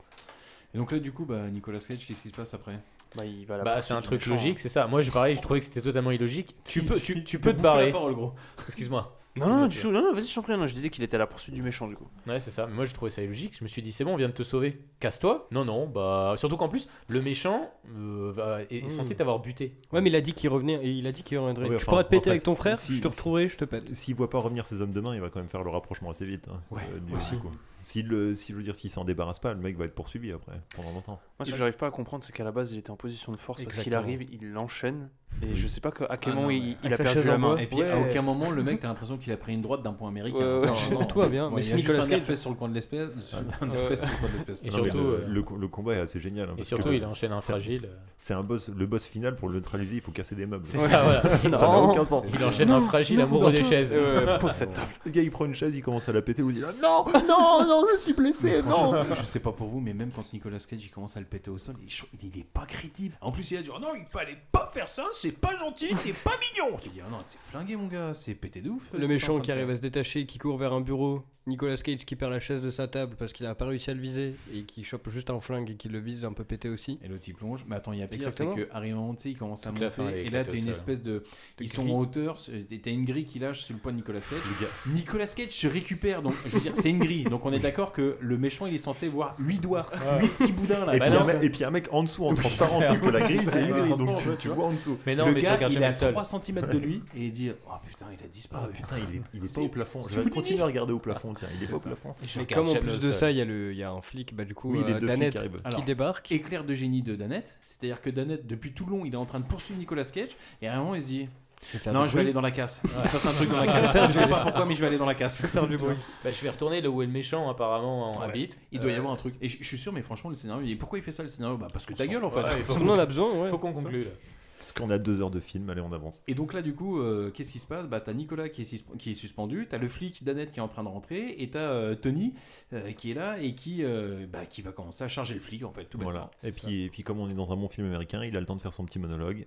Et donc là, du coup, bah, Nicolas Cage, qu'est-ce qui se passe après
Bah, il va
Bah, c'est un truc
hein.
logique, c'est ça. Moi, j'ai pareil, je trouvais que c'était totalement illogique. Tu peux, tu, tu peux te
bouffé
barrer.
la parole, gros.
Excuse-moi.
Non, non, non,
Excuse-moi,
tu- non, non, vas-y, je t'en prie. Non, je disais qu'il était à la poursuite du méchant, du coup.
Ouais, c'est ça. Mais moi, j'ai trouvé ça illogique. Je me suis dit, c'est bon, on vient de te sauver. Casse-toi. Non, non. Bah, surtout qu'en plus, le méchant euh, va- est, est
Hmm.
censé t'avoir buté.
Ouais, mais il a dit qu'il revenait et il a dit qu'il reviendrait.
Ouais,
tu
enfin,
pourras te péter
après,
avec ton frère,
si-
je te
si-
retrouverai, je te pète.
S'il voit pas revenir ses hommes de main, il va quand même faire le rapprochement assez vite. hein,
Ouais,
du-
aussi.
du coup. S'il le- si je veux dire, s'il s'en débarrasse pas, le mec va être poursuivi après, pendant longtemps.
Moi, ce que j'arrive pas à comprendre, c'est qu'à la base, il était en position de force parce qu'il
Exactement.
arrive, il l'enchaîne. Et
Oui.
je sais pas que- à quel
Ah
moment
non,
il,
mais
il
avec
a
sa
perdu
chaise
la
en
main.
bois. Et puis à aucun moment, le mec, t'as l'impression qu'il a pris une droite d'un point américain.
Ouais, ouais.
Tout va bien, mais
il
c'est
a juste
Nicolas
un air
Cage.
fait sur le coin de l'espèce. sur le coin de l'espèce, sur le coin de l'espèce.
Et
Non, mais
surtout,
le,
euh,
le co- le combat est assez génial. hein,
et
parce
surtout,
que
il enchaîne un
c'est-
fragile.
C'est un boss, le boss final pour le neutraliser, il faut casser des meubles.
C'est ça, Ah, voilà.
ça n'a
Non.
aucun sens.
Il enchaîne un fragile amoureux des chaises.
Euh,
Pose cette table.
Le gars, il prend une chaise, il commence à la péter, vous dit
Non, non, non,
je suis blessé,
Franchement, Je sais pas pour vous, mais même quand Nicolas Cage il commence à le péter au sol, il, cho- il est pas crédible. En plus, il a dit oh non, il fallait pas faire ça, c'est pas gentil, c'est pas mignon. Il dit ah non, c'est flingué mon gars, c'est pété de ouf. ce que
Le
t'es en
méchant
train
qui
de
arrive
faire.
à se détacher, qui court vers un bureau. Nicolas Cage qui perd la chaise de sa table parce qu'il a pas réussi à le viser et qui chope juste un flingue et qui le vise un peu pété aussi.
Et l'autre il plonge. Mais attends, il y a pire, c'est
Exactement.
que Harry Moment, tu sais, il commence à
Toute la
monter.
fin, elle est
et là,
éclatée
t'as
au
une
sol.
espèce de.
De
ils sont
gris.
en hauteur, c'est- t'as une grille qui lâche sur le poids de Nicolas Cage. Nicolas Cage se récupère, donc je veux dire, c'est une grille. Donc on est d'accord que le méchant, il est censé voir 8 doigts, 8 petits boudins là.
Et, puis un mec, et puis un mec en dessous en transparent, parce que la grille c'est une grille, donc tu, tu vois en dessous.
le gars, il est à 3 cm de lui et il dit Oh putain, il a disparu.
Ah, putain, il est, il est pas
C'est-
au plafond.
c'est
Je vais
Houdini.
continuer à regarder au plafond, tiens, il est pas au plafond.
Mais comme en plus de ça, il y, a le- il y a un flic, bah du coup,
Oui, les
euh,
deux flics
Danette,
arrivent.
qui
Alors,
débarque.
Éclair de génie de Danette, c'est-à-dire que Danette, depuis tout le long, il est en train de poursuivre Nicolas Cage, et à un moment, il se dit
faire
Non, je
du
vais
bruit.
aller dans la casse. Il
Ouais.
se passe un truc dans la
Faire
casse. Je
du
sais
bruit.
pas pourquoi, mais je vais aller dans la casse. Tu vois.
Bah, je vais retourner là où est le méchant, apparemment, en
Ouais.
habite.
Il doit y
Euh,
avoir un truc. Et je je suis sûr, mais franchement, le scénario. Et pourquoi il fait ça le scénario Bah parce que ta
Ouais,
gueule en fait. Eh,
il faut
Tout le
qu'on-
monde a-
besoin, ouais.
Faut qu'on conclue là.
Parce qu'on a deux heures de film, allez, on avance.
Et donc là, du coup, euh, qu'est-ce qui se passe Bah t'as Nicolas qui est, sus- qui est suspendu, t'as le flic Danette qui est en train de rentrer, et t'as euh, Tony euh, qui est là et qui euh, bah, qui va commencer à charger le flic en fait. Tout
Voilà.
bêtement.
Et
C'est ça.
puis, et puis, comme on est dans un bon film américain, il a le temps de faire son petit monologue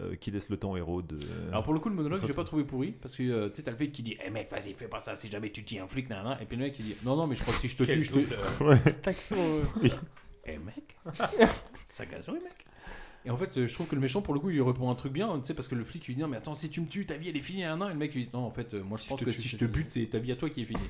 euh, qui laisse le temps au héros de.
Alors pour le coup le monologue
de se
j'ai pas trouvé pourri parce que euh, tu sais t'as le flic qui dit Eh mec vas-y fais pas ça si jamais tu tues un flic nanana et puis le mec il dit non non mais je crois que si je te
Quel
tue je
double,
te
euh, Ouais.
Cet accent, euh. Eh mec ça gazouille mec Et en fait, euh, je trouve que le méchant, pour le coup, il lui répond un truc bien, tu sais, parce que le flic lui dit Non, mais attends, si tu me tues, ta vie elle est finie à un an. Et le mec lui dit Non, en fait, euh, moi je pense
te
que
tue,
si je
c'est
te
fini.
bute, c'est ta vie à toi qui est finie.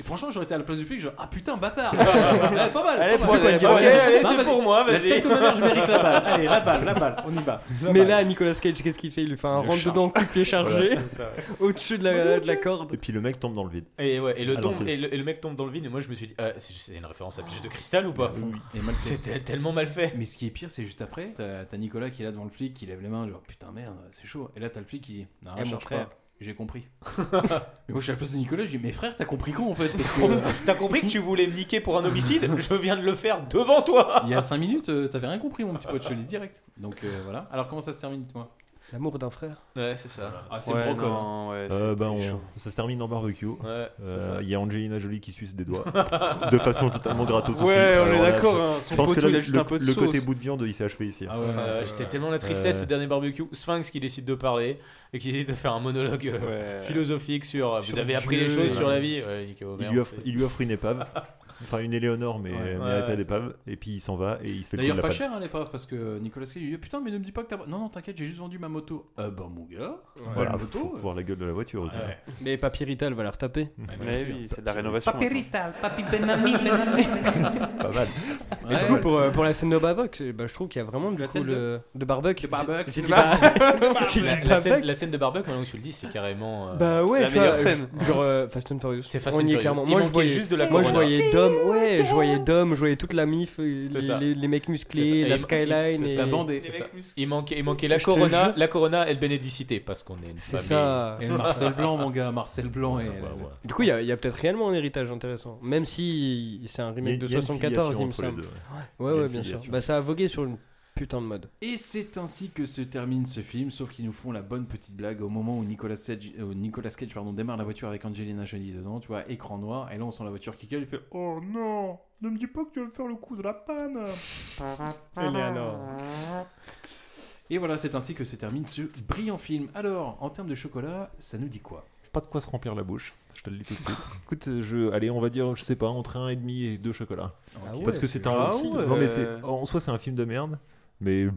Et franchement, j'aurais été à la place du flic, genre Ah putain, bâtard Elle est pas mal
Allez,
pas
pour-
mal.
allez,
Pas mal.
ok, allez,
Bah,
Non,
c'est
vas-y.
pour moi,
La
vas-y.
tête de ma mère, je mérite la balle. Allez, la balle, la balle, on y va. La
Mais
bah,
balle.
là, Nicolas Cage, qu'est-ce qu'il fait Il lui fait un
Il le
rentre dedans, coup de pied chargé,
Voilà, c'est ça, ouais.
au-dessus de la, de la corde.
Et puis le mec tombe dans le vide.
Et, ouais, et, le
Alors,
tombe-
Ah, c'est-
et, le, et le mec tombe dans le vide, et moi je me suis dit, euh, c'est c'est une référence à Piège de Cristal ou pas
Et mal fait.
C'était tellement mal fait.
Mais ce qui est pire, c'est juste après, t'as t'as Nicolas qui est là devant le flic, qui lève les mains, genre putain merde, c'est chaud. Et là, t'as le flic qui dit Non,
Eh,
je
mon
cherche
frère.
pas, j'ai compris. mais moi, je suis à la place de Nicolas, je dis Mais frère, t'as compris quand en fait Parce
Euh.
que- euh,
T'as compris que tu voulais me niquer pour un homicide Je viens de le faire devant toi
Il y a 5 minutes, euh, t'avais rien compris, mon petit pote, je te le dis direct. Donc euh, voilà. Alors, comment ça se termine, dis-moi
L'amour d'un frère.
Ouais, c'est ça.
Ah, c'est le
Ouais,
brocol,
non,
hein.
ouais,
Euh,
Ah, c'est-
ben,
c'est
on-
chaud.
ça se termine en barbecue. Euh, Il
c'est ça.
y a Angelina Jolie qui suce des doigts de façon totalement gratos. aussi.
Ouais, on est
Alors là,
d'accord,
je-
hein, son
Je pense que
poteau,
là,
il a juste
le,
un peu de
le côté
sauce.
bout de viande, il s'est achevé ici.
Ah ouais, ouais,
Euh,
c'est
J'étais
vrai.
tellement la tristesse
Euh,
ce dernier barbecue. Sphinx qui décide de parler et qui décide de faire un monologue euh,
Ouais.
philosophique sur euh, vous
Sur
avez appris les
Dieu
choses
et-
sur la vie. Ouais, Nico,
il,
merde,
lui offre,
c'est-
il lui offre une épave, enfin une Éléonore, mais,
Ouais.
mais
Ouais,
à
ouais,
tas d'épave. Et puis il s'en va et il se fait le coup de
D'ailleurs,
la
pas
patte.
cher hein, l'épave, parce que Nicolas Cage lui dit Putain, mais ne me dis pas que t'as. Non, non, t'inquiète, j'ai juste vendu ma moto. Euh, ben mon gars,
Voilà,
la
faut,
moto.
faut voir la gueule de la voiture aussi.
Ouais.
Mais Papy Rita, elle va la retaper.
Mais oui, c'est de la rénovation.
Papy
Rital,
Papy
Benami, Benami.
Pas mal.
Et du
Ouais.
coup, pour, euh, pour la scène de Barbuck, bah, je trouve qu'il y a vraiment du coup
scène
le. de Barbuck. De
Barbuck.
J'ai
De
dit Bar-
Barbuck.
j'ai dit
La- la
Barbuck.
scène- la scène de Barbuck, maintenant que tu le dis, c'est carrément, euh,
Bah ouais,
la
tu vois,
meilleure
euh,
scène.
Genre euh, Fast and Furious.
C'est Fast
On
and
y est
Furious.
clairement.
Il
Moi je
manquait
voyais
juste de la
Moi je
corona.
voyais
C'est
Dom, ouais, je voyais Dom, je voyais toute la mif, euh,
C'est ça.
les, les- les mecs
C'est
musclés,
ça.
la
Et il-
skyline
c'est
et
ça. C'est ça. Il manquait, il manquait la
Je te
Corona,
jure.
la Corona et le Bénédicité parce qu'on est une
C'est
famille.
ça.
Et le Marcel Blanc, mon gars, Marcel Blanc. et
Du coup, il y a, il y a peut-être réellement un héritage intéressant, même si c'est un remake
Il y a-
de
il y a une
74,
filiation
il me
entre les
semble.
deux, ouais.
Ouais,
Il y a
ouais,
une
bien sûr.
filiation.
Bah, ça a vogué sur une putain de mode.
Et c'est ainsi que se termine ce film, sauf qu'ils nous font la bonne petite blague au moment où Nicolas Cage, euh, Nicolas Cage pardon, démarre la voiture avec Angelina Jolie dedans, tu vois, écran noir, et là on sent la voiture qui gueule, il fait Oh non Ne me dis pas que tu vas me faire le coup de la panne Et voilà, c'est ainsi que se termine ce brillant film. Alors, en termes de chocolat, ça nous dit quoi
Pas de quoi se remplir la bouche, je te le dis tout de suite. Écoute, je, allez, on va dire, je sais pas, entre un et demi et deux chocolats.
Ah ouais,
Parce que
c'est
c'est un,
gentil.
si-
Ah ouais.
non mais c'est, en soi c'est un film de merde, mais pff,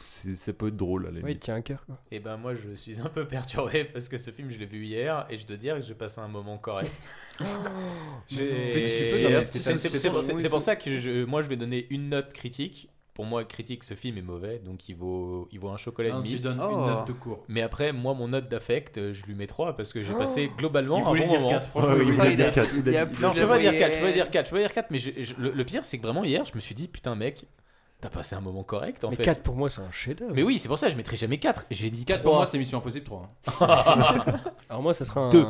c'est- ça peut être drôle. Allez.
Ouais, il tient un cœur. quoi.
Et ben moi je suis un peu perturbé parce que ce film je l'ai vu hier et je dois dire que j'ai passé un moment correct. J'ai-
Petit, tu peux,
j'ai-
non, Oh. mais
c'est-
c'est-
c'est-
c'est-
c'est pour-
c'est-
c'est- C'est pour ça que je- moi je vais donner une note critique. Pour moi critique ce film est mauvais donc il vaut il vaut un chocolat et
Non,
demi.
tu donnes une Oh. note de cours.
Mais après moi mon note d'affect euh, je lui mets 3 parce que j'ai passé
Oh.
globalement
Il
un
voulait
bon
dire
moment.
quatre, franchement, Ouais, il il voulait voulait dire dire quatre. quatre. Il a-
Non, je peux pas dire 4, je peux pas
Ouais.
dire 4, je peux pas dire 4 mais je- je- le le pire c'est que vraiment hier je me suis dit putain mec T'as passé un moment correct en
Mais
fait.
4 pour moi, c'est un chef-d'œuvre.
Mais oui, c'est pour ça, je mettrai jamais 4. J'ai dit
4 pour moi, c'est Mission Impossible hein. 3.
Alors moi, ça sera un.
Deux.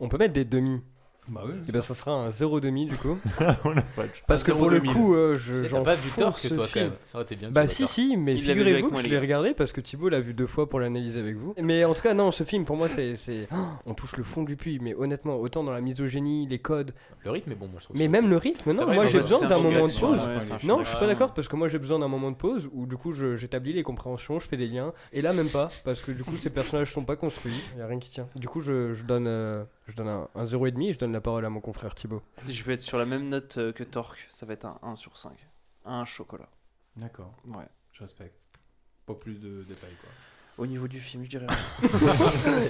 On peut mettre des demi.
Bah oui.
Et ben ça sera un 0,5 du coup.
On a pas de-
Parce que
Un
pour le
0,5.
coup, euh,
Tu
je
sais,
j'en
t'as pas vu
fonce
tort que
ce
toi, quand
film.
même. Ça aurait été bien que
Bah
tu
si
vois tort.
si, mais
Il l'avait vu avec
figurez-vous que
moi,
je
les
l'ai
gars.
regardé parce que Thibaut l'a vu deux fois pour l'analyser avec vous. Mais en tout cas non, ce film pour moi c'est c'est oh, on touche le fond du puits. Mais honnêtement, autant dans la misogynie, les codes,
Le rythme est bon, moi je trouve.
mais même le rythme, non,
Ah ouais,
moi
bah,
j'ai
bah,
besoin
c'est un
d'un
bon
moment de
gag,
pause.
hein.
voilà, ouais, c'est un film
non, je suis pas
d'action.
d'accord parce que moi j'ai besoin d'un moment de pause où du coup je- j'établis les compréhensions, je fais des liens. Et là même pas parce que du coup ces personnages sont pas construits, y a rien qui tient. Du coup je, je donne euh, je donne un, un 0,5 et je donne la parole à mon confrère Thibaut.
Je vais être sur la même note euh, que Torque, ça va être un 1 sur 5. Un chocolat.
D'accord.
Ouais.
Je respecte. Pas plus de détails, quoi.
Au niveau du film, je dirais.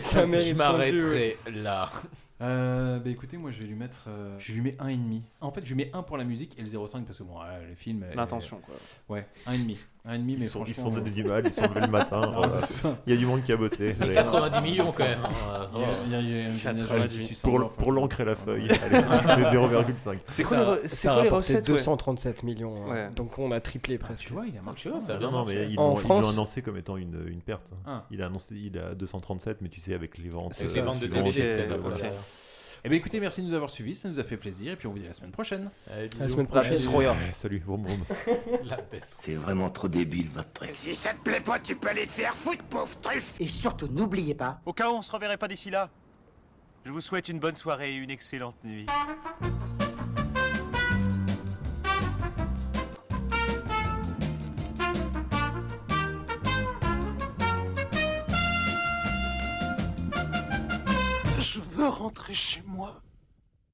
Ça mérite
Je m'arrêterai là.
Euh, bah écoutez, moi je vais lui mettre. euh, je lui mets 1,5. En fait, je lui mets 1 pour la musique et le 0,5 parce que bon, euh, le film. euh,
L'intention, quoi.
Ouais, 1,5. 1,5, mais
Ils sont, ils
franchement,
sont donnés
euh,
du mal, ils sont levés le matin.
Ah,
voilà.
c'est ça.
Il y a du monde qui a bossé. Ah,
C'est 90 millions, quand même, hein,
Ah,
ça
Il y a- Oh. il y a- il y a une
va.
génération qui suit sans
Pour,
enfant.
pour l'encre
Ah,
et la feuille, allez, je fais 0,5.
C'est
Ça-
quoi les re- c'est
ça a
quoi les
rapporté
recettes, ouais
237 millions. hein.
Ouais.
Donc on a triplé presque.
tu vois, il a hein, marché.
vois, ça a bien
non, non, mais
marché.
ils
En
l'ont ils l'ont
France-
annoncé comme étant une, une perte.
Ah.
Il a annoncé il a 237, mais tu sais, avec les ventes.
Avec les
euh,
ventes de
suivantes,
DVD, peut-être,
euh,
après.
voilà.
Eh ben écoutez, merci de nous avoir suivis, ça nous a fait plaisir et puis on vous dit à la semaine prochaine.
bisous. semaine prochaine.
Bisous.
Roya.
Ouais, Salut, vroom, vroom.
La peste.
C'est vraiment trop débile votre truc.
Si ça te plaît pas, tu peux aller te faire foutre, pauvre truffe
Et surtout, n'oubliez pas,
Au cas où on se reverrait pas d'ici là, je vous souhaite une bonne soirée et une excellente nuit.
Je veux rentrer chez moi.